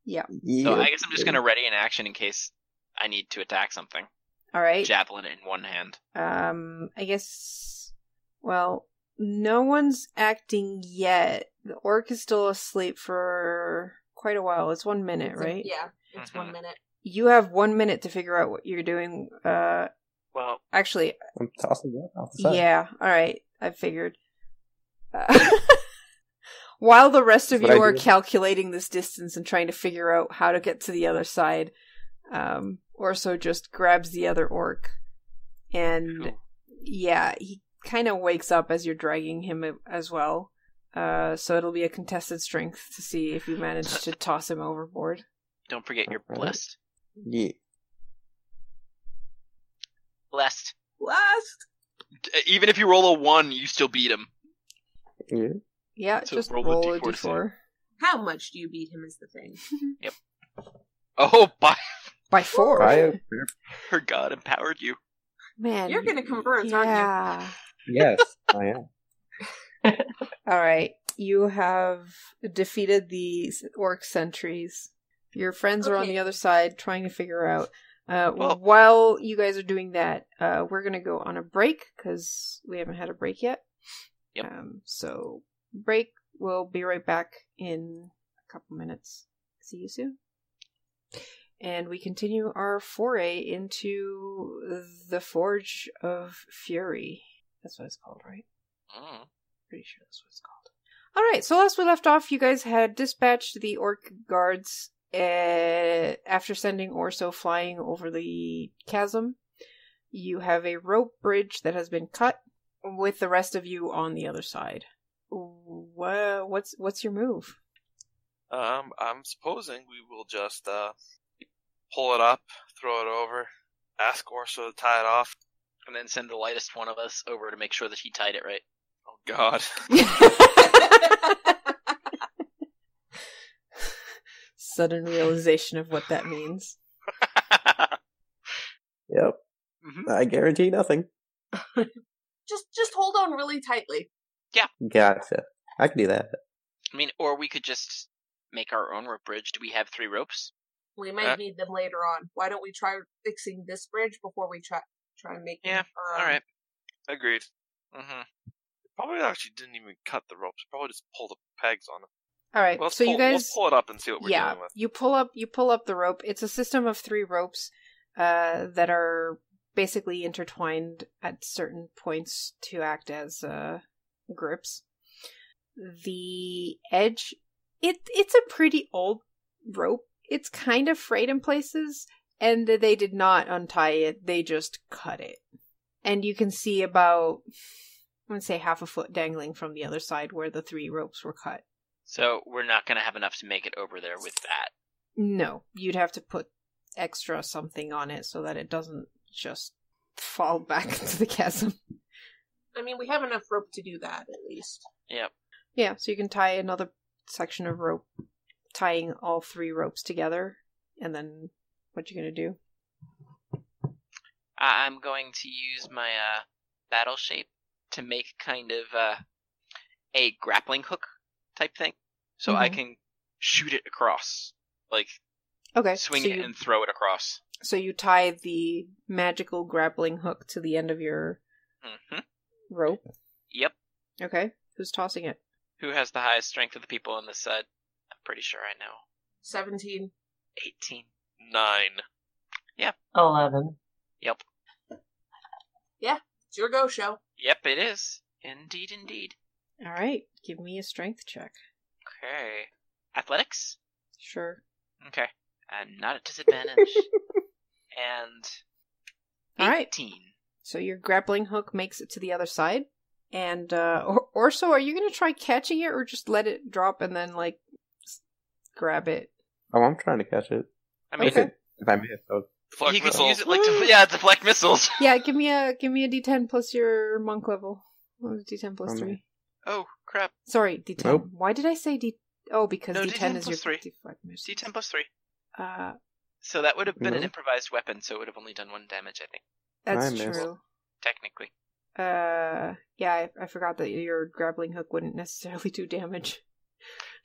Yeah.
I guess I'm just gonna ready an action in case I need to attack something.
Alright.
Javelin in one hand.
Um, I guess. Well, no one's acting yet. The orc is still asleep for quite a while. It's one minute,
It's a-
right?
yeah, it's
Mhm.
one minute.
You have one minute to figure out what you're doing. Uh,
Well,
actually,
I'm tossing that off the side.
yeah. All right, I figured. Uh, While the rest of
That's what
you
I
are
do.
calculating this distance and trying to figure out how to get to the other side, um, Orso just grabs the other orc and
Cool.
yeah, he kind of wakes up as you're dragging him a- as well. Uh, so it'll be a contested strength to see if you manage to toss him overboard.
don't forget you're
Alright.
blessed.
Yeah.
Blessed.
Last
Even if you roll a one, you still beat him.
yeah.
Yeah,
So
just
roll
roll,
a
a
D4 to see.
d4.
how much do you beat him is the thing.
Oh, by
By four.
I-
her god empowered you.
Man.
You're gonna converge, aren't
Yeah.
yes, I am.
All right. You have defeated the s- orc sentries. Your friends are on
Okay.
the other side trying to figure out. Uh,
Well-
while you guys are doing that, uh, we're going to go on a break because we haven't had a break yet.
Yep.
Um, so break. We'll be right back in a couple minutes. See you soon. And we continue our foray into the Forge of Fury. That's what it's called, right?
Mm.
Pretty sure that's what it's called. All right. So last we left off, you guys had dispatched the orc guards uh, after sending Orso flying over the chasm. You have a rope bridge that has been cut, with the rest of you on the other side. Wha what's what's your move?
Um, I'm supposing we will just uh, pull it up, throw it over, ask Orso to tie it off.
And then send the lightest one of us over to make sure that he tied it right.
Oh God!
Sudden realization of what that means.
Yep.
Mhm.
I guarantee nothing.
Just just hold on really tightly.
Gotcha. I can do that.
I mean, or we could just make our own rope bridge. Do we have three ropes?
We might
Uh.
need them later on. Why don't we try fixing this bridge before we try try and make
Yeah,
um,
All right.
Agreed.
Mm-hmm.
Probably actually didn't even cut the ropes. Probably just pull the pegs on it.
All right.
Let's
so
pull,
you guys
let's pull it up and see what we're
yeah,
dealing with.
you pull up you pull up the rope. It's a system of three ropes uh, that are basically intertwined at certain points to act as uh, grips. The edge, it it's a pretty old rope. It's kind of frayed in places, and they did not untie it. They just cut it, and you can see about I'm gonna say half a foot dangling from the other side where the three ropes were cut.
So we're not gonna have enough to make it over there with that.
No, you'd have to put extra something on it so that it doesn't just fall back into the chasm.
I mean, we have enough rope to do that at least.
Yep.
Yeah, so you can tie another section of rope, tying all three ropes together, and then what you gonna do?
I- I'm going to use my uh, battle shape to make kind of uh, a grappling hook type thing, so I
Mhm.
can shoot it across, like
Okay,
swing
so
it
you,
and throw it across.
so you tie the magical grappling hook to the end of your
hmm
rope.
Yep.
Okay, who's tossing it?
Who has the highest strength of the people on this side? I'm pretty sure I know.
Seventeen.
18.
Nine.
11.
Yep.
It's your go show.
Yep, it is. Indeed, indeed.
All right, give me a strength check.
Okay. Athletics?
Sure.
Okay. I'm not at disadvantage. and.
All right.
18.
So your grappling hook makes it to the other side, and uh, or Orso, are you gonna try catching it or just let it drop and then like s- grab it?
Oh, I'm trying to catch it.
I mean,
If, it, if I miss, oh,
Deflect
you could
missile.
use it like to, yeah, deflect missiles.
Yeah, give me a give me a D10 plus your monk level. What was D10 plus
Oh, man.
three?
Oh crap!
Sorry, D10.
Nope.
Why did I say D? Oh, because
No,
D10,
D10
is
plus
your
three.
deflect missile.
C10 plus three.
Uh,
So that would have been an
No.
improvised weapon, so it would have only done one damage, I think,
that's
I missed.
true.
technically.
Uh, yeah, I, I forgot that your grappling hook wouldn't necessarily do damage.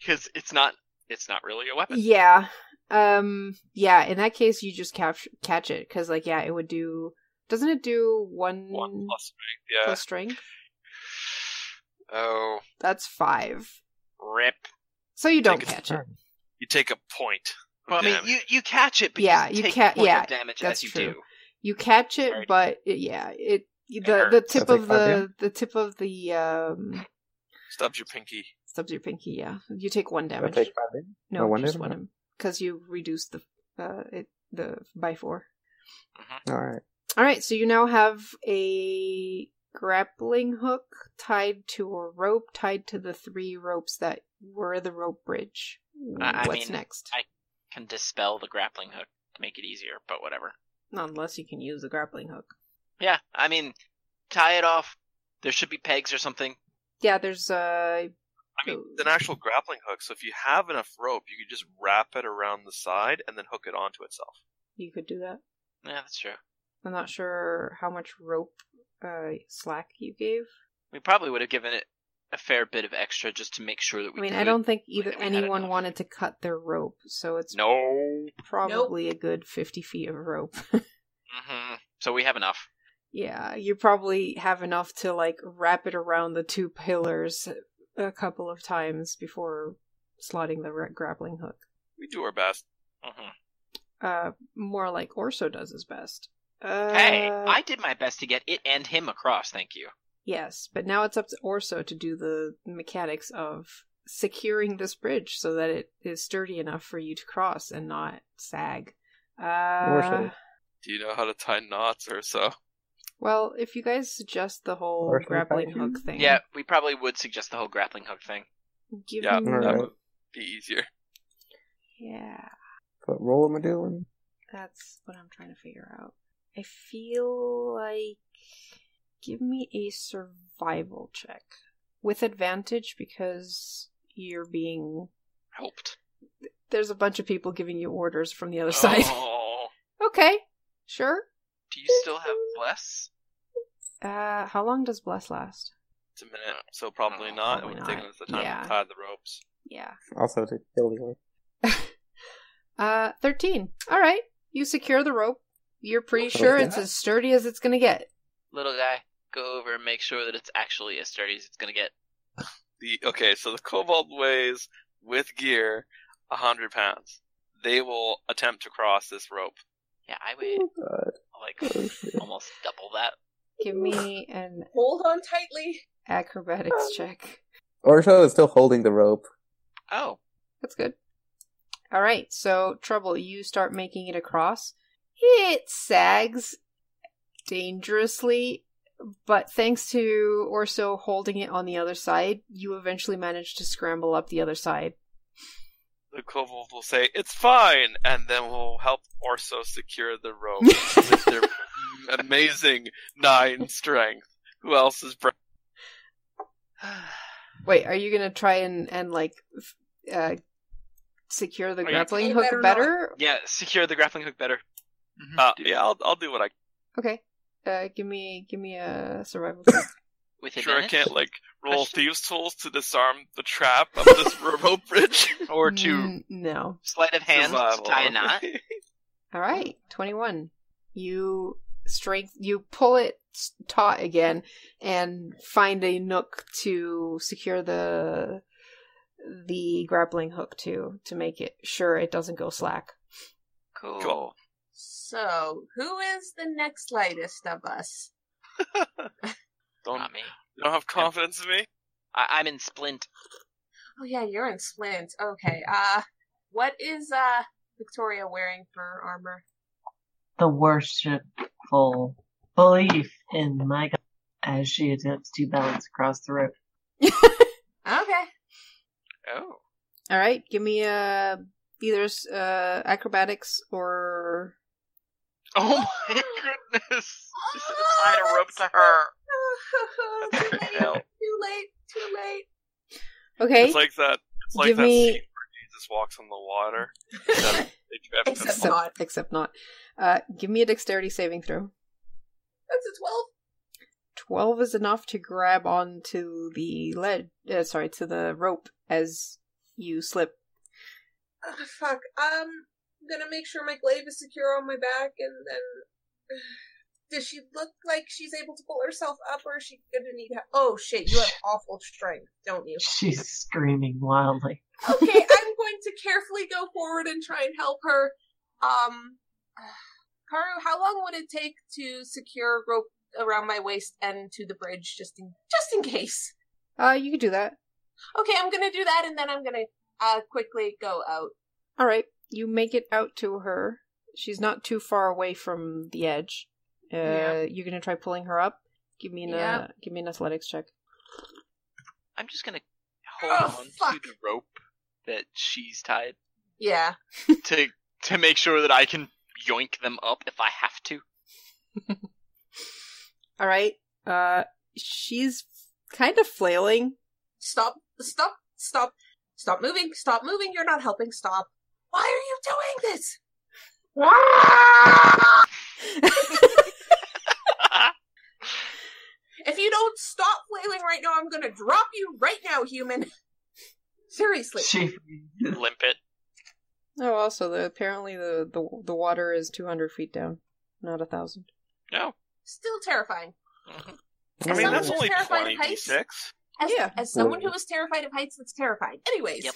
Because it's not, it's not really a weapon.
Yeah. Um yeah, in that case you just catch catch it cuz like yeah, it would do doesn't it do 1,
One plus
uh,
strength. Yeah.
Mm. plus strength?
Oh,
That's 5.
rip.
So you don't
Take its
catch it.
You take a point.
Well, I mean,
Damn it.
you you catch it, but
Yeah,
you,
you
take
ca-
point
yeah,
of damage
that's
as you
true.
do.
You catch it
Alright.
but it, yeah, it the the
hurts.
tip
That's
of
like five
the the tip of the um
Stubs your pinky.
stubs your pinky, yeah. You take 1
I'll
damage.
take five in.
no,
oh, one
just
damage?
1 cuz you reduce the uh it the by 4.
All right.
All right, so you now have a grappling hook tied to a rope tied to the three ropes that were the rope bridge.
I- I
What's
mean,
next?
I- Can dispel the grappling hook to make it easier, but whatever.
Not unless you can use the grappling hook.
Yeah, I mean, tie it off. There should be pegs or something.
Yeah, there's uh
I mean, it's an actual grappling hook. So if you have enough rope, you could just wrap it around the side and then hook it onto itself.
you could do that.
Yeah, that's true.
I'm not sure how much rope uh slack you gave.
We probably would have given it a fair bit of extra just to make sure that we.
I mean,
could.
I don't think either
we had
anyone
enough.
wanted to cut their rope, so it's
No.
probably a good 50 feet of rope.
hmm So we have enough.
Yeah, you probably have enough to like wrap it around the two pillars uh, a couple of times before slotting the re- grappling hook.
We do our best.
hmm
Uh, more like Orso does his best. Uh,
hey, I did my best to get it and him across. Thank you.
yes, but now it's up to Orso to do the mechanics of securing this bridge so that it is sturdy enough for you to cross and not sag. Uh,
Orso.
Do you know how to tie knots or so?
Well, if you guys suggest the whole
Orso
grappling
fashion?
hook thing,
Yeah, we probably would suggest the whole grappling hook thing.
give
Yeah,
me,
that
Alright.
would be easier.
yeah.
What role am I doing?
That's what I'm trying to figure out. I feel like give me a survival check with advantage because you're being
Helped.
there's a bunch of people giving you orders from the other side.
Oh,
okay, sure.
do you still have bless?
Uh, how long does bless last?
It's a minute, so probably
Oh,
not.
probably
it would take
not.
us the time
Yeah.
to tie the ropes.
Yeah.
Also to kill the orc.
Uh, thirteen. All right, you secure the rope. You're pretty
Okay.
sure it's as sturdy as it's gonna get.
Little guy, go over and make sure that it's actually as sturdy as it's gonna get.
The okay, so the kobold weighs with gear a hundred pounds. They will attempt to cross this rope.
Yeah, I weigh
Oh god.
like
Oh, shit.
almost double that.
Give me an
Hold on tightly.
acrobatics check.
Orso is still holding the rope.
Oh,
That's good. All right, so trouble, you start making it across. It sags dangerously, but thanks to Orso holding it on the other side, you eventually manage to scramble up the other side.
The kobold will say, "It's fine," and then we'll help Orso secure the rope with their amazing nine strength. Who else is? Bra-
Wait, are you gonna try and and like f- uh, secure the
Are you-
grappling
You
hook
better not.
better?
yeah, secure the grappling hook better. Mhm.
uh, yeah, I'll, I'll do what I.
Okay, uh, give me give me a survival check.
With
Sure, I
advantage?
can't like roll
Question?
thieves' tools to disarm the trap of this rope bridge.
or to
Mm, no.
sleight of hand to
Survival.
tie a knot.
All right, twenty-one. You strength. You pull it s- taut again and find a nook to secure the the grappling hook to to make it sure it doesn't go slack.
Cool.
Cool.
So, who is the next lightest of us?
Don't
Not me.
you don't have confidence in me?
I- I'm in splint.
Oh yeah, you're in splint. Okay. Uh, what is uh Victoria wearing for armor?
the worshipful belief in my God as she attempts to balance across the rope.
Okay.
Oh.
All right, give me a either uh, acrobatics or
Oh my goodness! This is tied a rope to her.
too late. Too late. Too late.
okay.
It's like that. It's like
give
that
me
scene where Jesus walks on the water. Yeah, they drift in the
Except
except
not.
except not. Uh, give me a dexterity saving throw.
That's a twelve.
12 is enough to grab onto the lead uh, sorry to the rope as you slip
Oh, fuck. Um, I'm gonna make sure my glaive is secure on my back, and then does she look like she's able to pull herself up, or is she gonna need help? Oh shit! You have awful strength, don't you?
She's screaming wildly.
okay, I'm going to carefully go forward and try and help her. Um, Karu, how long would it take to secure rope around my waist and to the bridge, just in just in case?
uh you can do that
Okay, I'm gonna do that, and then I'm gonna uh quickly go out.
all right you make it out to her she's not too far away from the edge uh
Yeah.
you're gonna try pulling her up give me an uh,
Yeah.
give me an athletics check
I'm just gonna hold
Oh,
on
fuck.
to the rope that she's tied
Yeah,
to to make sure that I can yoink them up if I have to.
all right uh she's kind of flailing
stop, stop, stop, stop moving, stop moving. You're not helping. Stop. Why are you doing this? If you don't stop flailing right now, I'm gonna drop you right now, human. Seriously.
She
Limpet.
oh also the apparently the the, the water is 200 feet down not a thousand
No.
Still terrifying.
Mhm.
I mean,
Sounds
that's
just
only
terrifying
twenty
heights.
six.
As,
Yeah.
as someone who is terrified of heights, that's terrifying. Anyways,
Yep.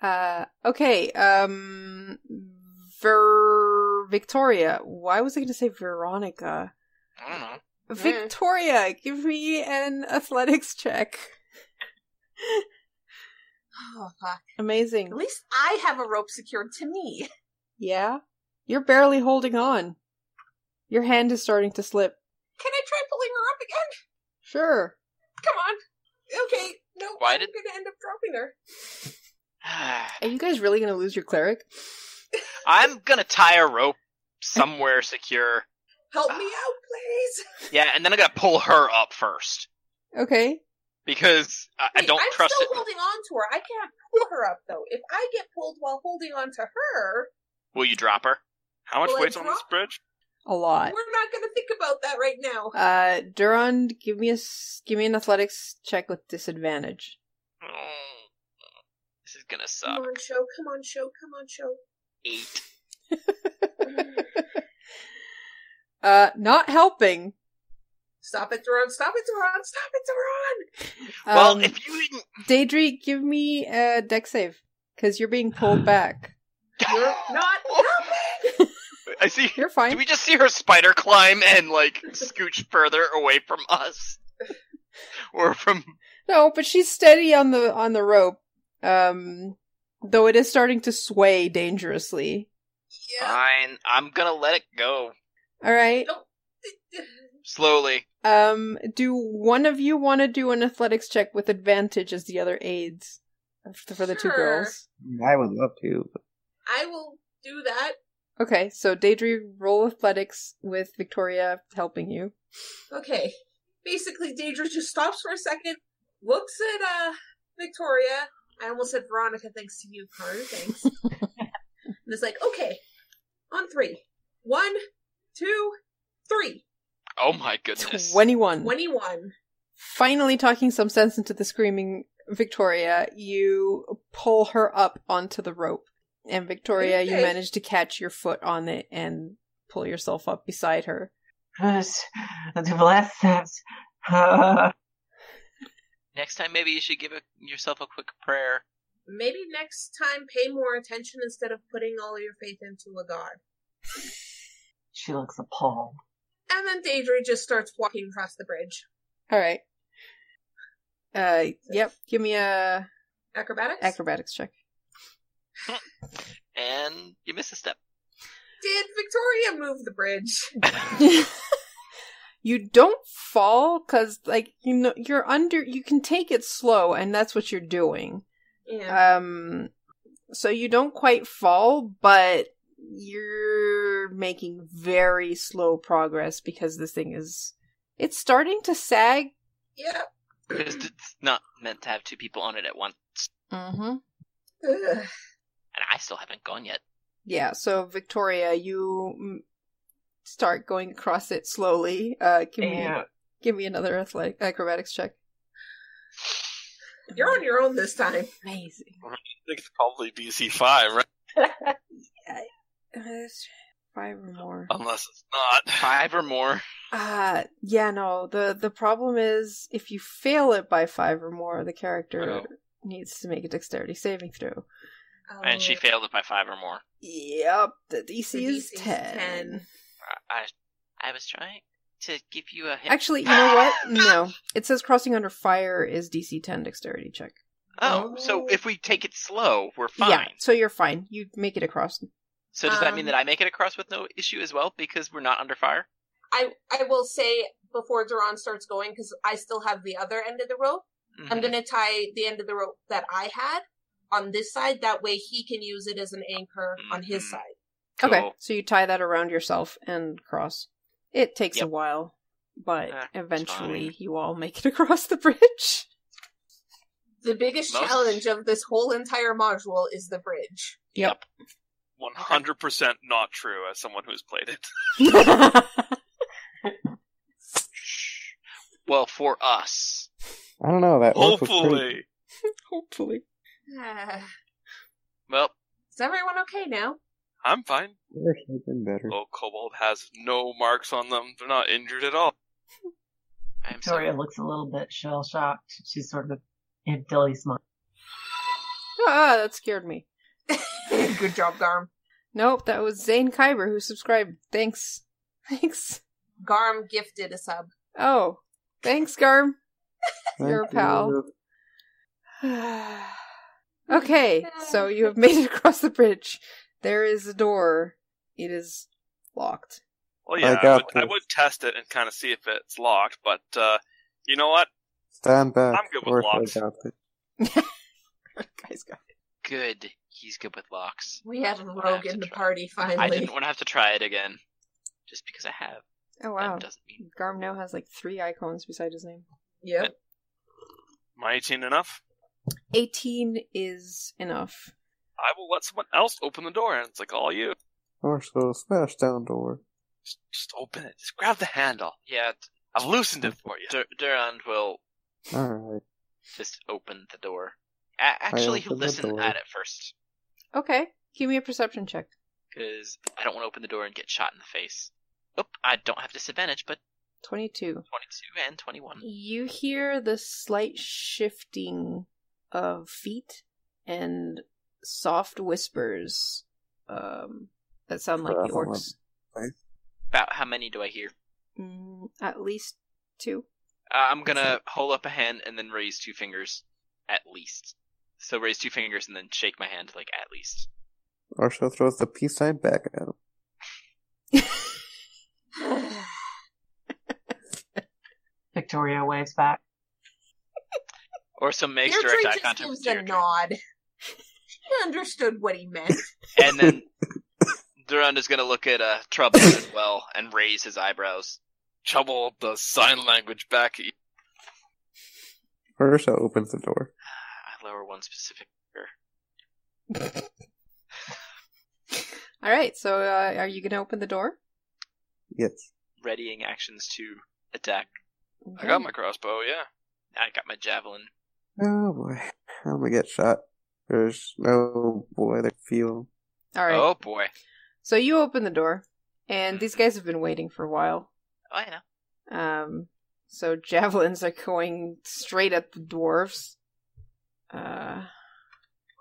Uh, okay. Um, Ver Victoria. Why was I going to say Veronica?
I don't know.
Victoria, give me an athletics check.
oh fuck.
Amazing.
At least I have a rope secured to me.
Yeah, you're barely holding on. Your hand is starting to slip.
Can I try pulling her up again?
Sure.
Come on. Okay. No,
Why
I'm
did-
gonna end up dropping her.
Are you guys really going to lose your cleric?
I'm gonna tie a rope somewhere secure.
Help
Ah.
me out, please.
Yeah, and then I'm gonna pull her up first
Okay.
because I, I
Wait,
don't
I'm
trust
still
it.
holding on to her. I can't pull her up though. If I get pulled while holding on to her,
Will you drop her?
How much
Will it
weight's on this
drop?
bridge?
A lot.
we're not gonna think about that right now.
Uh, Durand, give me a s- give me an athletics check with disadvantage.
Oh, This is gonna
Come
suck.
on, show. Come on, show. Come on, show.
Eight.
Uh, not helping.
Stop it, Zoran. Stop it, Zoran. Stop it, Zoran.
Um,
well, if you didn't,
Daedry, give me a deck save because you're being pulled back.
Ah.
You're not helping.
I see.
You're fine.
Do we just see her spider climb and like scooch further away from us, or from?
No, but she's steady on the on the rope. Um, though it is starting to sway dangerously.
Yeah.
Fine, I'm gonna let it go
All right.
slowly.
Um, do one of you want to do an athletics check with advantage as the other aids for the two
Sure.
girls?
I would love to. But
I will do that.
Okay, so Daedry, roll athletics with Victoria helping you.
Okay. Basically, Daedra just stops for a second, looks at uh Victoria. I almost said Veronica, thanks to you, Carter. Thanks. and it's like, okay, on three. One, two, three.
Oh my goodness!
Twenty-one.
Twenty-one.
Finally, talking some sense into the screaming Victoria, you pull her up onto the rope, and Victoria, you
Okay.
manage to catch your foot on it and pull yourself up beside her.
Who's the blessings? Uh,
Next time, maybe you should give a, yourself a quick prayer.
Maybe next time, pay more attention instead of putting all your faith into a god.
she looks appalled.
And then Daedra just starts walking across the bridge.
All right. Uh, yep. Give me a
Acrobatics?
acrobatics check.
And you miss a step.
Did Victoria move the bridge?
you don't fall because like you know you're under you can take it slow and that's what you're doing
Yeah.
um so you don't quite fall but you're making very slow progress because this thing is it's starting to sag
yeah.
Because it's not meant to have two people on it at once.
mm-hmm.
Ugh.
And I still haven't gone yet.
yeah so victoria you mm, start going across it slowly uh give me
Yeah.
give me another athletic acrobatics check
You're on your own this time.
amazing
I think it's probably BC five, right?
Uh, it's five or more.
Um,
Unless it's not.
Five or more.
Uh yeah, no. The the problem is if you fail it by five or more, the character needs to make a dexterity saving throw.
And
Oh.
she failed it by five or more.
Yep, the DC
The
is
DC is
10.
10.
I, I I was trying to give you a hint.
Actually, you know what? No. It says crossing under fire is DC 10 dexterity check.
oh, so if we take it slow, we're fine.
Yeah, so you're fine. You make it across.
So does that mean
Um,
that I make it across with no issue as well because we're not under fire?
I I will say before Duran starts going because I still have the other end of the rope. I'm
Mhm.
gonna tie the end of the rope that I had on this side. That way he can use it as an anchor on his
Mhm.
side.
Okay,
Cool.
so you tie that around yourself and cross. It takes a
Yep.
while, but
Ah,
eventually
fine.
you all make it across the bridge.
The biggest
Most-
challenge of this whole entire module is the bridge.
Yep.
One hundred percent not true as someone who's played it.
Well, for us.
I don't know that. orc was pretty-
Hopefully.
Hopefully.
is
Well,
everyone okay now?
I'm fine.
orc has been better.
Oh, Kobold has no marks on them. They're not injured at all.
I'm
Victoria
so
looks a little bit shell shocked. She's sort of a dilly smile.
Ah, that scared me.
Good job, Garm.
Nope, that was Zane Kyber who subscribed. Thanks. Thanks.
Garm gifted a sub.
Oh, thanks, Garm.
Thank
You're a pal.
you.
okay, so you have made it across the bridge. There is a door. It is locked.
Well,
I
yeah, I
got
would, I
this.
would test it and kind of see if it's locked, but uh, you know what?
Stand back.
I'm good with
Orpha
locks.
got this.
Guys, got
good. He's good with locks.
We had a
We'll have
rogue
to
in the
try.
party finally.
I didn't want to have to try it again. Just because I have.
Oh wow.
That doesn't mean
Garm now has like three icons beside his name.
Yep.
My 18 enough?
18 is enough.
I will let someone else open the door, and it's like all you.
Orpha, smash down door.
Just, just open it. Just grab the handle.
Yeah,
I've loosened it for you.
Dur- Durand will
Alright.
just open the door. A- actually, he'll
open the
listen
door.
at it first.
Okay, give me a perception check.
Because I don't want to open the door and get shot in the face. Oop, I don't have disadvantage, but
22.
22 and 21.
You hear the slight shifting of feet and soft whispers um, that sound like the
Crap, I'm
orcs.
About how many do I hear?
Mm, at least two.
Uh, I'm gonna hold up a hand and then raise two fingers, at least. So raise two fingers and then shake my hand, like, at least.
Orpha throws the peace sign back at him.
Victoria waves back.
Or some makes
Deirdre
direct eye
just
contact with
gives a
Deirdre.
nod. She understood what he meant.
And then Durand is gonna look at uh, Trouble as well and raise his eyebrows.
Trouble the sign language back at you.
Orpha opens the door.
I lower one specific finger.
All right, so uh, are you going to open the door?
Yes.
Readying actions to attack.
I got my crossbow, yeah.
I got my javelin.
Oh boy. I'm gonna get shot. There's no boy that feel.
All right.
Oh boy.
So you open the door, and these guys have
Mm-hmm.
been waiting for a while.
Oh, I know.
Um, so javelins are going straight at the dwarves. Uh,
I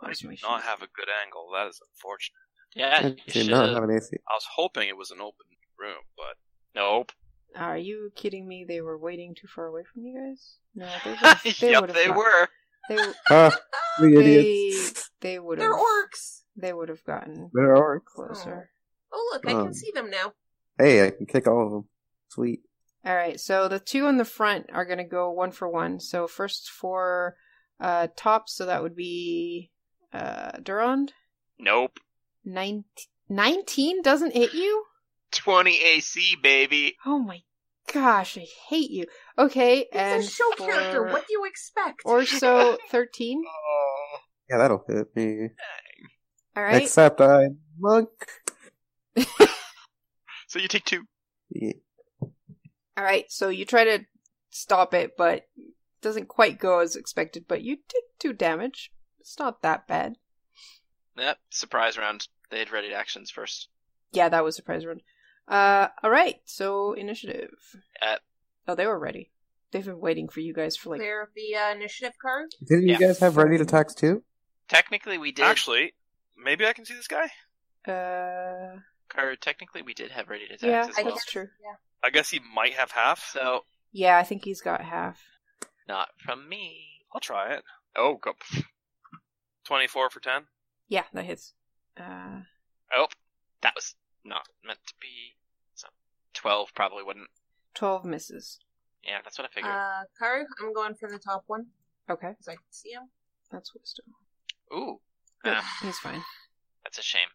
where's
do
my
not
sheet?
have a good angle. That is unfortunate.
Yeah,
I
you
do not
should've-
have an AC.
I was hoping it was an open room, but
Nope.
Are you kidding me? They were waiting too far away from you guys. No, they
yep,
would. They
they,
would have. got-
were.
They
Ah, you
they,
idiots.
they would have.
They're orcs.
They would have gotten
Oh.
There are.
closer.
Oh look, I can
Um.
see them now.
Hey, I can kick all of them. Sweet.
All right, so the two in the front are going to go one for one. So first for uh, top, so that would be uh, Durand.
Nope.
19, 19 doesn't hit you?
20 AC, baby.
Oh my gosh, I hate you. Okay, and
It's a show
for
character. What do you expect?
or so 13.
Oh.
Yeah, that'll hit me.
All right.
Except I'm monk.
So you take two.
Yeah.
All right, so you try to stop it, but it doesn't quite go as expected, but you take 2 damage. It's not that bad.
Yep, surprise round. They had readied actions first.
Yeah, that was surprise round. Uh, all right, so initiative.
Uh,
oh, they were ready. They've been waiting for you guys for like
Clear of the uh, initiative card.
Didn't
Yeah.
you guys have ready to tax too?
Technically, we did.
actually, maybe I can see this guy.
uh
or technically, we did have ready to
yeah,
attacks
that's
as well.
guess.
true.
I guess he might have half.
So
Yeah, I think he's got half.
not from me.
I'll try it.
Oh, go.
24 for 10.
Yeah, that hits. Uh
Oh, that was not meant to be. So twelve probably wouldn't.
12 misses.
Yeah, that's what I figured.
Uh, Karu, I'm going for the top one
Okay,
because I can see him.
that's wisdom.
Ooh,
Uh, Yeah,
Ah,
he's fine.
that's a shame.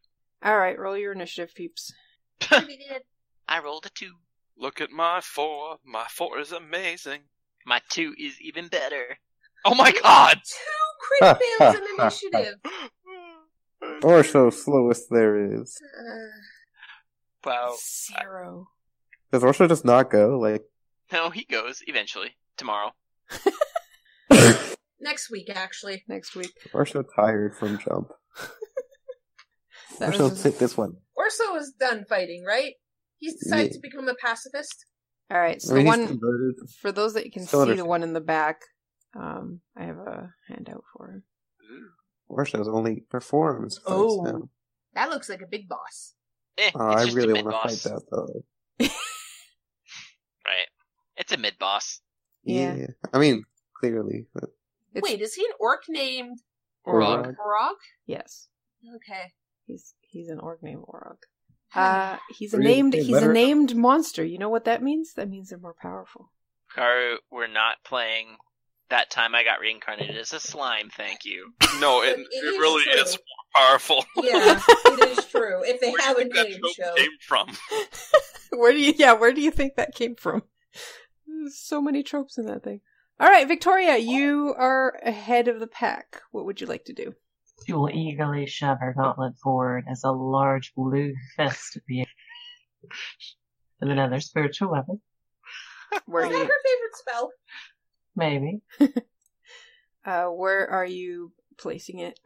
All right, roll your initiative, peeps.
Pretty good.
I rolled a two.
Look at my four. My four is amazing.
My two is even better.
Oh my god!
Two crit fails in initiative.
Or so slowest there is.
Uh,
Oh,
Wow.
Zero.
Does Orso just not go? Like,
No, he goes eventually tomorrow.
next week, actually.
Next week.
Orso tired from jump.
That
Orso
was-
took this one.
Orso is done fighting, right? He's decided
Yeah.
to become a pacifist.
All right, so the one
Everything's converted.
for those that can
Still
see the
understand.
one in the back, um, I have a handout for him.
Warshows only performs. but,
Oh.
um,
That looks like a big boss.
Eh,
oh,
it's
I
just
really
a mid
want to
boss,
fight that though.
right? It's a mid boss.
Yeah.
I mean, clearly. But
It's-
Wait, is he an orc named
Orog.
Orog.
Orog?
Yes,
Okay.
he's he's an orc named Orog. Uh, he's a
What do you
named
think,
he's a
letter-
named monster. You know what that means? That means they're more powerful.
Karu, we're not playing. That time I got reincarnated as a slime. Thank you.
No, Oh, it,
It
it,
is
really
true.
is more powerful.
Yeah, it is true. If they
Where do you
have a
think that
name
joke
show.
came from?
where do you yeah where do you think that came from There's so many tropes in that thing all right victoria you are ahead of the pack what would you like to do
She will eagerly shove her gauntlet forward as a large blue fist appears. With another spiritual weapon,
where
Is
do
that her
you
favorite spell?
maybe.
uh where are you placing it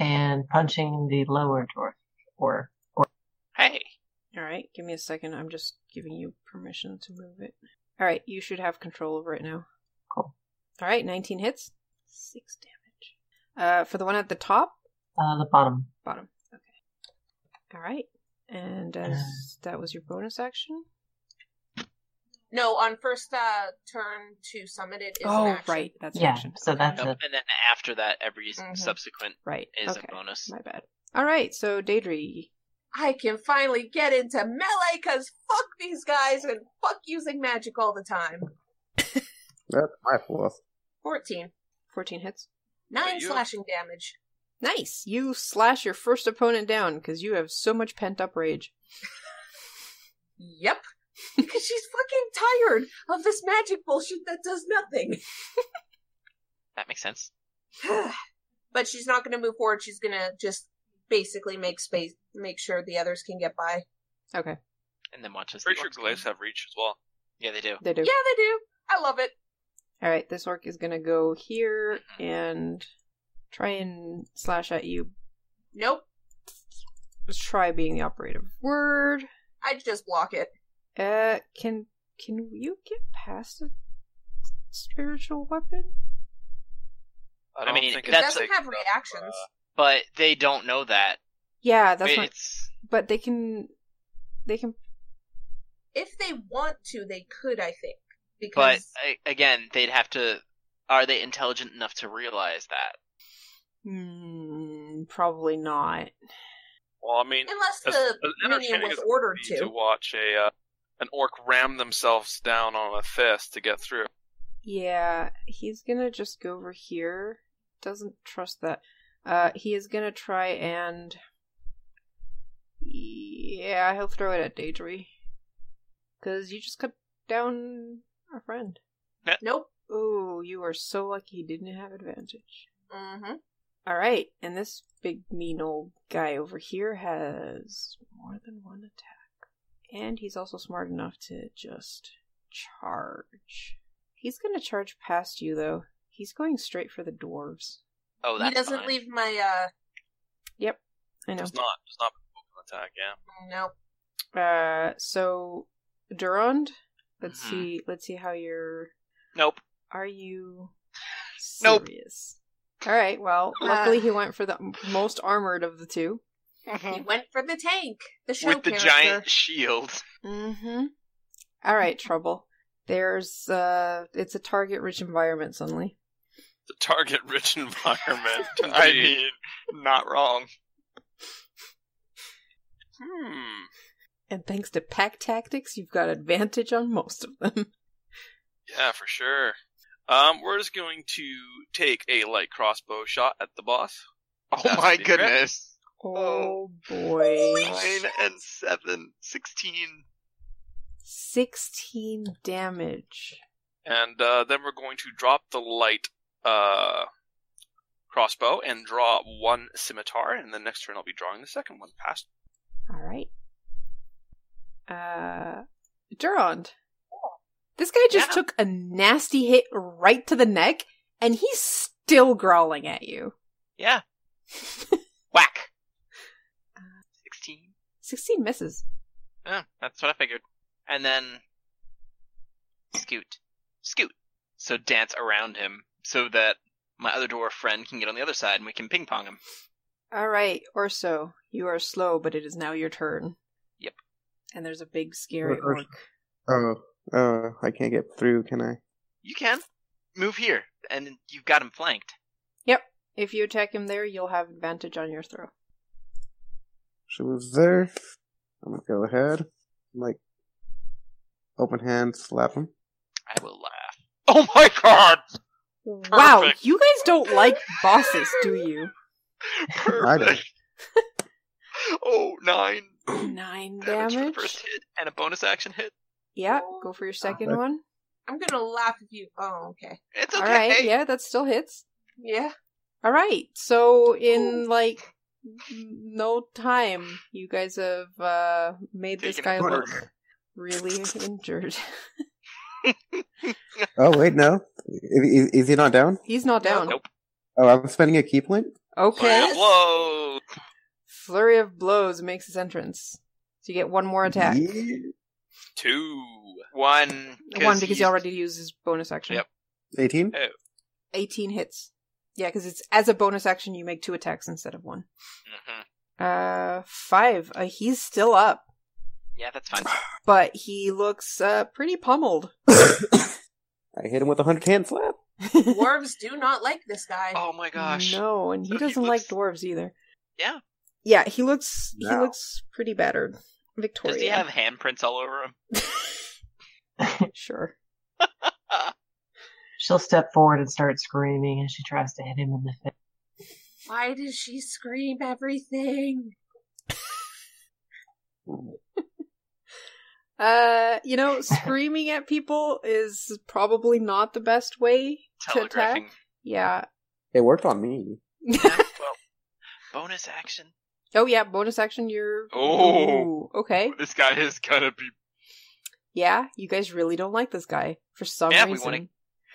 And punching the lower dwarf. Or
Hey,
all right give me a second i'm just giving you permission to move it all right you should have control over it now
Cool.
all right 19 hits six damage uh for the one at the top
uh, the bottom.
bottom okay all right and as that was your bonus action
No, on first uh, turn to summon it is an
oh
action.
right that's
Yeah,
action
so
Okay.
that's
Nope.
it.
and then after that, every s-
Mhm.
subsequent
Right.
is
okay.
a bonus.
My bad. All right. So Daedry.
I can finally get into melee because fuck these guys and fuck using magic all the time.
That's my fault.
14.
14 hits.
Nine
you-
slashing damage.
Nice. You slash your first opponent down because you have so much pent up rage.
Yep. because she's fucking tired of this magic bullshit that does nothing.
That makes sense.
but she's not going to move forward. She's going to just basically make space, make sure the others can get by.
Okay.
And then watch us.
Pretty sure glaives have reach as well.
Yeah, they do.
They do.
Yeah, they do. I love it.
All right. This orc is going to go here and try and slash at you.
Nope.
Let's try being the operative word.
I just block it.
Uh, can can you get past a spiritual weapon?
I,
I
don't
mean,
think
It
That's
doesn't
like,
have
uh,
reactions.
But they don't know that.
Yeah, that's not.
it's
But they can. They can.
if they want to, they could, I think.
but
Because
a- again, they'd have to. Are they intelligent enough to realize that?
Hmm, probably not.
Well, I mean,
unless
as,
the
as
minion
entertaining
was
as it would
ordered
be
to.
to watch a uh, an orc ram themselves down on a fist to get through.
Yeah, he's gonna just go over here. Doesn't trust that. Uh, he is gonna try and. Yeah, he'll throw it at Daedry. Because you just cut down our friend.
Nope.
Oh, you are so lucky he didn't have advantage.
Mm-hmm.
Alright, and this big mean old guy over here has more than one attack. And he's also smart enough to just charge. He's gonna charge past you though. He's going straight for the dwarves.
Oh, that's
he doesn't
fine.
leave my uh,
Yep, I know.
It's not, it's not an attack. Yeah,
uh no.
Uh so Durand, let's
Mhm.
see let's see how you're
Nope.
are you
Nope.
serious? Alright, well, luckily he went for the most armored of the two.
He went for the tank. The Mm-hmm. show
With the
character.
giant shield.
Mm-hmm. All right, trouble. There's uh, it's a target-rich environment suddenly.
the target-rich environment.
I mean, not wrong.
hmm.
And thanks to pack tactics, you've got advantage on most of them.
Yeah, for sure. Um, we're just going to take a light crossbow shot at the boss.
Oh
That's
my
the
goodness.
Oh boy,
Nine and seven. Sixteen.
sixteen damage.
and uh, then we're going to drop the light uh, crossbow and draw one scimitar, and then next turn I'll be drawing the second one. Past
All right. Uh, Durand. This guy just
Yeah.
took a nasty hit right to the neck, and he's still growling at you.
Yeah. Whack. Sixteen.
Uh,
Sixteen misses.
Yeah, that's what I figured. And then scoot, scoot. So dance around him so that my other dwarf friend can get on the other side and we can ping pong him.
All right, Orso, you are slow, but it is now your turn.
Yep.
And there's a big scary
Or-
orc.
Oh, oh, I can't get through, can I?
You can move here, and you've got him flanked.
If you attack him there, you'll have advantage on your throw.
She moves there. I'm gonna go ahead. like, open hand, slap him.
I will laugh.
Oh my god!
Wow,
Perfect.
you guys don't like bosses, do you?
I don't.
Perfect. oh, nine
Nine
Damage for the
damage.
first hit and a bonus action hit.
Yeah, go for your second
Okay.
one.
I'm gonna laugh if you. Oh, okay.
It's
All
okay.
right, yeah, that still hits.
Yeah.
All right, so in like no time, you guys have uh, made this
Taken
guy
a
look
burger.
really injured.
Oh wait, no. Is, is he not down?
He's not down.
Nope.
Oh, I'm spending a key point.
Okay.
Yes.
blows.
Flurry of blows makes his entrance. So you get one more attack.
Yeah.
Two.
One.
One because
he's-
he already used his bonus action.
Yep.
Eighteen.
18 hits. Yeah, because it's as a bonus action, you make two attacks instead of one.
Mhm.
Uh, five. Uh, he's still up,
Yeah, that's fine.
but he looks uh, pretty pummeled.
I hit him with a hundred hand slap.
Dwarves do not like this guy.
Oh my gosh.
No, and he
So he
doesn't like
looks-
dwarves either.
Yeah.
Yeah, he looks he
No.
looks pretty battered. Victoria.
Does he have handprints all over him?
sure.
She'll step forward and start screaming as she tries to hit him in the face.
Why does she scream everything?
Uh, you know, screaming at people is probably not the best way to attack.
Telegraphing.
Yeah.
It worked on me.
Yeah, well, bonus action.
oh yeah, bonus action. You're.
Oh.
Ooh, okay.
This guy is gonna be.
Yeah, you guys really don't like this guy for some
Yeah, we
reason.
wanna-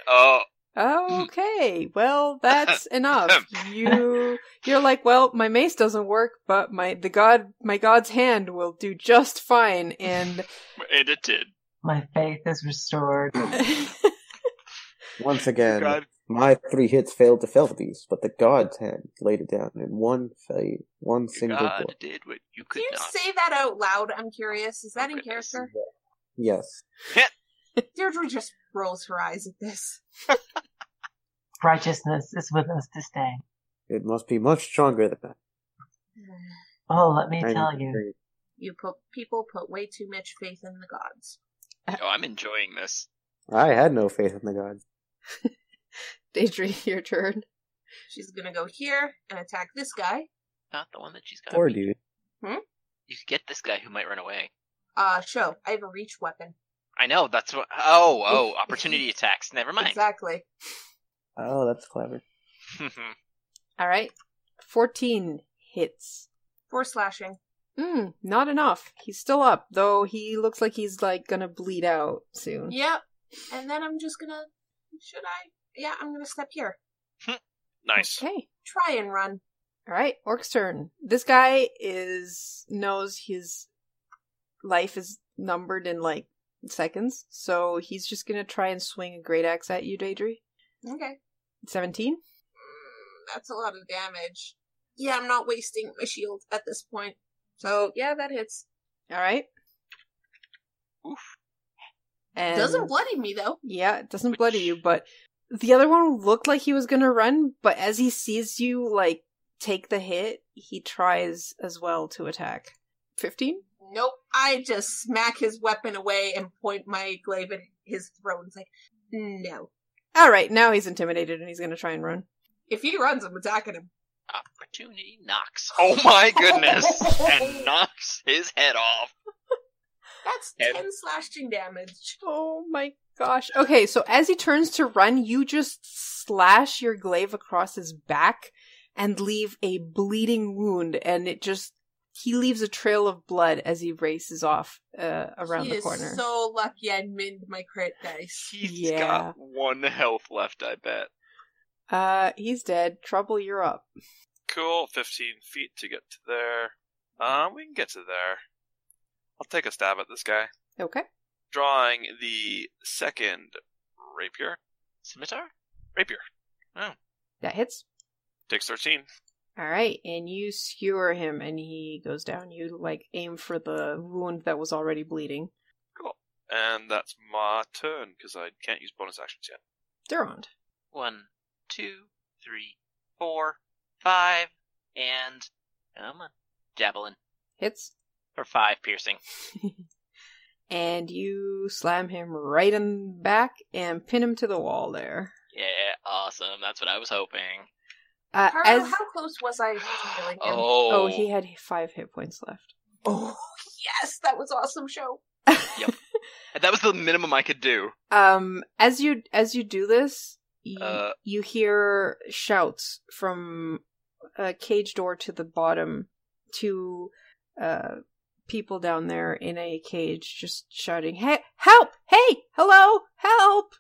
Oh,
Okay, well that's enough. You you're like, well, my mace doesn't work, but my the god my god's hand will do just fine. And
and it did.
My faith is restored.
Once again,
God.
my three hits failed to fell these, but the god's hand laid it down in one fail, one single blow.
God did what you
Do
could
you
not.
say that out loud? I'm curious. Is that in
Goodness.
character?
Yes.
Deirdre just rolls her eyes at this.
Righteousness is with us this day.
It must be much stronger than that.
Oh, let me
I
tell
need to
you.
drink.
You put people put way too much faith in the gods.
Oh, I'm enjoying this.
I had no faith in the gods.
Daedry, your turn.
She's gonna go here and attack this guy.
Not the one that she's got.
Poor dude.
You could get this guy who might run away.
Uh, show. I have a reach weapon.
I know. That's what. Oh, oh,
If- if
opportunity
he-
attacks. Never mind.
Exactly.
Oh, that's clever.
mm-hmm.
All right, fourteen hits.
Four slashing.
Mm, not enough. He's still up, though. He looks like he's like gonna bleed out soon.
Yep. And then I'm just gonna. Should I? Yeah, I'm gonna step here.
Nice.
Okay.
Try and run.
All right, Orc's turn. This guy is knows his life is numbered in like seconds, so he's just gonna try and swing a great axe at you, Daedry.
Okay.
Seventeen.
Mm, that's a lot of damage. Yeah, I'm not wasting my shield at this point. So yeah, that hits.
All right.
Oof.
And
Doesn't bloody me though.
yeah, it doesn't
Which-
bloody you, but the other one looked like he was gonna run, but as he sees you like take the hit, he tries as well to attack. Fifteen.
Nope. I just smack his weapon away and point my glaive at his throat. It's like, no.
All right, now he's intimidated and he's gonna try and run.
If he runs, I'm attacking him.
Opportunity knocks. Oh my goodness! and knocks his head off.
That's
And-
ten slashing damage.
Oh my gosh. Okay, so as he turns to run, you just slash your glaive across his back and leave a bleeding wound, and it just. He leaves a trail of blood as he races off uh, around
he
the
is
corner.
so lucky I minned my crit dice.
He's
Yeah.
got one health left, I bet.
uh, he's dead. Trouble, you're up.
Cool. 15 feet to get to there. Um, we can get to there. I'll take a stab at this guy.
Okay.
Drawing the second rapier.
Scimitar?
Rapier.
That hits.
Takes 13.
All right, and you skewer him, and he goes down. You like aim for the wound that was already bleeding.
And that's my turn, because I can't use bonus actions yet.
Durand.
One, two, three, four, five, and come on, javelin
Hits.
for five piercing.
and you slam him right in the back and pin him to the wall there.
Yeah, awesome. That's what I was hoping.
Uh,
Carl,
as
how close was I to killing him?
Oh,
oh, he had five hit points left.
Oh, yes, that was awesome show.
Yep. that was the minimum I could do.
um, as you as you do this, you,
Uh.
you hear shouts from a cage door to the bottom to uh people down there in a cage just shouting, "Hey, help! Hey, hello, help!"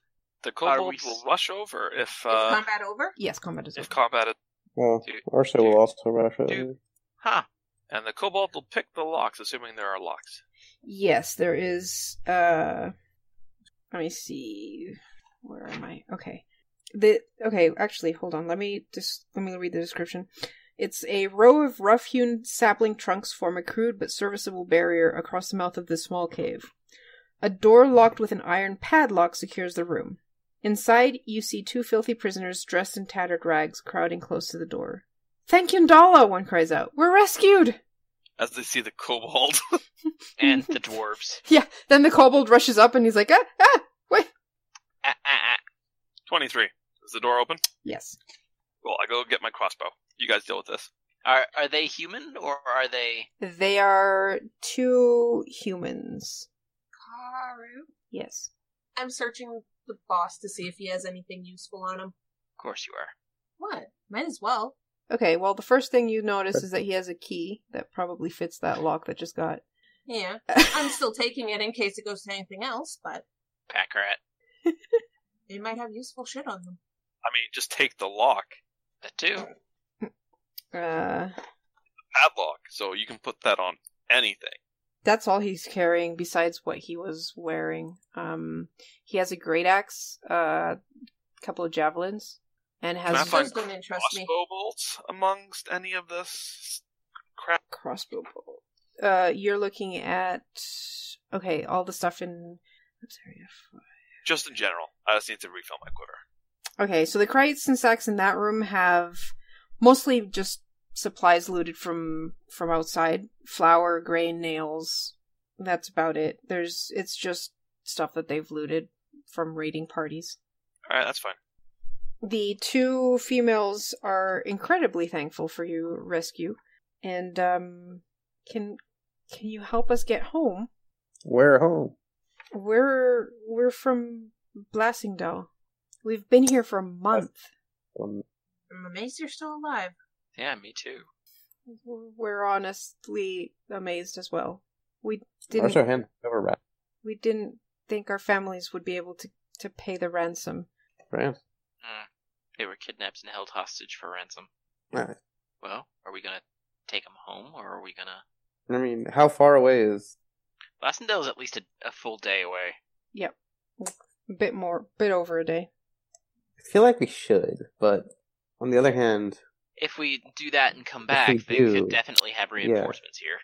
The
Are
kobolds
we
will
s-
rush over if
Is
uh,
combat over?
Yes, combat is
if
over.
combat is.
Well,
Dude,
Orsha
dude,
will also rush over.
dude.
Huh.
And the kobold will pick the locks, assuming there are locks.
Yes, there is. Uh, let me see. Where am I? Okay. The okay. Actually, hold on. Let me just let me read the description. It's a row of rough-hewn sapling trunks form a crude but serviceable barrier across the mouth of this small cave. A door locked with an iron padlock secures the room. Inside, you see two filthy prisoners dressed in tattered rags crowding close to the door. Thank Yundala! One cries out. We're rescued!
As they see the kobold.
And the dwarves.
Yeah, then the kobold rushes up and he's like, ah, ah, wait.
Ah, ah, ah.
23. Is the door open?
Yes.
Well, I go get my crossbow. You guys deal with this.
ah, Are are they human or are they?
They are two humans.
Karu.
Yes.
I'm searching the boss to see if he has anything useful on him.
Of course you are.
What? Might as well.
Okay, well, the first thing you notice is that he has a key that probably fits that lock that just got.
Yeah. I'm still taking it in case it goes to anything else, but
Pack rat.
they might have useful shit on them.
I mean, just take the lock,
That too.
uh,
padlock, so you can put that on anything.
that's all he's carrying besides what he was wearing. Um, he has a great axe, a uh, couple of javelins, and
Can I
has
find
Those don't interest me.
crossbow bolts amongst any of this crap?
crossbow bolt. Uh, you're looking at okay, all the stuff in. Oops, area four.
Just in general. I just need to refill my quiver.
Okay, so the crates and sacks in that room have mostly just supplies looted from from outside: flour, grain, nails. That's about it. There's it's just stuff that they've looted from raiding parties.
All right, that's fine.
The two females are incredibly thankful for your rescue, and um, can can you help us get home?
We're home.
We're we're from Blassingdale. We've been here for a month.
Um,
I'm amazed you're still alive.
Yeah, me too.
We're honestly amazed as well. We didn't
Orsha hand over rat.
we didn't think our families would be able to to pay the ransom.
Ram.
They were kidnapped and held hostage for ransom.
Right.
Well, are we gonna take them home or are we gonna?
I mean, how far away is?
Lassendale is at least a, a full day away.
A bit more, bit over a day.
I feel like we should, but on the other hand,
If we do that and come
we
back, they
do,
could definitely have reinforcements here.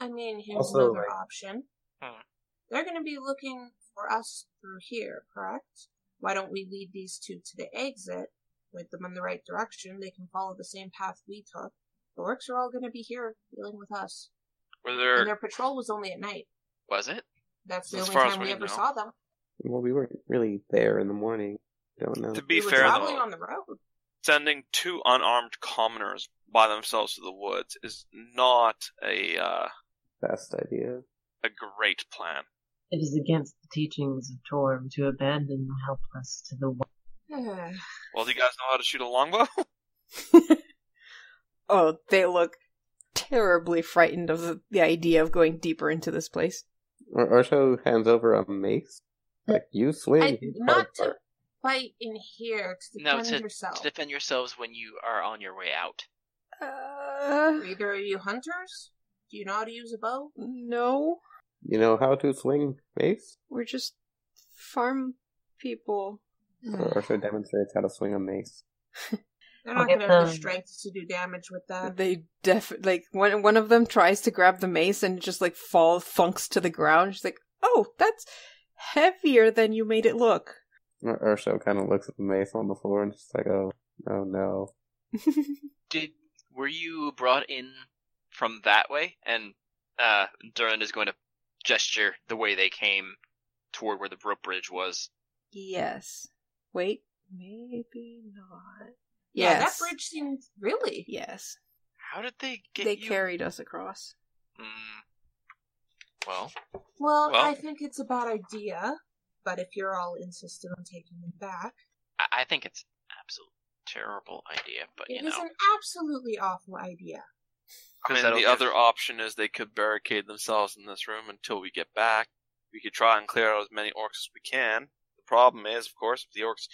I mean, here's
Also,
another
like-
option.
Hmm.
They're going to be looking for us through here, correct? Why don't we lead these two to the exit, point them in the right direction? They can follow the same path we took. The orcs are all going to be here dealing with us.
Were
And
there
their patrol was only at night.
Was it?
That's the
As
only
far as
time we
we
ever
know.
saw them.
well, we weren't really there in the morning. Don't know.
To be
we were
fair,
traveling
though,
on the road.
sending two unarmed commoners by themselves to the woods is not a uh,
Best idea.
a great plan.
It is against the teachings of Torm to abandon the helpless to the wild.
Well, do you guys know how to shoot a longbow?
Oh, they look terribly frightened of the, the idea of going deeper into this place.
Or Orsho hands over a mace. Like you swing.
I,
you
not
part-
to fight in here to
No,
defend
Oh.
yourself.
To defend yourselves when you are on your way out.
Uh,
Either are you hunters? Do you know how to use a bow?
no.
You know how to swing mace?
We're just farm people.
Or Ursula demonstrates how to swing a mace.
They're
I'll
not
get
going to have the
them.
strength to do damage with that.
They def like one one of them tries to grab the mace and just like fall thunks to the ground. She's like, "Oh, that's heavier than you made it look."
Ur- Ursula kind of looks at the mace on the floor and she's like, oh, oh no.
Did were you brought in from that way? And uh, Durin is going to gesture the way they came toward where the rope bridge was.
yes. Wait, maybe not.
Yeah,
Yes.
that bridge seemed really.
Yes.
How did they get
they
you?
carried us across.
Mm. Well,
Well,
Well.
I think it's a bad idea, but if you're all insistent on taking them back,
I, I think it's an absolute terrible idea, but
it
you
is
know,
an absolutely awful idea.
Because
I mean,
that'll
the
give-
other option is they could barricade themselves in this room until we get back. We could try and clear out as many orcs as we can. The problem is, of course, if the orcs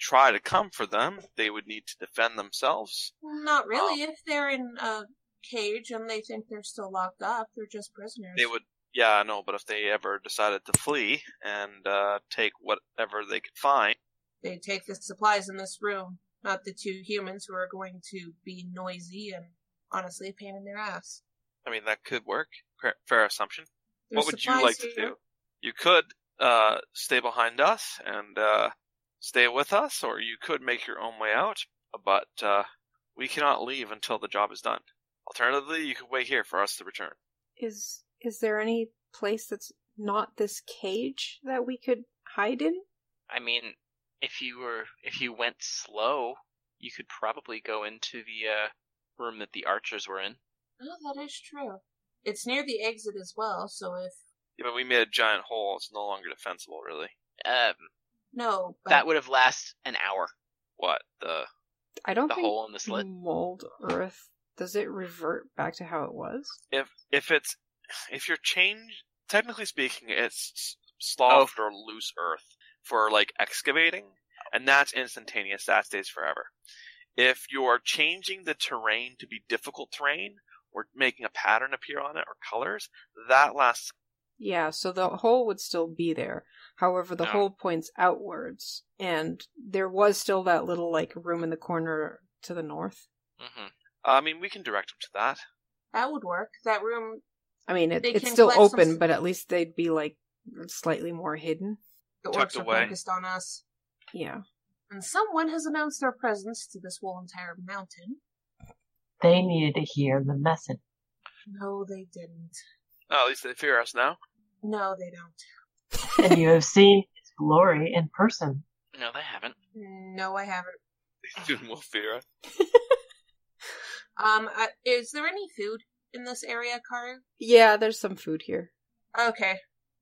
try to come for them, they would need to defend themselves.
Not really. if they're in a cage and they think they're still locked up, they're just prisoners.
They would, yeah, I know, but if they ever decided to flee and uh, take whatever they could find,
They take the supplies in this room, not the two humans who are going to be noisy and honestly a pain in their ass.
I mean, that could work. Fair- Fair assumption.
There's
what would
supplies
you like to
here.
do? You could uh, stay behind us and uh, stay with us, or you could make your own way out, but uh, we cannot leave until the job is done. Alternatively, you could wait here for us to return.
Is is there any place that's not this cage that we could hide in?
I mean, if you were if you went slow, you could probably go into the uh, room that the archers were in.
Oh, that is true. It's near the exit as well, so if
Yeah, but we made a giant hole. It's no longer defensible, really.
Um,
no, but
that would have last an hour.
What? The.
I don't
The
think
hole in the slit.
mold earth does it revert back to how it was?
If, if it's. If you're change. Technically speaking, it's s- soft or loose earth for, like, excavating, and that's instantaneous. That stays forever. if you're changing the terrain to be difficult terrain or making a pattern appear on it or colors, that lasts.
Yeah, so the hole would still be there. However, the
Yeah.
hole points outwards, and there was still that little like room in the corner to the north.
hmm
I mean, we can direct them to that.
that would work. That room
I mean, it,
They
it's
can
still
collect some
open,
s-
but at least they'd be like slightly more hidden.
the
Tucked
orcs are
away.
focused on us.
Yeah,
And someone has announced their presence to this whole entire mountain.
They needed to hear the message.
No, they didn't.
Oh, at least they fear us now.
No, they don't.
And you have seen his glory in person.
No, they haven't.
No, I haven't.
They will fear us.
Um, I, is there any food in this area, Karu?
yeah. There's some food here.
Okay.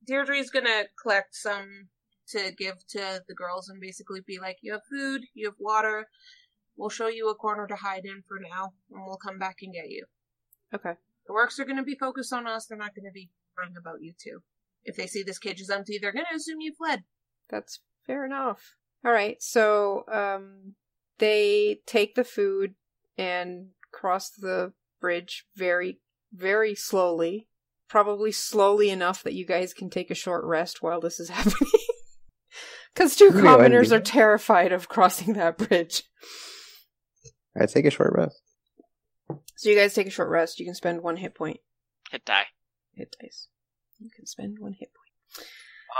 Deirdre's gonna collect some to give to the girls and basically be like, you have food, you have water, we'll show you a corner to hide in for now, and we'll come back and get you.
Okay.
The works are gonna be focused on us, they're not gonna be worrying about you two. If they see this cage is empty, they're gonna assume you fled.
That's fair enough. All right, so um, they take the food and cross the bridge very, very slowly. Probably slowly enough that you guys can take a short rest while this is happening. Because two
Really?
commoners are terrified of crossing that bridge.
I take a short rest.
So you guys take a short rest. You can spend one hit point.
Hit die.
Hit dice. You can spend one hit point.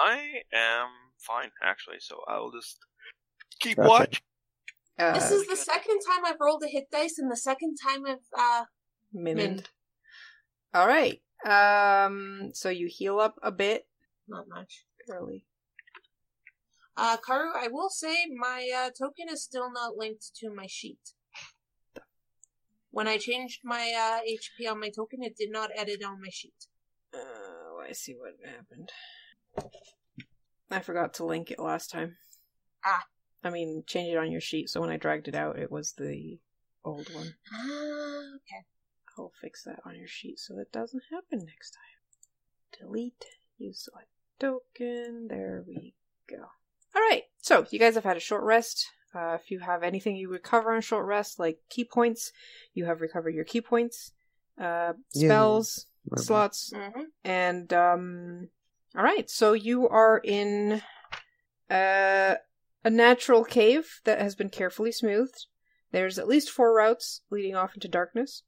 I am fine, actually, so I will just keep
Okay.
watch.
Uh,
this is the second time I've rolled a hit dice and the second time I've uh
Mimid.
Mimid.
All right. Um. So you heal up a bit
not much.
early.
Uh Karu, I will say my uh, token is still not linked to my sheet. When I changed my uh, HP on my token, it did not edit on my sheet.
Oh, I see what happened. I forgot to link it last time.
Ah.
I mean, change it on your sheet, so when I dragged it out, it was the old one.
Ah, okay.
I'll fix that on your sheet so that doesn't happen next time. Delete, use select token. There we go. All right, so you guys have had a short rest. Uh, if you have anything you recover on short rest, like key points, you have recovered your key points, uh,
Yeah.
spells, slots.
Mm-hmm.
And um all right, so you are in uh, a natural cave that has been carefully smoothed. There's at least four routes leading off into darkness.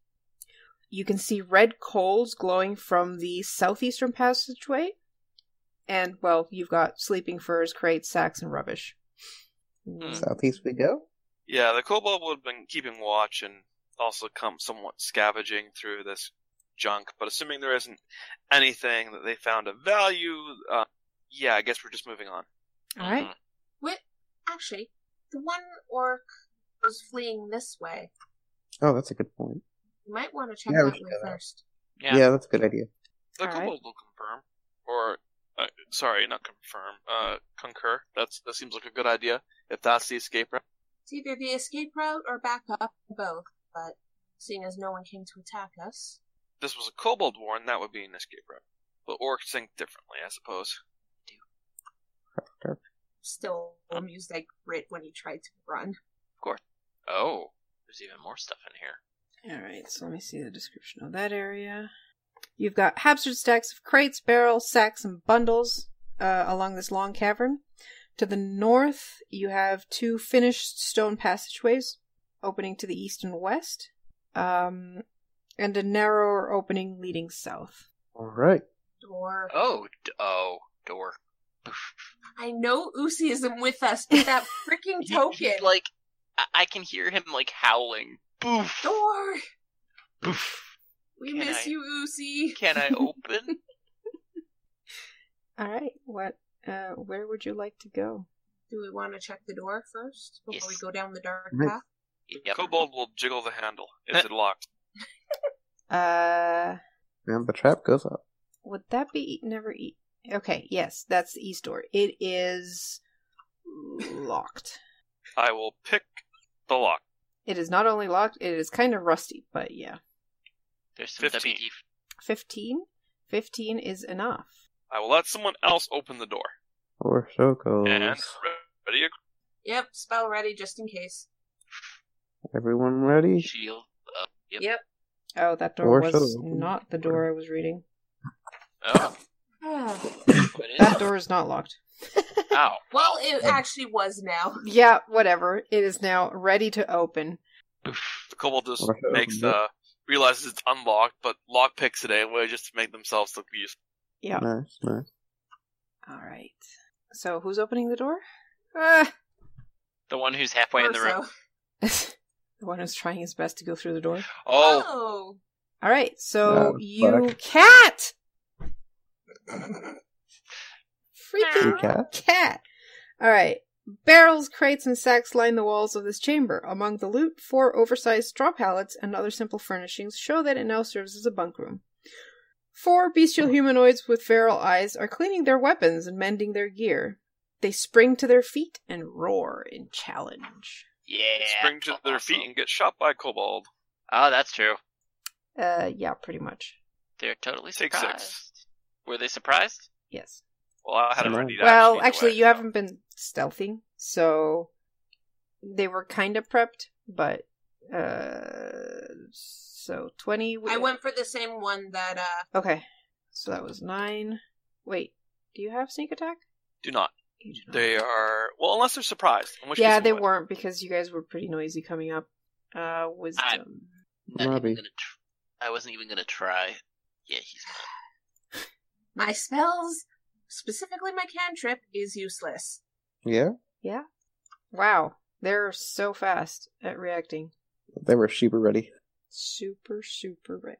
You can see red coals glowing from the southeastern passageway. And well, you've got sleeping furs, crates, sacks, and rubbish. Hmm.
Southeast we go.
Yeah, the kobold would have been keeping watch and also come somewhat scavenging through this junk, but assuming there isn't anything that they found of value, uh, yeah, I guess we're just moving on.
All right.
Mhm.
Actually, the one orc was fleeing this way.
Oh, that's a good point.
You might want to check
Yeah, we
that
should
way
go there.
first.
Yeah,
Mm-hmm. Yeah.
that's a good idea.
The
Alright.
kobold will confirm, or uh, sorry, not confirm, uh, concur. That's that seems like a good idea. If that's the escape route,
It's either the escape route or back up, both. But seeing as no one came to attack us,
if this was a kobold warren, that would be an escape route. But orcs think differently, I suppose.
still amused I grit when he tried to run.
Oh, there's even more stuff in here.
All right, so let me see the description of that area. You've got haphazard stacks of crates, barrels, sacks, and bundles uh, along this long cavern. To the north, you have two finished stone passageways opening to the east and west, um, and a narrower opening leading south.
All right.
Or
Oh, d- oh, door.
I know Usi isn't with us, but that freaking
He-
token
he's like, I-, I can hear him like howling. Boof,
door.
boof.
We
Can
miss
I-
you, Usi.
Can I open?
All right, what? Uh, where would you like to go?
Do we want to check the door first
Yes.
before we go down the dark
Right.
path?
yep.
Kobold will jiggle the handle. Is it locked?
Uh,
And the trap goes up.
would that be eat, never eat? Okay, yes, that's the east door. It is locked.
I will pick the lock.
It is not only locked, it is kind of rusty, but yeah.
There's some E
15.
WD.
15? 15 is enough.
I will let someone else open the door.
Or so goes.
And ready?
Yep, spell ready just in case.
Everyone ready?
Shield. Up. Yep.
Yep.
Oh, that door
Or
was
shall I open
not the
the door?
door I was reading.
Oh, what is
That door is not locked.
Ow.
well, it actually was now.
Yeah, whatever. It is now ready to open.
The kobold just
Or-
makes the realizes it's unlocked, but lock picks it anyway just to make themselves look useful.
Yeah.
Nice, nice.
All right. So, who's opening the door? Ah.
The one who's halfway in the room.
Orso.
the one who's trying his best to go through the door.
Oh,
Oh.
All right. So,
Oh,
you
fuck.
cat.
Two
Freaking
cats.
cat. All right. Barrels, crates, and sacks line the walls of this chamber. Among the loot, four oversized straw pallets and other simple furnishings show that it now serves as a bunk room. Four bestial humanoids with feral eyes are cleaning their weapons and mending their gear. They spring to their feet and roar in challenge.
yeah.
Spring to their
Awesome.
feet and get shot by a kobold.
Oh, that's true.
Uh, yeah, pretty much.
They're totally
Take six.
surprised. Were they surprised?
Yes.
Well, I had
Right.
already.
well, actually, you haven't been stealthing, so they were kind of prepped, but uh, so twenty.
Oh, I went for the same one that uh
Okay, so that was nine. Wait, do you have sneak attack?
Do not.
You do not.
They are well, unless they're surprised. In which
yeah,
case you
they
would.
weren't because you guys were pretty noisy coming up. Uh, wisdom.
Not even
Robbie.
gonna tr- I wasn't even gonna try. Yeah, he's
my spells, specifically my cantrip, is useless.
Yeah,
Wow, they're so fast at reacting.
they were super ready.
Super, super ready.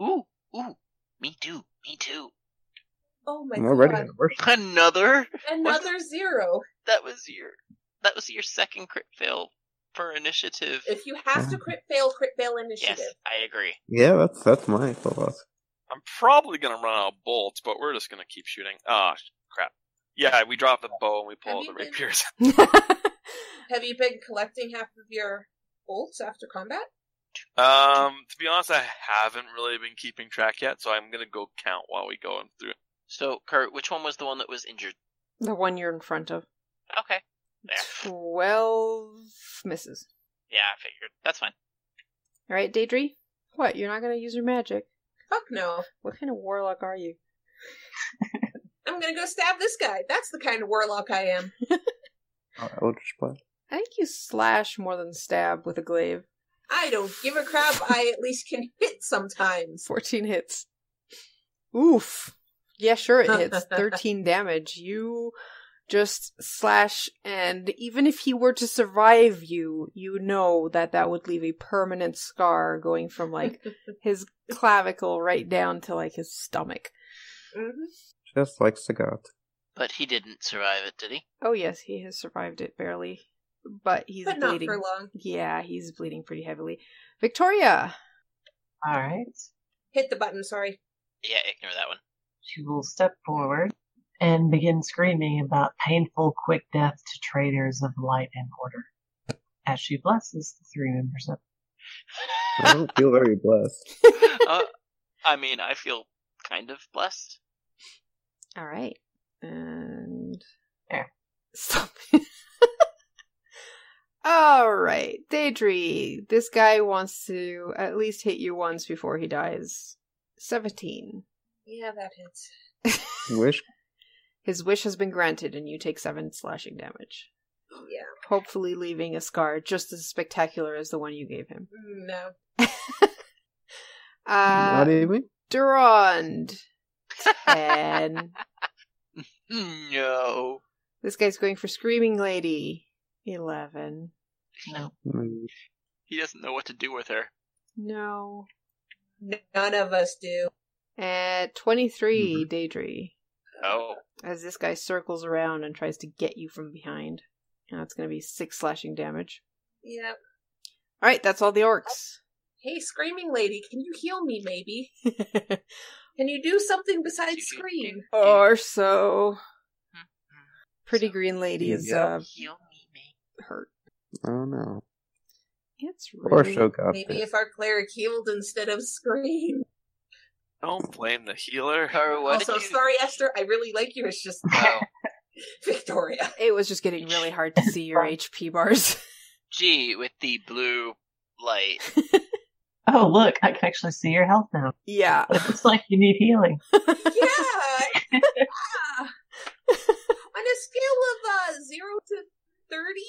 Ooh, ooh, me too, me too.
Oh my
And We're ready. We're
Another?
Another zero.
That was your, that was your second crit fail for initiative.
If you have to crit fail, crit fail initiative.
Yes, I agree.
Yeah, that's that's my thought.
I'm probably gonna run out of bolts, but we're just gonna keep shooting. Ah, crap. Yeah, we drop the bow and we pull
Have you
out the
been-
rapiers.
Have you been collecting half of your bolts after combat?
Um, to be honest, I haven't really been keeping track yet, so I'm gonna go count while we go through.
So, Kurt, which one was the one that was injured?
the one you're in front of.
Okay. There.
Twelve misses.
Yeah, I figured. That's fine.
All right, Daedry. What? You're not going to use your magic?
Fuck no.
What kind of warlock are you?
I'm gonna go stab this guy. That's the kind of warlock I am.
Eldritch Blast.
I think you slash more than stab with a glaive.
I don't give a crap. I at least can hit sometimes.
14 hits. Oof. Yeah, sure, it hits. 13 damage. You just slash, and even if he were to survive you, you know that that would leave a permanent scar going from like his clavicle right down to like his stomach. Mm-hmm.
Just like Sagat.
But he didn't survive it, did he?
Oh, yes, he has survived it barely, but he's
but not
bleeding.
for long.
yeah, he's bleeding pretty heavily. Victoria!
All right.
Hit the button, sorry.
Yeah, ignore that one.
She will step forward and begin screaming about painful, quick death to traitors of light and order as she blesses the three members of
I don't feel very blessed.
uh, I mean, I feel kind of blessed.
All right. And
There.
Stop. All right, Daedry. This guy wants to at least hit you once before he dies. Seventeen.
Yeah, that hits.
Wish
His wish has been granted, and you take seven slashing damage.
Yeah.
Hopefully, leaving a scar just as spectacular as the one you gave him.
Mm, No.
not
Uh,
even.
Durand. Ten.
No.
this guy's going for Screaming Lady. Eleven.
no.
Mm,
He doesn't know what to do with her.
No.
None of us do.
At 23, Daedry,
Oh.
as this guy circles around and tries to get you from behind. And that's going to be six slashing damage.
Yeah.
All right, that's all the orcs.
Hey, screaming lady, can you heal me maybe? Can you do something besides scream?
or so. Mm-hmm. Pretty Green Lady is
Yep.
uh,
Heal me, mate.
hurt.
I don't know.
It's
Or
really...
Shogat.
Maybe if our cleric healed instead of scream.
Don't blame the healer.
Or what
also,
did you...
sorry, Esther, I really like you. It's just
Oh,
Victoria.
It was just getting really hard to see your HP bars.
gee, with the blue light.
Oh, look, I can actually see your health now.
yeah.
It looks like you need healing.
yeah. Ah. On a scale of uh, zero to thirty,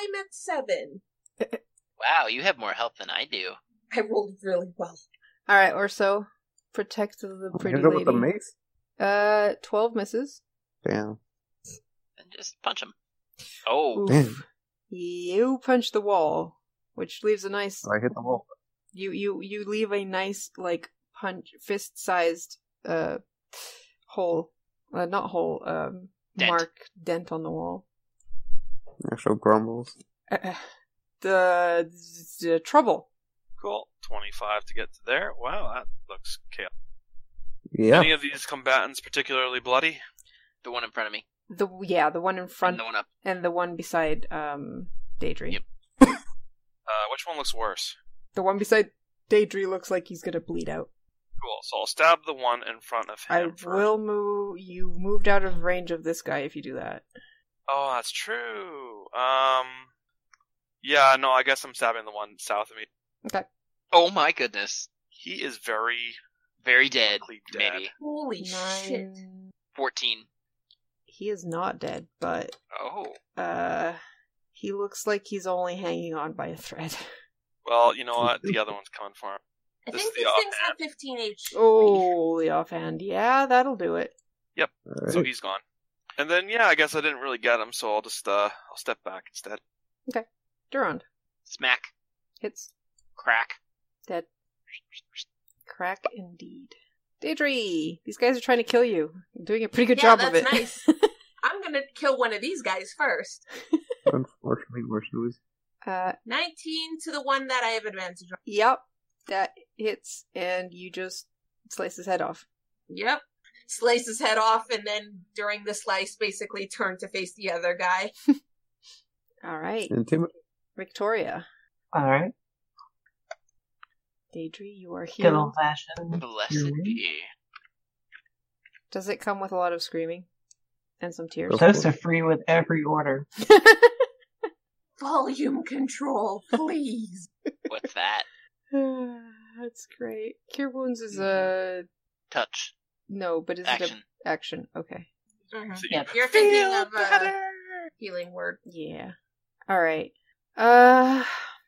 I'm at seven.
Wow, you have more health than I do.
I rolled really well.
All right, or so. Protect the pretty
Hit him Oh, with the
lady.
mace?
Uh, 12 misses.
Damn.
Then just punch him. Oh,
Oof. You punch the wall, which leaves a nice
So I hit the wall.
you you you leave a nice like punch fist sized uh hole uh, not hole um
Dent.
mark dent on the wall
Actual grumbles.
the, the trouble
Cool. 25 to get to there. Wow, that looks chaotic.
Yeah.
Any of these combatants particularly bloody?
the one in front of me.
the yeah the one in front
And the one up.
and the one beside um daedry
Yep.
Uh, which one looks worse?
the one beside daedry looks like he's gonna bleed out
Cool. So I'll stab the one in front of
i
him. first.
will move you moved out of range of this guy if you do that
Oh, that's true. Um, yeah, no, I guess I'm stabbing the one south of me.
Oh my goodness.
He is very
Very dead,
Quickly dead.
maybe.
Holy shit!
Nine.
14.
he is not dead but
Oh.
uh he looks like he's only hanging on by a thread
well. You know what? The other one's coming for him.
I
This
think
is the
these
off
things have fifteen H.
Oh, the offhand. Yeah, that'll do it.
Alright.
So he's gone. And then yeah, I guess I didn't really get him, so I'll just uh, I'll step back instead.
Durand
Smack.
hits
Crack.
dead. Crack indeed. Deidre, these guys are trying to kill you. You're doing a pretty good
yeah,
job
that's
of it.
nice. I'm gonna kill one of these guys first.
Unfortunately, worse news.
Uh,
Nineteen to the one that I have advantage on.
yep, that hits, and you just slice his head off.
Yep. Slice his head off, and then during the slice, basically turn to face the other guy.
All right,
Intimidate.
Victoria,
All right.
Deidre, you are
Good
healed.
old fashioned.
Blessed
Mhm.
be.
Does it come with a lot of screaming and some tears?
Of
Those are
course.
free with every order.
Volume control, please.
What's that?
That's great. Cure wounds is a
Touch.
no, but is
Action.
it a action? Okay.
Mhm.
So
Yeah.
You're thinking of a healing word.
Yeah. All right. Uh,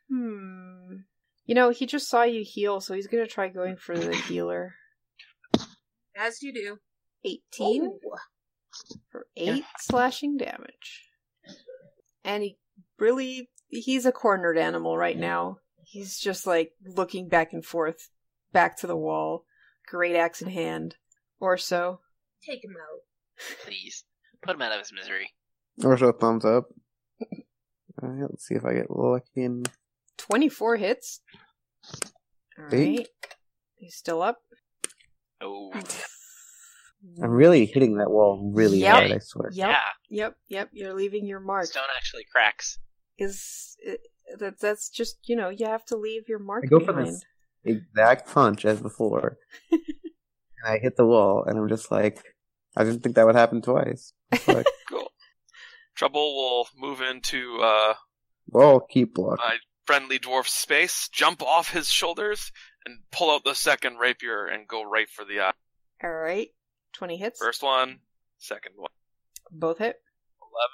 hmm. You know, he just saw you heal, so he's gonna try going for the healer.
As you do.
Eighteen
Ooh.
Oh, for eight slashing damage. And he really, he's a cornered animal right now. He's just like looking back and forth, back to the wall, great axe in hand, or so.
Take him out.
Please. Put him out of his misery.
Or so thumbs up. Alright, let's see if I get lucky and
24 hits. Alright.
Eight.
He's still up.
Oh.
I'm really hitting that wall really
Yep.
hard, I swear.
Yep.
Yeah.
Yep, yep, you're leaving your mark.
Stone actually cracks.
Is that that's just, you know, you have to leave your mark
I go for
behind.
this exact punch as before. and I hit the wall and I'm just like I didn't think that would happen twice. Like,
Cool.
Trouble will move into uh,
wall keep block.
friendly dwarf space, jump off his shoulders, and pull out the second rapier and go right for the eye.
Alright. 20 hits.
First one, second one,
Both hit.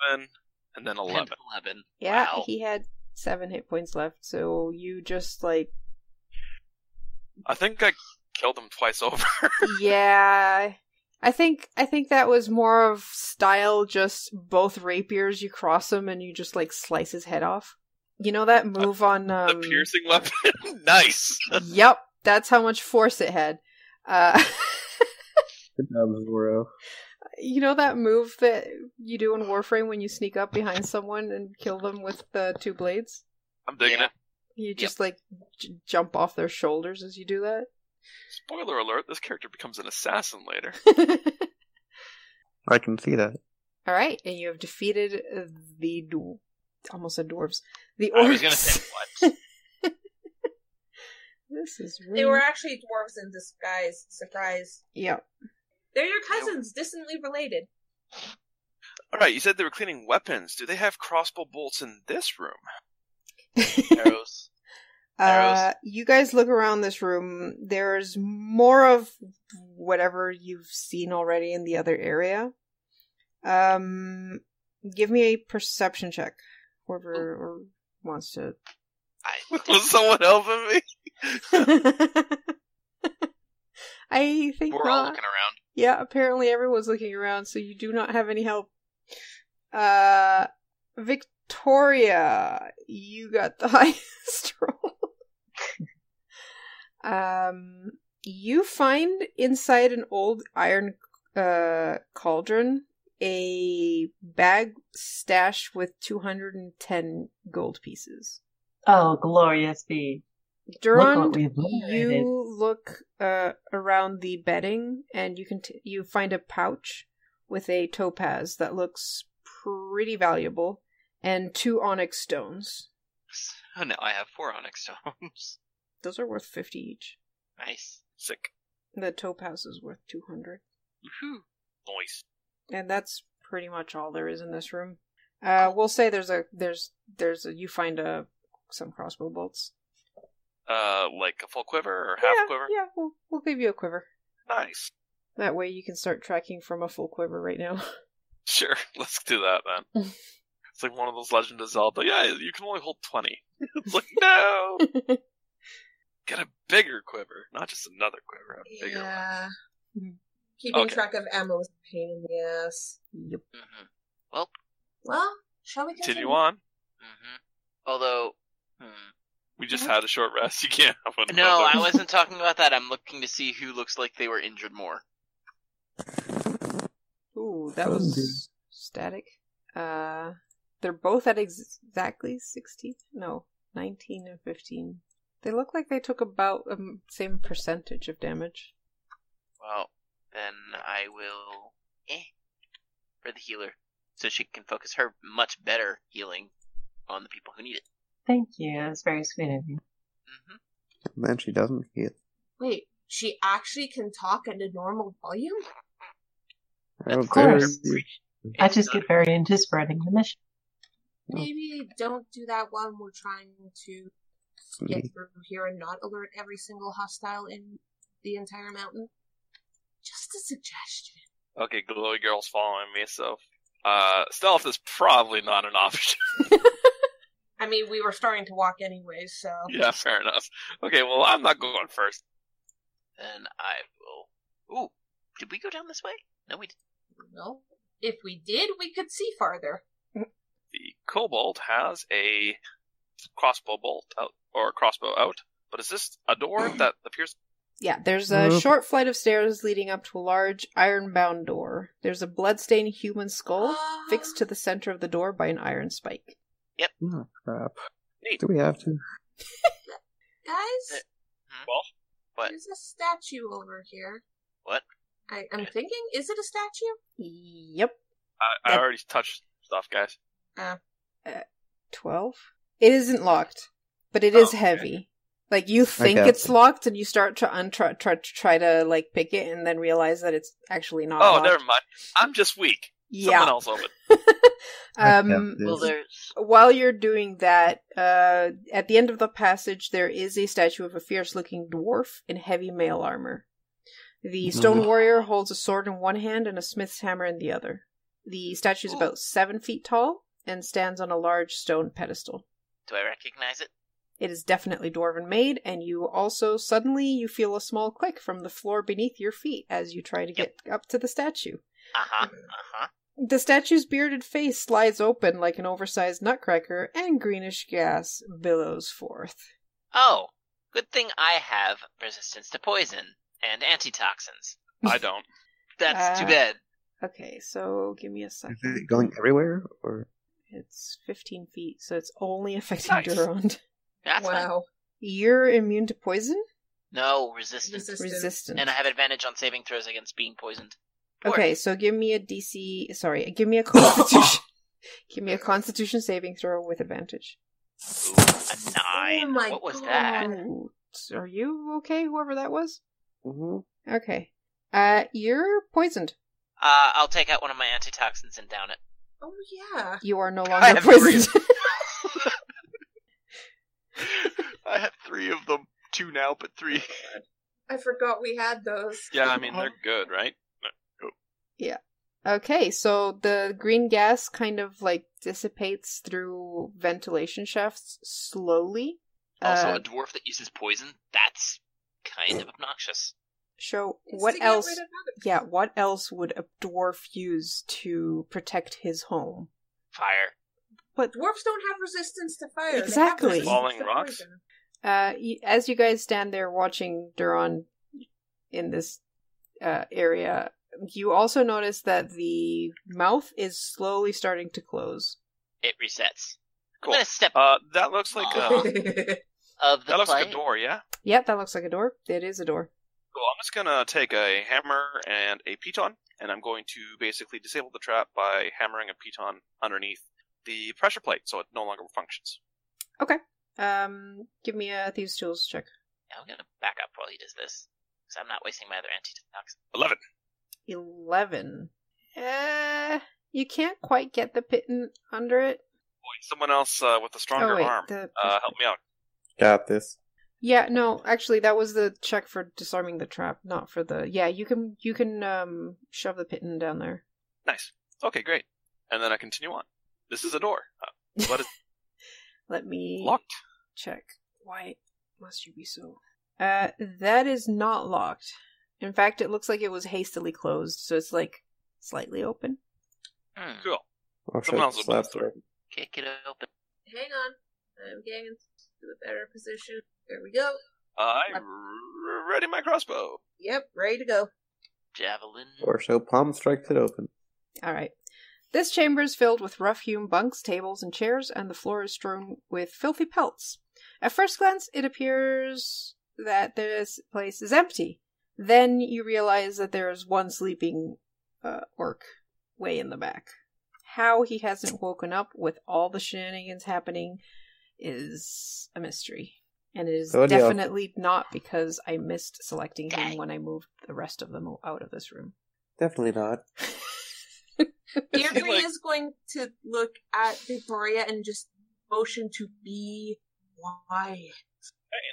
eleven, and then
Eleven.
eleven.
Eleven.
Yeah,
Wow.
he had seven hit points left, so you just like
I think I killed him twice over.
yeah. I think I think that was more of style just both rapiers you cross him and you just like slice his head off. You know that move on
the
um
piercing weapon, nice.
Yep, that's how much force it had. Uh
Good job, Zoro.
you know that move that you do in Warframe when you sneak up behind someone and kill them with the two blades?
I'm digging
Yeah.
it.
You just like j- jump off their shoulders as you do that.
Spoiler alert: this character becomes an assassin later.
I can see that.
All right, and you have defeated the dw- almost said dwarves. The orcs.
I was gonna say what?
this is really
They were actually dwarves in disguise. Surprise.
yeah.
They're your cousins, distantly related.
All right, you said they were cleaning weapons. Do they have crossbow bolts in this room?
Arrows.
Uh, you guys look around this room. There's more of whatever you've seen already in the other area. Um, give me a perception check. Whoever or
Oh.
wants to.
I
Was someone helping me?
I think
we're all
not.
looking around.
Yeah, apparently everyone's looking around, so you do not have any help. Uh, Victoria, you got the highest roll. um, you find inside an old iron uh, cauldron a bag stash with 210 gold pieces.
Oh, glorious be.
Durand,
what we've liberated.
you look uh, around the bedding, and you can t- you find a pouch with a topaz that looks pretty valuable, and two onyx stones.
Oh no, I have four onyx stones.
Those are worth fifty each.
nice.
Sick,
The topaz is worth two hundred,
Woohoo.
noise.
and that's pretty much all there is in this room. Uh, we'll say there's a there's there's a you find a some crossbow bolts.
Uh, like a full quiver or half
yeah,
quiver.
Yeah, we'll we'll give you a quiver.
Nice.
That way you can start tracking from a full quiver right now.
Sure, let's do that then. it's like one of those Legend of Zelda. Yeah, you can only hold twenty. it's like no, get a bigger quiver, not just another quiver, a bigger one.
Hmm.
Mhm.
Keeping
Okay.
track of ammo is a pain in the ass.
Yep.
Mm-hmm.
Well, shall we continue?
Continue on.
Mm-hmm. Although, hmm.
We just had a short rest. You can't have another.
No, I wasn't talking about that. I'm looking to see who looks like they were injured more.
Ooh, that
Fun,
was static. Uh, they're both at ex- exactly 16. No, 19 and 15. They look like they took about the um, same percentage of damage.
Well, then I will eh for the healer, so she can focus her much better healing on the people who need it.
Thank you. That's very sweet of you.
Mm-hmm.
And then she doesn't hit.
Wait, she actually can talk at a normal volume?
Oh,
Of
course.
there-
I just get very into spreading the mission.
Oh.
Maybe don't do that while we're trying to
me.
get through here and not alert every single hostile in the entire mountain? Just a suggestion.
Okay, Glowy Girl's following me, so uh, stealth is probably not an option.
I mean, we were starting to walk anyways, so
yeah, fair enough. Okay, well, I'm not going first.
Then I will. Ooh, did we go down this way? No, we. Didn't.
no. If we did, we could see farther.
The kobold has a crossbow bolt out or a crossbow out, but is this a door that appears?
Yeah, there's a
Oop.
short flight of stairs leading up to a large iron-bound door. There's a bloodstained human skull
Uh,
fixed to the center of the door by an iron spike.
Oh, crap.
Neat.
Do we have to?
Guys,
Well,
What?
there's a statue over here.
What?
I, I'm thinking, is it a statue?
Yep,
I, I
That-
already touched stuff, guys.
twelve. It isn't locked, but it is
Oh, okay.
heavy. Like you think
Okay.
it's locked, and you start to untry try, try to like pick it, and then realize that it's actually not.
Oh,
locked.
never mind. I'm just weak. Someone
Uh-huh. Yeah.
else opened.
I
um.
can't do
Well,
Well,
there's.
While you're doing that, uh, at the end of the passage, there is a statue of a fierce looking dwarf in heavy mail armor. The stone
Mhm.
warrior holds a sword in one hand and a smith's hammer in the other. The statue is about seven feet tall and stands on a large stone pedestal.
Do I recognize it?
It is definitely dwarven made, and you also suddenly you feel a small click from the floor beneath your feet as you try to get up to the statue.
Uh huh. Uh huh.
The statue's bearded face slides open like an oversized nutcracker, and greenish gas billows forth.
Oh, good thing I have resistance to poison and antitoxins.
I don't.
That's
Uh,
too bad.
Okay, so give me a second.
Is it going everywhere? Or
It's 15 feet, so it's only affecting
Nice.
Durand.
That's fine.
wow.
You're immune to poison?
No resistance,
Resistance.
Resistant.
and I have advantage on saving throws against being poisoned. Or-
okay, so give me a DC. Sorry, give me a constitution. give me a constitution saving throw with advantage.
Ooh, a nine.
Oh my
what was
God.
that?
Ooh, are you okay, whoever that was?
Mhm.
Okay. Uh, you're poisoned.
Uh, I'll take out one of my antitoxins and down it.
Oh, yeah.
You are no
I
longer
have three.
poisoned.
I have three of them.
Two now, but three.
I forgot we had those.
Yeah, I mean
Uh-huh.
they're good, right?
Okay, so the green gas kind of like dissipates through ventilation shafts slowly.
Also,
Uh,
a dwarf that uses poison. That's kind of obnoxious.
so
It's
what
to get
else?
rid of other-
yeah, what else would a dwarf use to protect his home?
Fire.
Dwarves don't have resistance to fire. They have
Exactly.
resistance
Falling
to
rocks?
poison.
Uh, y- as you guys stand there watching Duron in this uh, area, you also notice that the mouth is slowly starting to close.
It resets.
Cool.
I'm gonna step
Uh, that looks like
Aw.
a,
of the
that looks like a
plate.
door. Yeah.
Yep, that looks like a door. It is a door.
Cool. I'm just gonna take a hammer and a piton, and I'm going to basically disable the trap by hammering a piton underneath the pressure plate, so it no longer functions.
Um, give me a thieves' tools check.
Yeah, I'm gonna back up while he does this, because I'm not wasting my other antitoxin.
Eleven.
11. Uh, you can't quite get the pitten under it.
Boy, someone else uh, with a stronger
oh, wait.
arm,
The...
uh, help me out.
got this?
Yeah, no, actually that was the check for disarming the trap, not for the Yeah, you can you can um shove the pitten down there.
Nice. Okay, great. And then I continue on. This is a door. Uh, what is
Let me
locked?
check. Why must you be so Uh that is not locked. In fact, it looks like it was hastily closed, so it's like slightly open.
Hmm.
Cool.
Or should
Someone
I
else
slap
open the door.
it?
Kick it open.
Hang on. I'm getting to a better position. There we go.
I
Left.
r- ready my crossbow.
Yep, ready to go.
Javelin.
Or shall palm strikes it open?
All right. This chamber is filled with rough hewn bunks, tables, and chairs, and the floor is strewn with filthy pelts. At first glance, it appears that this place is empty. Then you realize that there is one sleeping uh, orc way in the back. How he hasn't woken up with all the shenanigans happening is a mystery. And it is
Oh, dear.
definitely not because I missed selecting him
Dang.
when I moved the rest of them out of this room.
Definitely not.
Deirdre
Like-
is going to look at Victoria and just motion to be why?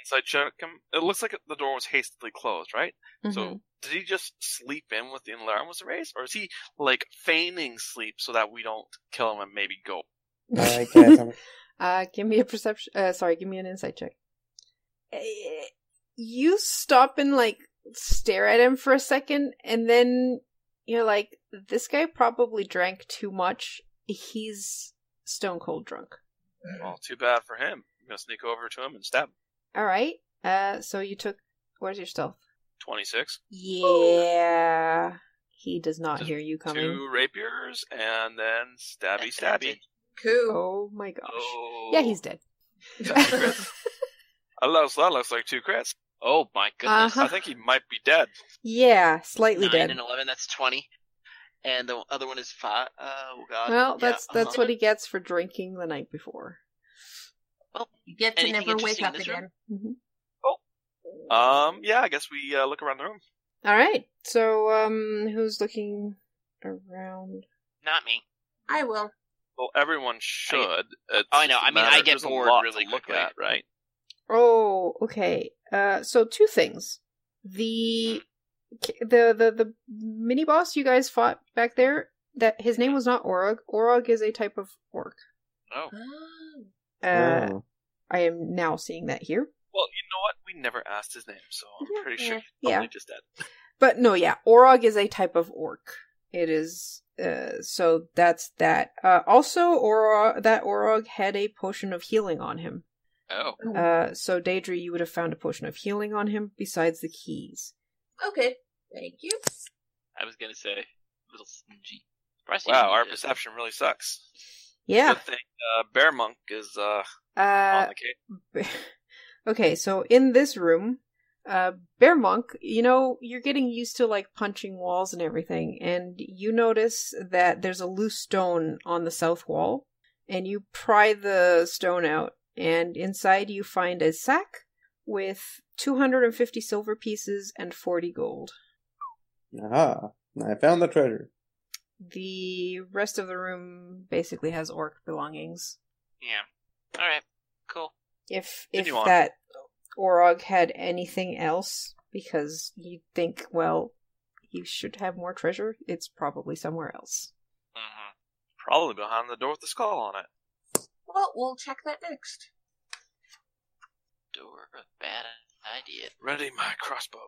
Inside check him. It looks like the door was hastily closed, right?
Mhm.
So did he just sleep in with the alarm was raised, or is he like feigning sleep so that we don't kill him and maybe go?
I guess I'm
Uh, give me a perception. Uh, sorry, give me an insight check. Uh, You stop and like stare at him for a second, and then you're like, "This guy probably drank too much. He's stone cold drunk."
Well, too bad for him. I'm gonna sneak over to him and stab him.
All right. Uh, so you took. Where's your stealth?
Twenty six,
Yeah, he does not
Just
hear you coming.
two rapiers, and then stabby stabby.
Oh
Cool.
my gosh.
Oh,
Yeah, he's dead.
That looks, that looks like two crits.
Oh my goodness.
Uh-huh.
I think he might be dead.
yeah, slightly
Nine
dead.
and eleven. That's twenty. And the other one is five. Oh god.
Well,
Yeah,
that's that's
uh-huh.
what he gets for drinking the night before.
Well,
You get to
Anything
never wake
interesting in
up
this room?
again.
Um, yeah, I guess we uh, look around the room.
All right. So, um, who's looking around?
not me.
I will.
Well, everyone should. It's
I know,
just a
I mean, I
matter-
get
there's a
bored
lot
really
to look
quickly.
at, right?
Oh, okay. Uh, so two things: the the the the mini boss you guys fought back there. That his name was not Orog. Orog is a type of orc.
Oh,
Uh,
oh.
I am now seeing that here.
Well, you know what? We never asked his name, so I'm
Yeah,
pretty
yeah,
sure he's
Mm-hmm. yeah.
probably just dead.
But no, yeah, Orog is a type of orc. It is uh, so that's that. Uh, also, Orog that Orog had a potion of healing on him.
oh,
Uh, so Daedra, you would have found a potion of healing on him besides the keys.
Okay. Thank you.
I was gonna say little stingy. Surprised you
Wow,
didn't
our
do this.
perception really sucks.
Yeah.
Good thing uh, Bear Monk is uh, on
Uh,
the case.
okay, so in this room, uh, Bear Monk, you know, you're getting used to like punching walls and everything, and you notice that there's a loose stone on the south wall, and you pry the stone out, and inside you find a sack with 250 silver pieces and 40 gold.
Aha. Ah. I found the treasure.
The rest of the room basically has orc belongings.
Yeah. All right. Cool.
if if
Continue on.
that Orog had anything else, because you think, well, you should have more treasure. It's probably somewhere else.
Mhm.
Mm-hmm. Probably behind the door with the skull on it.
Well, we'll check that next.
Door of bad idea.
Ready my crossbow.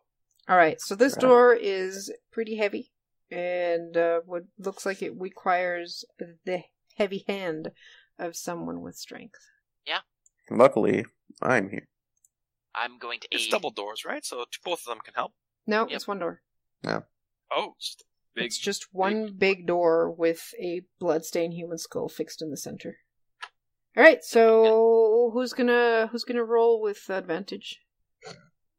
All right, so this
Right.
door is pretty heavy, and uh, what looks like it requires the heavy hand of someone with strength.
Luckily, I'm here.
I'm going to
It's
aid.
double doors, right? So t- both of them can help.
No,
Yep.
it's one door.
Oh, just a big.
it's just one big, door with a bloodstained human skull fixed in the center. All right, so who's gonna who's gonna roll with advantage?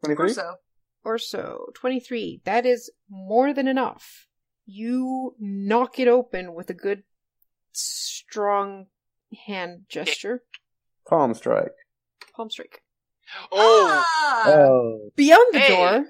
23?
Also,
or so. 23. That is more than enough. You knock it open with a good, strong hand gesture.
Palm strike.
Palm strike.
Oh,
Ah!
Oh.
Beyond the
Hey!
door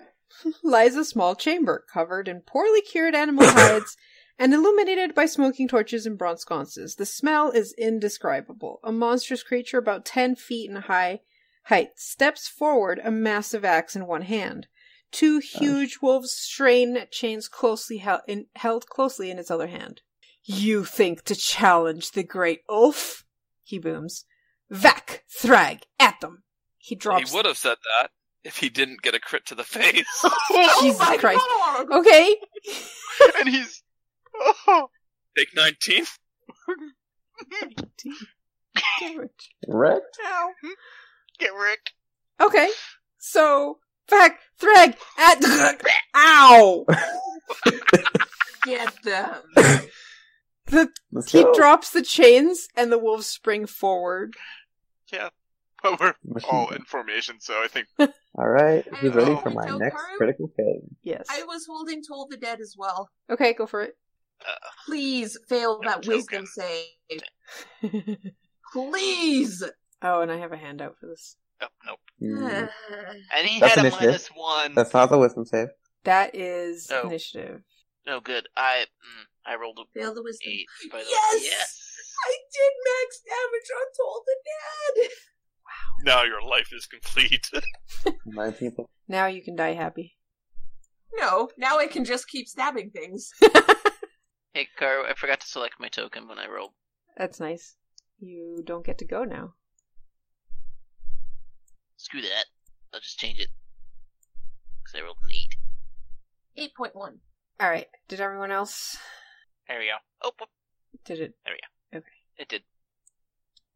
lies a small chamber covered in poorly cured animal hides and illuminated by smoking torches and bronze sconces. The smell is indescribable. A monstrous creature about 10 feet in high height steps forward, a massive axe in one hand. Two huge wolves strain at chains closely held in, held closely in its other hand. You think to challenge the great Ulf? He booms. Vac, thrag, at them. He drops.
He would have said that if he didn't get a crit to the face.
Jesus
my
Christ.
God!
Okay,
and he's. Oh.
Take 19.
damage.
Wrecked?
Get wrecked.
Okay. So back thrag at ow.
Get them.
The
Let's
he
go.
drops the chains and the wolves spring forward.
But we're
Machine
all
gun.
in formation, so I think
All right,
I
who's ready
know.
for my
So
next
Karu-
critical failure?
Yes.
I was holding Toll the Dead as well.
Okay, go for it.
Please fail
No
that
joking.
wisdom save. Please.
oh, and I have a handout for this.
Oh, nope.
Mm,
And he
That's
had a
initiative.
minus one.
That's not the wisdom save.
That is
Oh.
initiative.
No good. I mm, I rolled a
fail the wisdom.
eight. By the
Yes!
Way. Yes.
I did max damage on Toll the Dead.
Now your life is complete.
My people.
Now you can die happy.
No, now I can just keep stabbing things.
Hey, Caro, I forgot to select my token when I rolled.
That's nice. You don't get to go now.
Screw that. I'll just change it. Because I rolled an 8.
8.1.
All right. Did everyone else?
There we go. Oh, whoop,
Did it?
it did.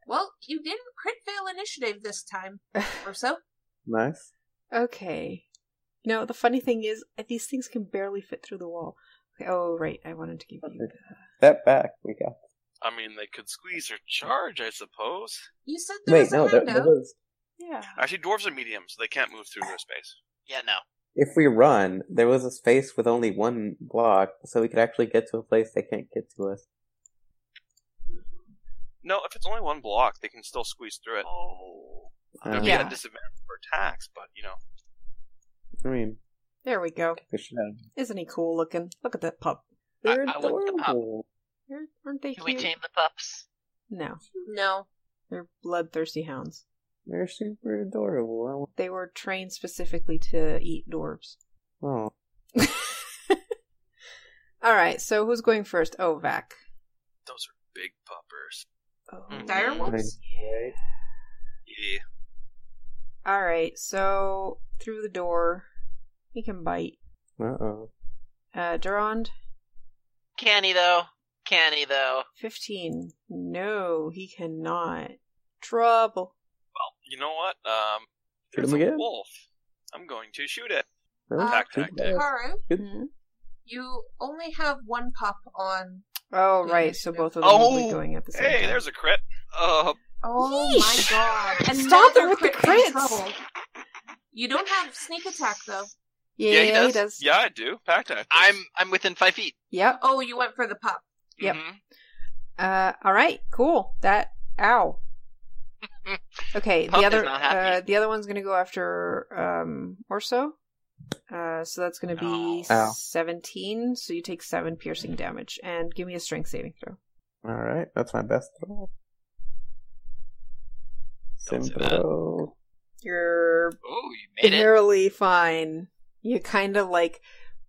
Well, you didn't crit fail initiative this time, or so.
Nice.
Okay. No, the funny thing is, uh, these things can barely fit through the wall. Oh, right. I wanted to give you.
That back we got.
I mean, they could squeeze or charge, I suppose.
You said there
Wait,
was a
no, there,
window.
there was.
Yeah.
Actually, dwarves are medium, so they can't move through their space.
Yeah, no.
If we run, there was a space with only one block, so we could actually get to a place they can't get to us.
No, if it's only one block, they can still squeeze through it. Oh.
Um,
Yeah.
yeah. disadvantage for attacks, but you know.
I mean,
There we go.
we should have.
Isn't he cool looking? Look at that pup.
I-
They're
I want them up.
adorable.
They're- Aren't they
Can we
cute?
tame the pups?
no,
No.
they're bloodthirsty hounds.
They're super adorable. I want-
They were trained specifically to eat dwarves.
Oh,
All right. So who's going first? Oh, Vac.
Those are big puppers.
Oh.
Mm-hmm.
Mm.
Dire wolves?
right.
Yeah.
All right. So through the door, he can bite.
Uh oh.
Uh, Durand,
Can he, though? Can he, though?
fifteen. No, he cannot. Trouble.
Well, you know what? Um,
Shoot
there's
him
a
again?
wolf. I'm going to shoot it.
No,
Uh,
Tack,
too
tack,
bad.
Karu,
Hmm?
you only have one pup on.
Oh,
Yeah,
right. So
yeah.
both of them will be
Oh,
going at the same time.
Hey, there's a crit. Uh,
Oh
Yeesh.
my god. And
Stop
neither
it with the
crit
crits.
made trouble. You don't have sneak attack, though.
yeah,
Yeah, he
yeah, he
does.
does.
yeah, I do. Pack tactics.
I'm I'm within five feet.
Yep.
Oh, you went for the pup.
Yep.
Mhm.
Uh, all right. Cool. That. Ow. Okay. the
Pup is
other.
not
Uh,
happy.
the other one's gonna go after um Orso. Uh, so that's gonna be
No. Ow.
seventeen. So you take seven piercing damage and give me a strength saving throw.
All right, that's my best throw.
Don't say
Sim
that.
throw.
You're
Oh, you made it.
barely fine. You kind of like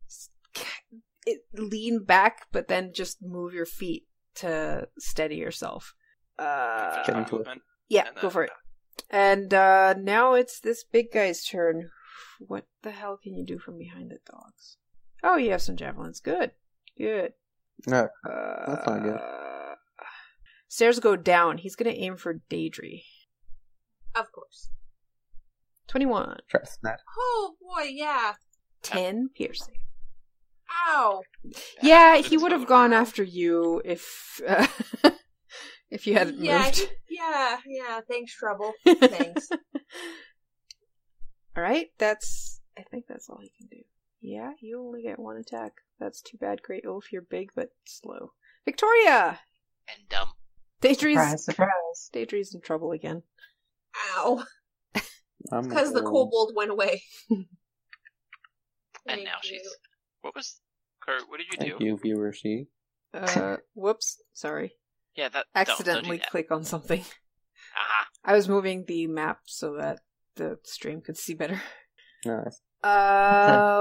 s- k- it, lean back, but then just move your feet to steady yourself. Uh,
Finish my
into it.
movement.
yeah,
and
go
then-
for it. And uh, now it's this big guy's turn. What the hell can you do from behind the dogs? Oh, you have some javelins. Good, good.
No,
Uh,
that's not good.
Stairs go down. He's gonna aim for Daedry.
Of course.
Twenty-one.
Trust that.
Oh boy, yeah.
Ten piercing.
Ow.
Yeah,
That's
he would have
totally
gone
wrong.
after you if uh, if you hadn't
yeah,
moved.
he- yeah, yeah. Thanks, trouble. Thanks.
All right, that's I think that's all he can do. Yeah, you only get one attack. That's too bad, Great Oaf. You're big but slow. Victoria,
And dumb.
Daedry's
Surprise, surprise.
Daedry's in trouble again.
Ow.
I'm
Because the
going-
kobold went away.
And
Thank
now
you.
she's. What was. Kurt, what did you do?
Thank you, viewer. She.
Uh, whoops, sorry,
Yeah, that. don't-
accidentally
Don't, do that.
click on something.
Ah,
I was moving the map so that the stream could see better.
Nice.
Uh,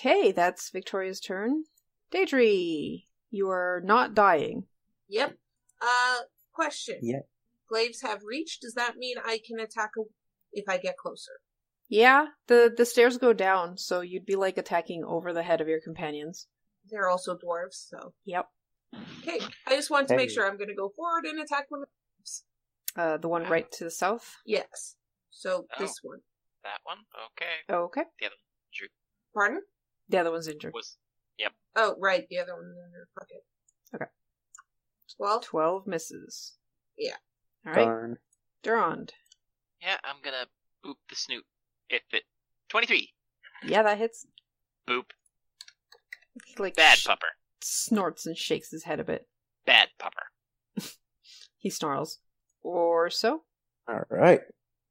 okay, that's Victoria's turn. Daedry, you are not dying.
Yep. Uh, question.
Yeah.
Glaives have reach. Does that mean I can attack a- if I get closer?
Yeah, the the stairs go down, so you'd be like attacking over the head of your companions.
They're also dwarves, so.
Yep.
Okay. I just wanted to make
Hey.
sure I'm going to go forward and attack one. of-
Uh, the one right to the south.
Yes. So
Oh.
this one.
that one? Okay.
Okay.
Pardon?
The other one's injured.
Was
Oh, right. The other one in her pocket.
Okay.
Twelve.
Twelve misses.
Yeah.
All right,
Darn.
Durand.
Yeah, I'm gonna boop the snoot. If it. 23.
Yeah, that hits.
Boop.
He, like
Bad
sh-
pupper.
snorts and shakes his head a bit.
Bad pupper.
He snarls, or so.
All right.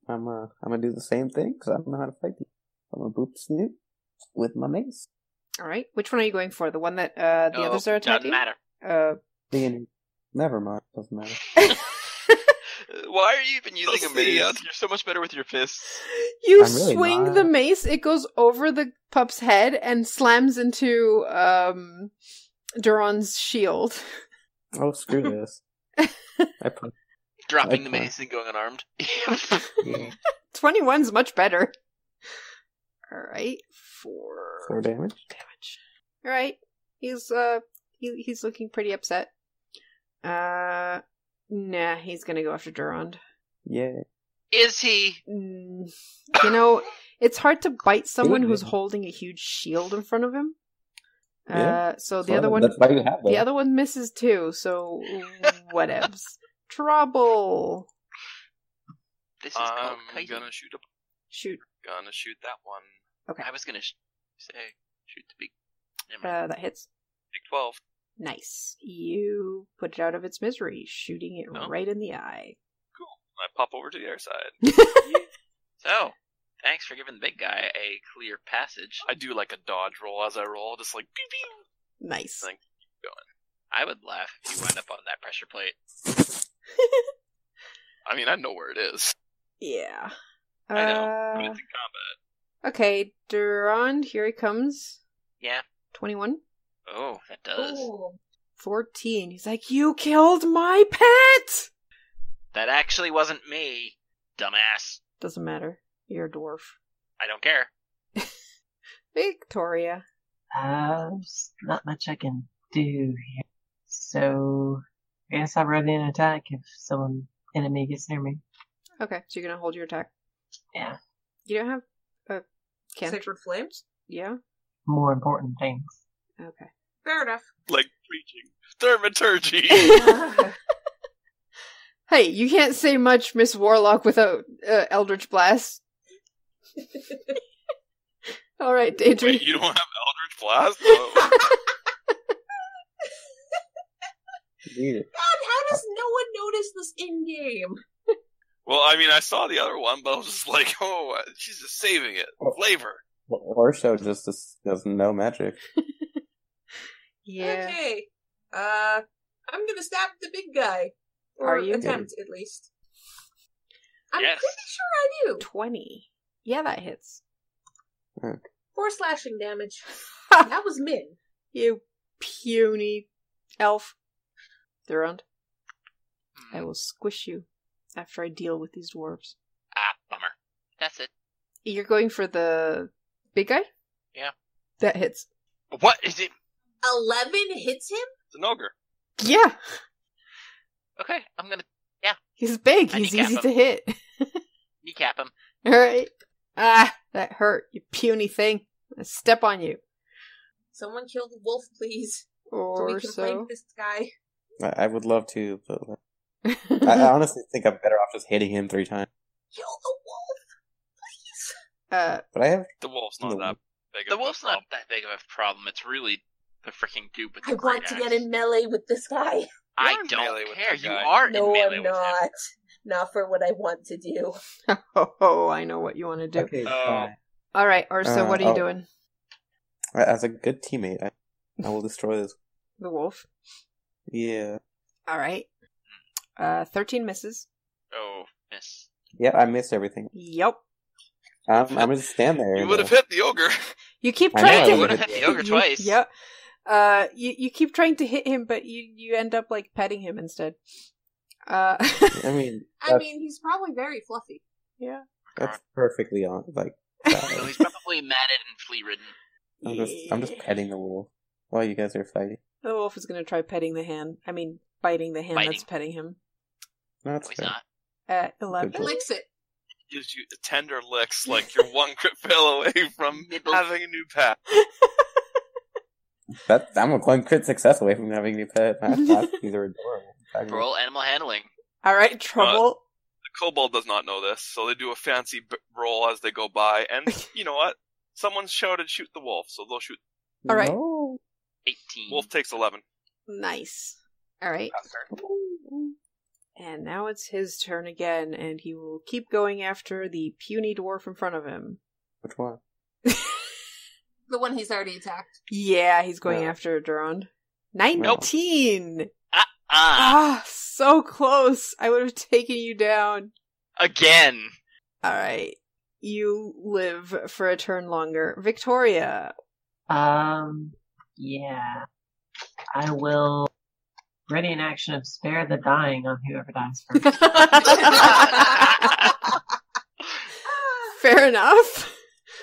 I'm uh, I'm gonna do the same thing because I don't know how to fight these. I'm gonna boop snoot with my mace.
All right, which one are you going for? The one that uh, the
No,
others are attacking.
Doesn't matter.
Uh,
Being- Never mind. Doesn't matter.
Uh, Why are you even using
Those
a mace?
idiots.
You're so much better with your fists.
You
I'm really
swing
not.
the mace, it goes over the pup's head and slams into um Duron's shield.
Oh, screw this. I put,
Dropping the
Okay.
mace and going unarmed.
21's much better. Alright. Four
four damage.
damage. Alright. He's uh he, he's looking pretty upset. Uh nah, he's gonna go after Durand.
Yeah.
Is he?
Mm, you know, it's hard to bite someone who's
Maybe.
holding a huge shield in front of him.
Yeah.
Uh, so the
Well,
other one,
That's why you have them.
the other one misses too. So whatevs. Trouble.
This is called
I'm
kiting.
gonna shoot a
Shoot.
gonna shoot that one.
I was gonna sh- say shoot the big. Never mind.
Uh, that hits.
Big twelve.
Nice. You put it out of its misery, shooting it
No.
right in the eye.
I pop over to the other side.
so, thanks for giving the big guy a clear passage.
I do like a dodge roll as I roll, just like beep, beep.
Nice.
Thank-
I would laugh if you wound up on that pressure plate.
I mean, I know where it is.
Yeah.
I know, but
Uh,
it's in combat.
okay, Durand, here he comes.
Yeah.
Twenty-one.
Oh, that does.
Ooh.
14. He's like, You killed my pet!
That actually wasn't me, dumbass.
Doesn't matter. You're a dwarf.
I don't care.
Victoria.
Uh, there's not much I can do here. So, I guess I will run in and attack if someone enemy gets near me.
Okay, so you're gonna hold your attack.
Yeah.
You don't have a cantrip.
Sacred flames.
Yeah?
More important things.
Okay.
Fair enough.
Like preaching thermaturgy.
hey, you can't say much, Miss Warlock, without uh, Eldritch Blast. Alright, Daedry.
Wait, you don't have Eldritch Blast? Oh,
Need it.
God, how does no one notice this in game?
well, I mean, I saw the other one, but I was just like, oh, she's just saving it. Flavor.
Orsho just just does no magic.
Yeah.
Okay. Uh, I'm gonna stab the big guy. Or
Are you?
attempt at least? I'm
Yes.
pretty sure I do.
20. Yeah, that hits.
Four slashing damage.
Ha!
that was min.
you puny elf. Durand. I will squish you after I deal with these dwarves.
Ah, bummer. That's it.
You're going for the big guy?
Yeah.
That hits.
What is it?
Eleven hits him.
It's an ogre.
Yeah.
Okay, I'm gonna
He's big.
I
He's
kneecap
easy
him.
to hit.
kneecap him.
All right. Ah, that hurt. You puny thing. I step on you.
Someone kill the wolf, please, so we
Or
can find
so.
this guy.
I, I would love to, but like, I, I honestly think I'm better off just hitting him three times.
Kill the wolf.
uh,
But I have
The wolf's not
No.
that big.
The
of a
wolf's
problem.
not that big of a problem. It's really the freaking dude with the
I want
great
to
axe.
get in melee with this guy.
I
You're in melee
don't
with
care.
that
You
guy.
are in
No,
melee
I'm
with him.
not. Not for what I want to do.
oh, oh, I know what you want to do.
okay.
Oh.
All right, Or so
Uh,
what are you
oh.
doing?
I- As a good teammate, I, I will destroy this.
The wolf.
Yeah,
All right. Uh, 13 misses.
Oh, miss.
yeah. I missed everything.
Yep.
I'm, I'm gonna stand there.
You
and,
would
uh,
have hit the ogre.
You keep
I
trying
know,
to
I
hit
would've
hit the
you-
ogre twice.
Yep. Uh, you you keep trying to hit him, but you you end up like petting him instead. Uh,
I mean,
I
that's,
mean, he's probably very fluffy.
yeah.
that's perfectly on. Like,
So he's probably matted and flea ridden.
I'm just, I'm just petting the wolf while you guys are fighting.
The wolf is gonna try petting the hand. I mean, biting the hand that's
Biting.
petting him.
No,
No,
it's
he's
fair.
not.
At eleven.
Good
Licks it.
Gives you tender licks, like you're one crit fail away from
Nibble.
having a new pet.
That I'm a one crit success away from having a new pet. My- my- These are adorable. I mean,
Roll animal handling.
All right, trouble.
The kobold does not know this, so they do a fancy b- roll as they go by. And you know what? Someone shouted, "Shoot the wolf!" So they'll shoot.
All right.
no.
18.
Wolf takes eleven.
Nice. All right. And now it's his turn again, and he will keep going after the puny dwarf in front of him.
Which one?
The one he's already attacked.
Yeah, he's going
No.
after Durand.
Nope.
Nineteen.
Ah,
Ah, so close. I would have taken you down.
again.
All right. You live for a turn longer. Victoria.
Um, yeah. I will ready an action of spare the dying on whoever dies first.
Fair enough.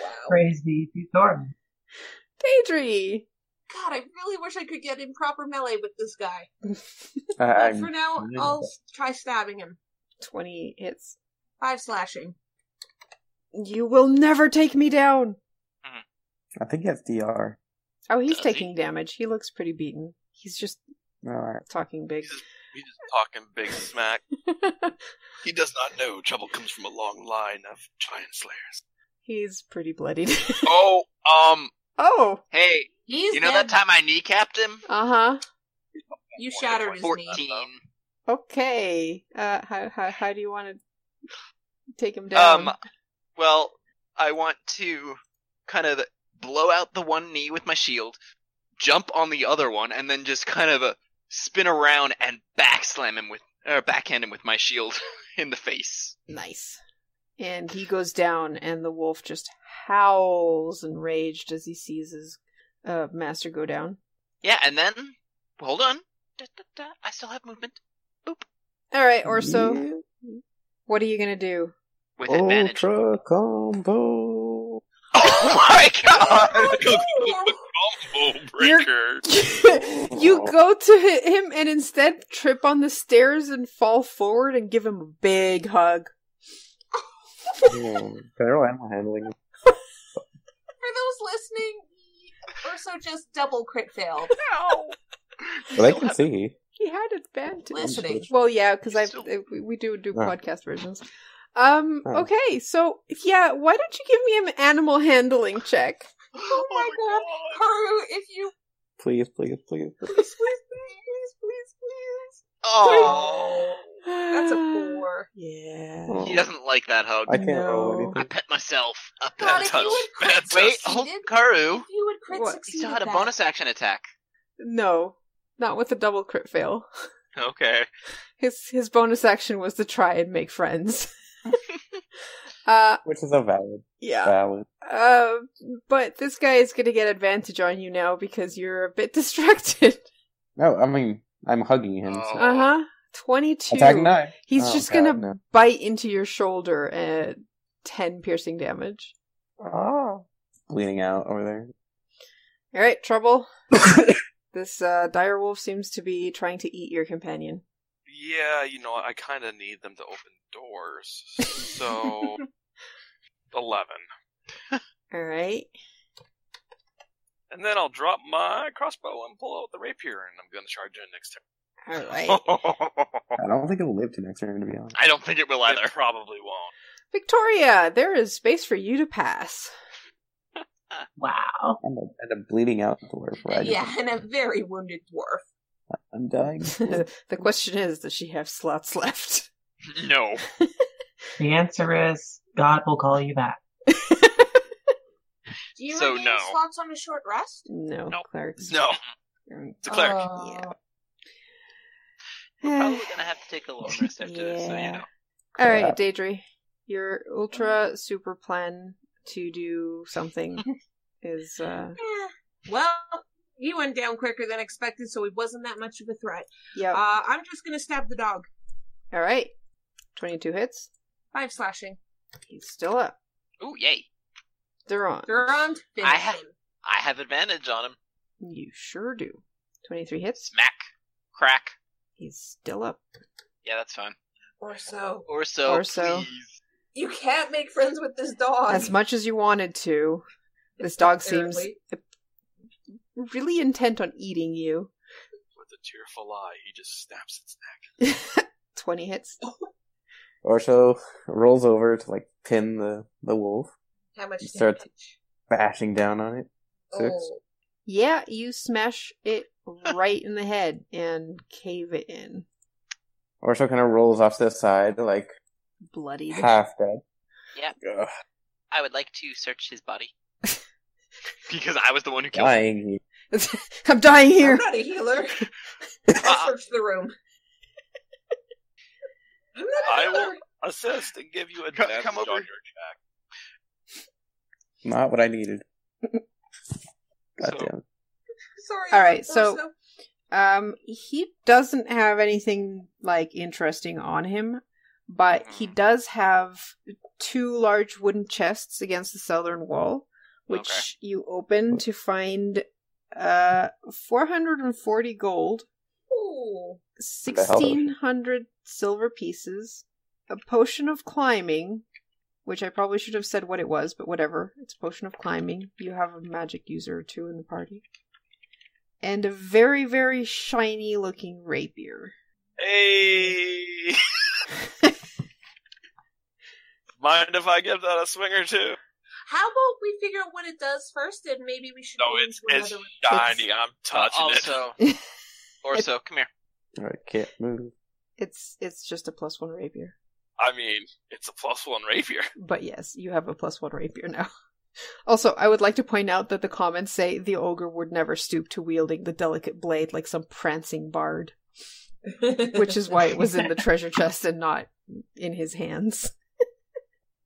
Wow.
Praise be to Thorn.
Daedry.
God, I really wish I could get in proper melee with this guy.
I,
But
I'm-
for now,
I'm-
I'll s- try stabbing him.
20 hits.
Five slashing.
You will never take me down.
I think that's DR.
Oh, he's
Does he?
taking damage. He looks pretty beaten. He's just
Alright.
talking big.
He's just, he's just talking big smack. He does not know trouble comes from a long line of giant slayers.
he's pretty bloodied.
Oh, um,
oh.
hey,
He's
you know that
dead.
time I kneecapped him?
Uh huh.
you shattered his knee.
Fourteen.
Okay. Uh, how, how, how do you want to take him down?
Um, well, I want to kind of blow out the one knee with my shield, jump on the other one, and then just kind of uh, spin around and backslam him with, or backhand him with my shield in the face.
Nice. And he goes down, and the wolf just howls enraged as he sees his uh, master go down.
Yeah, and then hold on. Da, da, da, I still have movement
All right, Orso,
Yeah.
what are you gonna do?
with
Oh,
advantage.
Ultra combo.
oh my god!
Combo breaker.
you go to hit him and instead trip on the stairs and fall forward and give him a big hug.
Yeah. Feral animal handling.
For those listening, Urso just double crit failed.
Well, they can see.
He had advantage.
Listening.
Well, yeah, because I
Still-
we- we do do
Oh.
podcast versions. Um.
Oh.
Okay, so yeah, why don't you give me an animal handling check?
Oh my god. Haru, if you
Please, please, please.
please, please, please, please, please.
Oh,
That's a four.
Yeah.
Oh,
he doesn't like that hug.
I can't roll
No.
anything.
I pet myself. I pet
God, if
myself.
you would crit
Wait, hold,
succeeded,
Karu.
if you would crit
What?
He
succeeded
still had a
that-
bonus action attack.
No, not with a double crit fail.
Okay.
His his bonus action was to try and make friends. uh,
Which is a valid,
yeah.
valid.
Uh, but this guy is going to get advantage on you now because you're a bit distracted.
No, I mean, I'm hugging him.
Oh.
So.
Uh huh. Twenty-two.
Attack nine.
He's
Oh,
just
God,
gonna
no.
bite into your shoulder at ten piercing damage.
Oh. Bleeding out over there.
All right, trouble. this uh, dire wolf seems to be trying to eat your companion.
Yeah, you know, what, I kind of need them to open doors. So, 11.
All right.
And then I'll drop my crossbow and pull out the rapier, and I'm going to charge in next
All right.
turn.
I don't think it'll live to next turn, to be honest.
I don't think it will
I
either.
probably won't.
Victoria, there is space for you to pass.
Wow.
I'm a, and a bleeding out dwarf, right?
Yeah, and a very wounded dwarf.
I'm dying.
the question is, does she have slots left?
No.
The answer is God will call you back.
Do you
So,
regain
no.
slots on a short rest?
No,
Nope.
clerics.
No.
Mm,
It's a cleric.
Oh.
We're probably gonna have to take a long rest after this, so you
Yeah.
know.
All right, Daedry, your ultra super plan to do something is uh
Eh, Well, he went down quicker than expected, so he wasn't that much of a threat.
yep.
Uh, I'm just gonna stab the dog.
All right, twenty-two hits.
Five slashing.
He's still up.
Ooh, yay!
Duran,
Durand, finish
I ha-
him.
I have advantage on him.
you sure do. Twenty-three hits.
Smack, crack.
He's still up.
Yeah, that's fine.
Or so.
Or so,
Or so.
please.
You can't make friends with this dog.
As much as you wanted to, this dog seems
Apparently.
really intent on eating you.
Uh.
With a tearful eye, he just snaps its neck.
Twenty hits.
Orso rolls over to like pin the, the wolf,
How much
You start-
damage?
bashing down on it. Six.
Oh.
Yeah, you smash it right in the head and cave it in.
Orso kind of rolls off to the side, like
Bloodied.
half dead.
Yeah.
Ugh,
I would like to search his body because I was the one who killed. him.
dying.
I'm dying
I'm
here.
not a healer.
Uh-uh.
I searched the room. I'm not a
I
healer.
will assist and give you
come
advantage
over
on your
here.
check.
Not what I needed. God
So-
damn.
Sorry.
All right,
Orso.
so- Um, he doesn't have anything like interesting on him, but he does have two large wooden chests against the southern wall, which you open to find uh 440 gold,
Ooh.
the hell?
1600 silver pieces, a potion of climbing, which I probably should have said what it was, but whatever. It's a potion of climbing. You have a magic user or two in the party. And a very, very shiny looking rapier.
Hey! Mind if I give that a swing or two?
How about we figure out what it does first, and maybe we should.
No,
go
it's
into
it's
another room.
shiny. I'm touching it.
also, Orso, come here.
Alright, can't move.
It's it's just a plus one rapier.
I mean, it's a plus one rapier.
But yes, you have a plus one rapier now. Also, I would like to point out that the comments say the ogre would never stoop to wielding the delicate blade like some prancing bard. which is why it was in the treasure chest and not in his hands.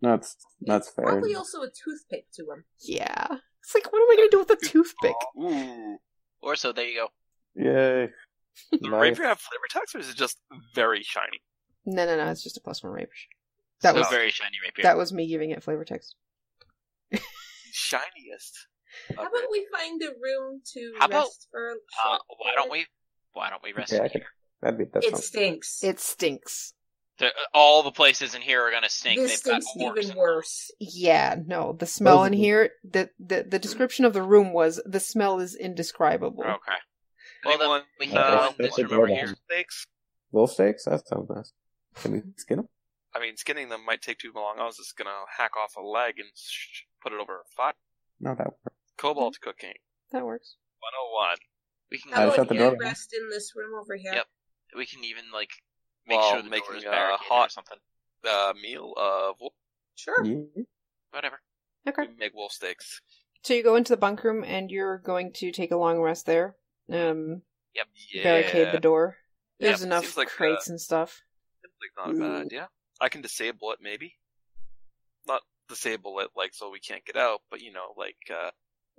That's that's fair.
probably also a toothpick to him.
Yeah. It's like, what am I going to do with a toothpick?
Ooh. Orso, there you go.
Yay.
The
Nice.
rapier have flavor text, or is it just very shiny?
No, no, no. It's just a plus one rapier. That
so
was
very shiny rapier.
that was me giving it flavor text.
Shiniest.
How
of
about we find a room to
How about,
rest for? a
Uh,
short
why don't we? Why don't we rest
Yeah, I
in
could-
here?
That'd be that
It
sounds
stinks.
It stinks.
The- all the places in here are gonna stink.
this
They've got
stinks
orcs
even
and-
worse.
Yeah, no. The smell in
Those-
here, the, the
Mm-hmm.
the description of the room was the smell is indescribable.
Oh.
Okay. Well, then
Anyone?
we can
Uh,
go
that's-
in
that's
this
a
room over
good
here.
idea.
Snakes.
wolf steaks? That sounds nice. Can we skin them?
I mean, skinning them might take too long. I was just gonna hack off a leg and sh- put it over a fire.
No, that works.
Cobalt
Mm-hmm.
cooking.
That works.
101.
We
Hmm.
can
I
How
go.
shut
about
the
you
door.
rest in this room over here?
Yep. We can even like make
While
sure the door
making
is
a
barricaded or
hot-
something.
The meal of wolf.
Sure.
Yeah.
Whatever.
Okay.
We make wolf steaks.
So you go into the bunk room and you're going to take a long rest there. Um,
Yep. Yeah.
barricade the door.
Yep,
There's enough
seems like, uh,
crates and stuff.
Like, not a bad
Ooh.
idea. I can disable it, maybe. Not disable it, like, so we can't get out, but, you know, like, uh,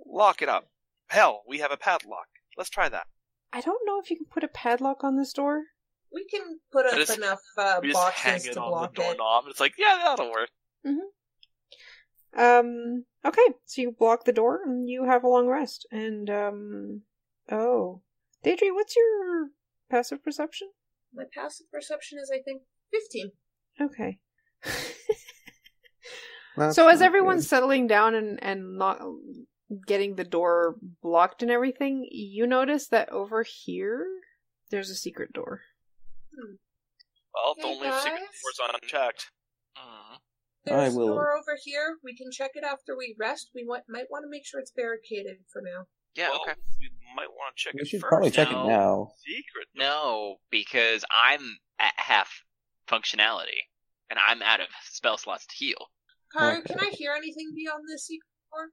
lock it up. Hell, we have a padlock. Let's try that.
I don't know if you can put a padlock on this door.
We can put up
I just-
enough uh,
we just hang
boxes
it
to
on the
block it.
doorknob. It's like, yeah, that'll work.
Um. Okay, so you block the door and you have a long rest. And um. Oh, Daedry, what's your passive perception?
My passive perception is, I think, fifteen.
Okay.
That's
so as
not
everyone's
good.
settling down and and not getting the door blocked and everything, you notice that over here there's a secret door.
Well,
Hey,
only if secret
guys.
door's unchecked. Mm-hmm.
Mhm.
I
There's a
will-
door over here. We can check it after we rest. We want, might want to make sure it's barricaded for now.
Yeah.
Well,
okay.
We might want to check
we
it
should
first.
probably check
No.
it now.
Secret.
No, because I'm at half functionality, and I'm out of spell slots to heal.
Karu,
Okay.
can I hear anything beyond this secret door?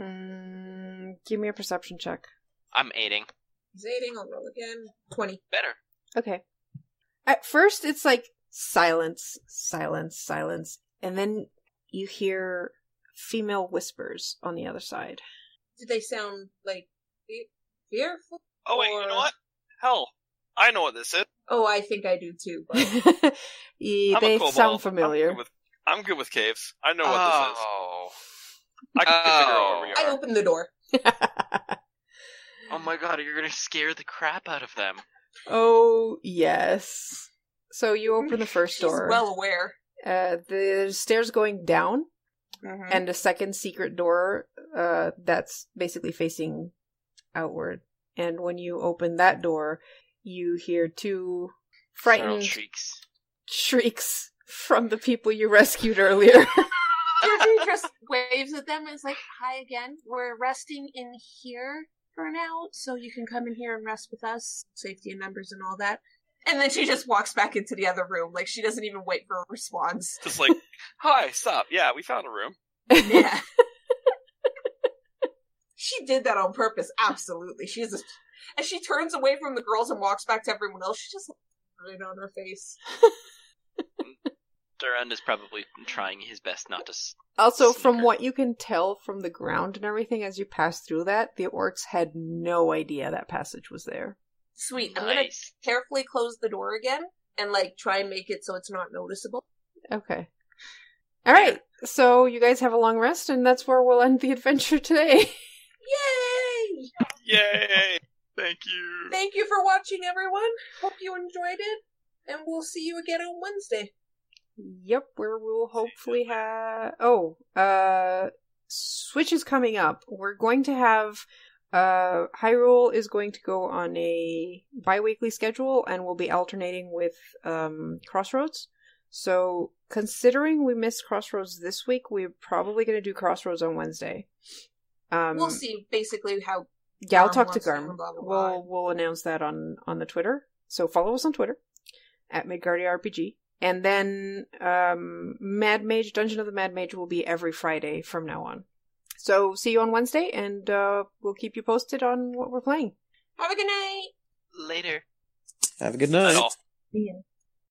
Mm, give me a perception check.
I'm aiding.
Zating, I'll roll again. Twenty.
Better.
Okay. At first, it's like silence, silence, silence, and then you hear female whispers on the other side.
Did they sound like fe- fearful?
Oh wait, you
Or-
know what? Hell, I know what this is.
Oh, I think I do too. But
Yeah,
I'm a
they
kobold.
sound
I'm
familiar.
good, with, I'm good with caves. I know what this is.
oh.
I can figure out where we
I
are.
opened the door.
Oh my god, you're gonna scare the crap out of them.
oh yes. So you open the first
She's
door.
well aware.
uh, the stairs going down, and a second secret door uh, that's basically facing outward. And when you open that door, you hear two
Feral
frightened
shrieks.
shrieks from the people you rescued earlier.
Deirdre just waves at them and is like, "Hi again. We're resting in here for now, so you can come in here and rest with us. Safety and numbers and all that." And then she just walks back into the other room, like she doesn't even wait for a response.
Just like, hi, stop. Yeah, we found a room.
Yeah. She did that on purpose, absolutely. She's a, as she turns away from the girls and walks back to everyone else. She just has it on her face.
Durand is probably trying his best not to. s-
Also,
Sneaker.
from what you can tell from the ground and everything as you pass through that, the orcs had no idea that passage was there.
Sweet. I'm gonna
Nice.
carefully close the door again and like try and make it so it's not noticeable.
Okay. All right. So you guys have a long rest, and that's where we'll end the adventure today.
Yay!
Yay! Thank you.
Thank you for watching, everyone. Hope you enjoyed it, and we'll see you again on Wednesday.
Yep, where we'll hopefully have. Oh, uh, Switch is coming up. We're going to have. Uh, Hyrule is going to go on a bi weekly schedule and we'll be alternating with um, Crossroads. So, considering we missed Crossroads this week, we're probably going to do Crossroads on Wednesday. Um,
we'll see basically how
yeah, I'll
Garm
talk to
wants to
Garm.
and blah, blah, blah.
We'll we'll announce that on on the Twitter. So follow us on Twitter at Midgardia RPG, and then um, Mad Mage Dungeon of the Mad Mage will be every Friday from now on. So see you on Wednesday, and uh, we'll keep you posted on what we're playing.
Have a good night.
Later.
Have a good
Not
night.
at all.
Yeah.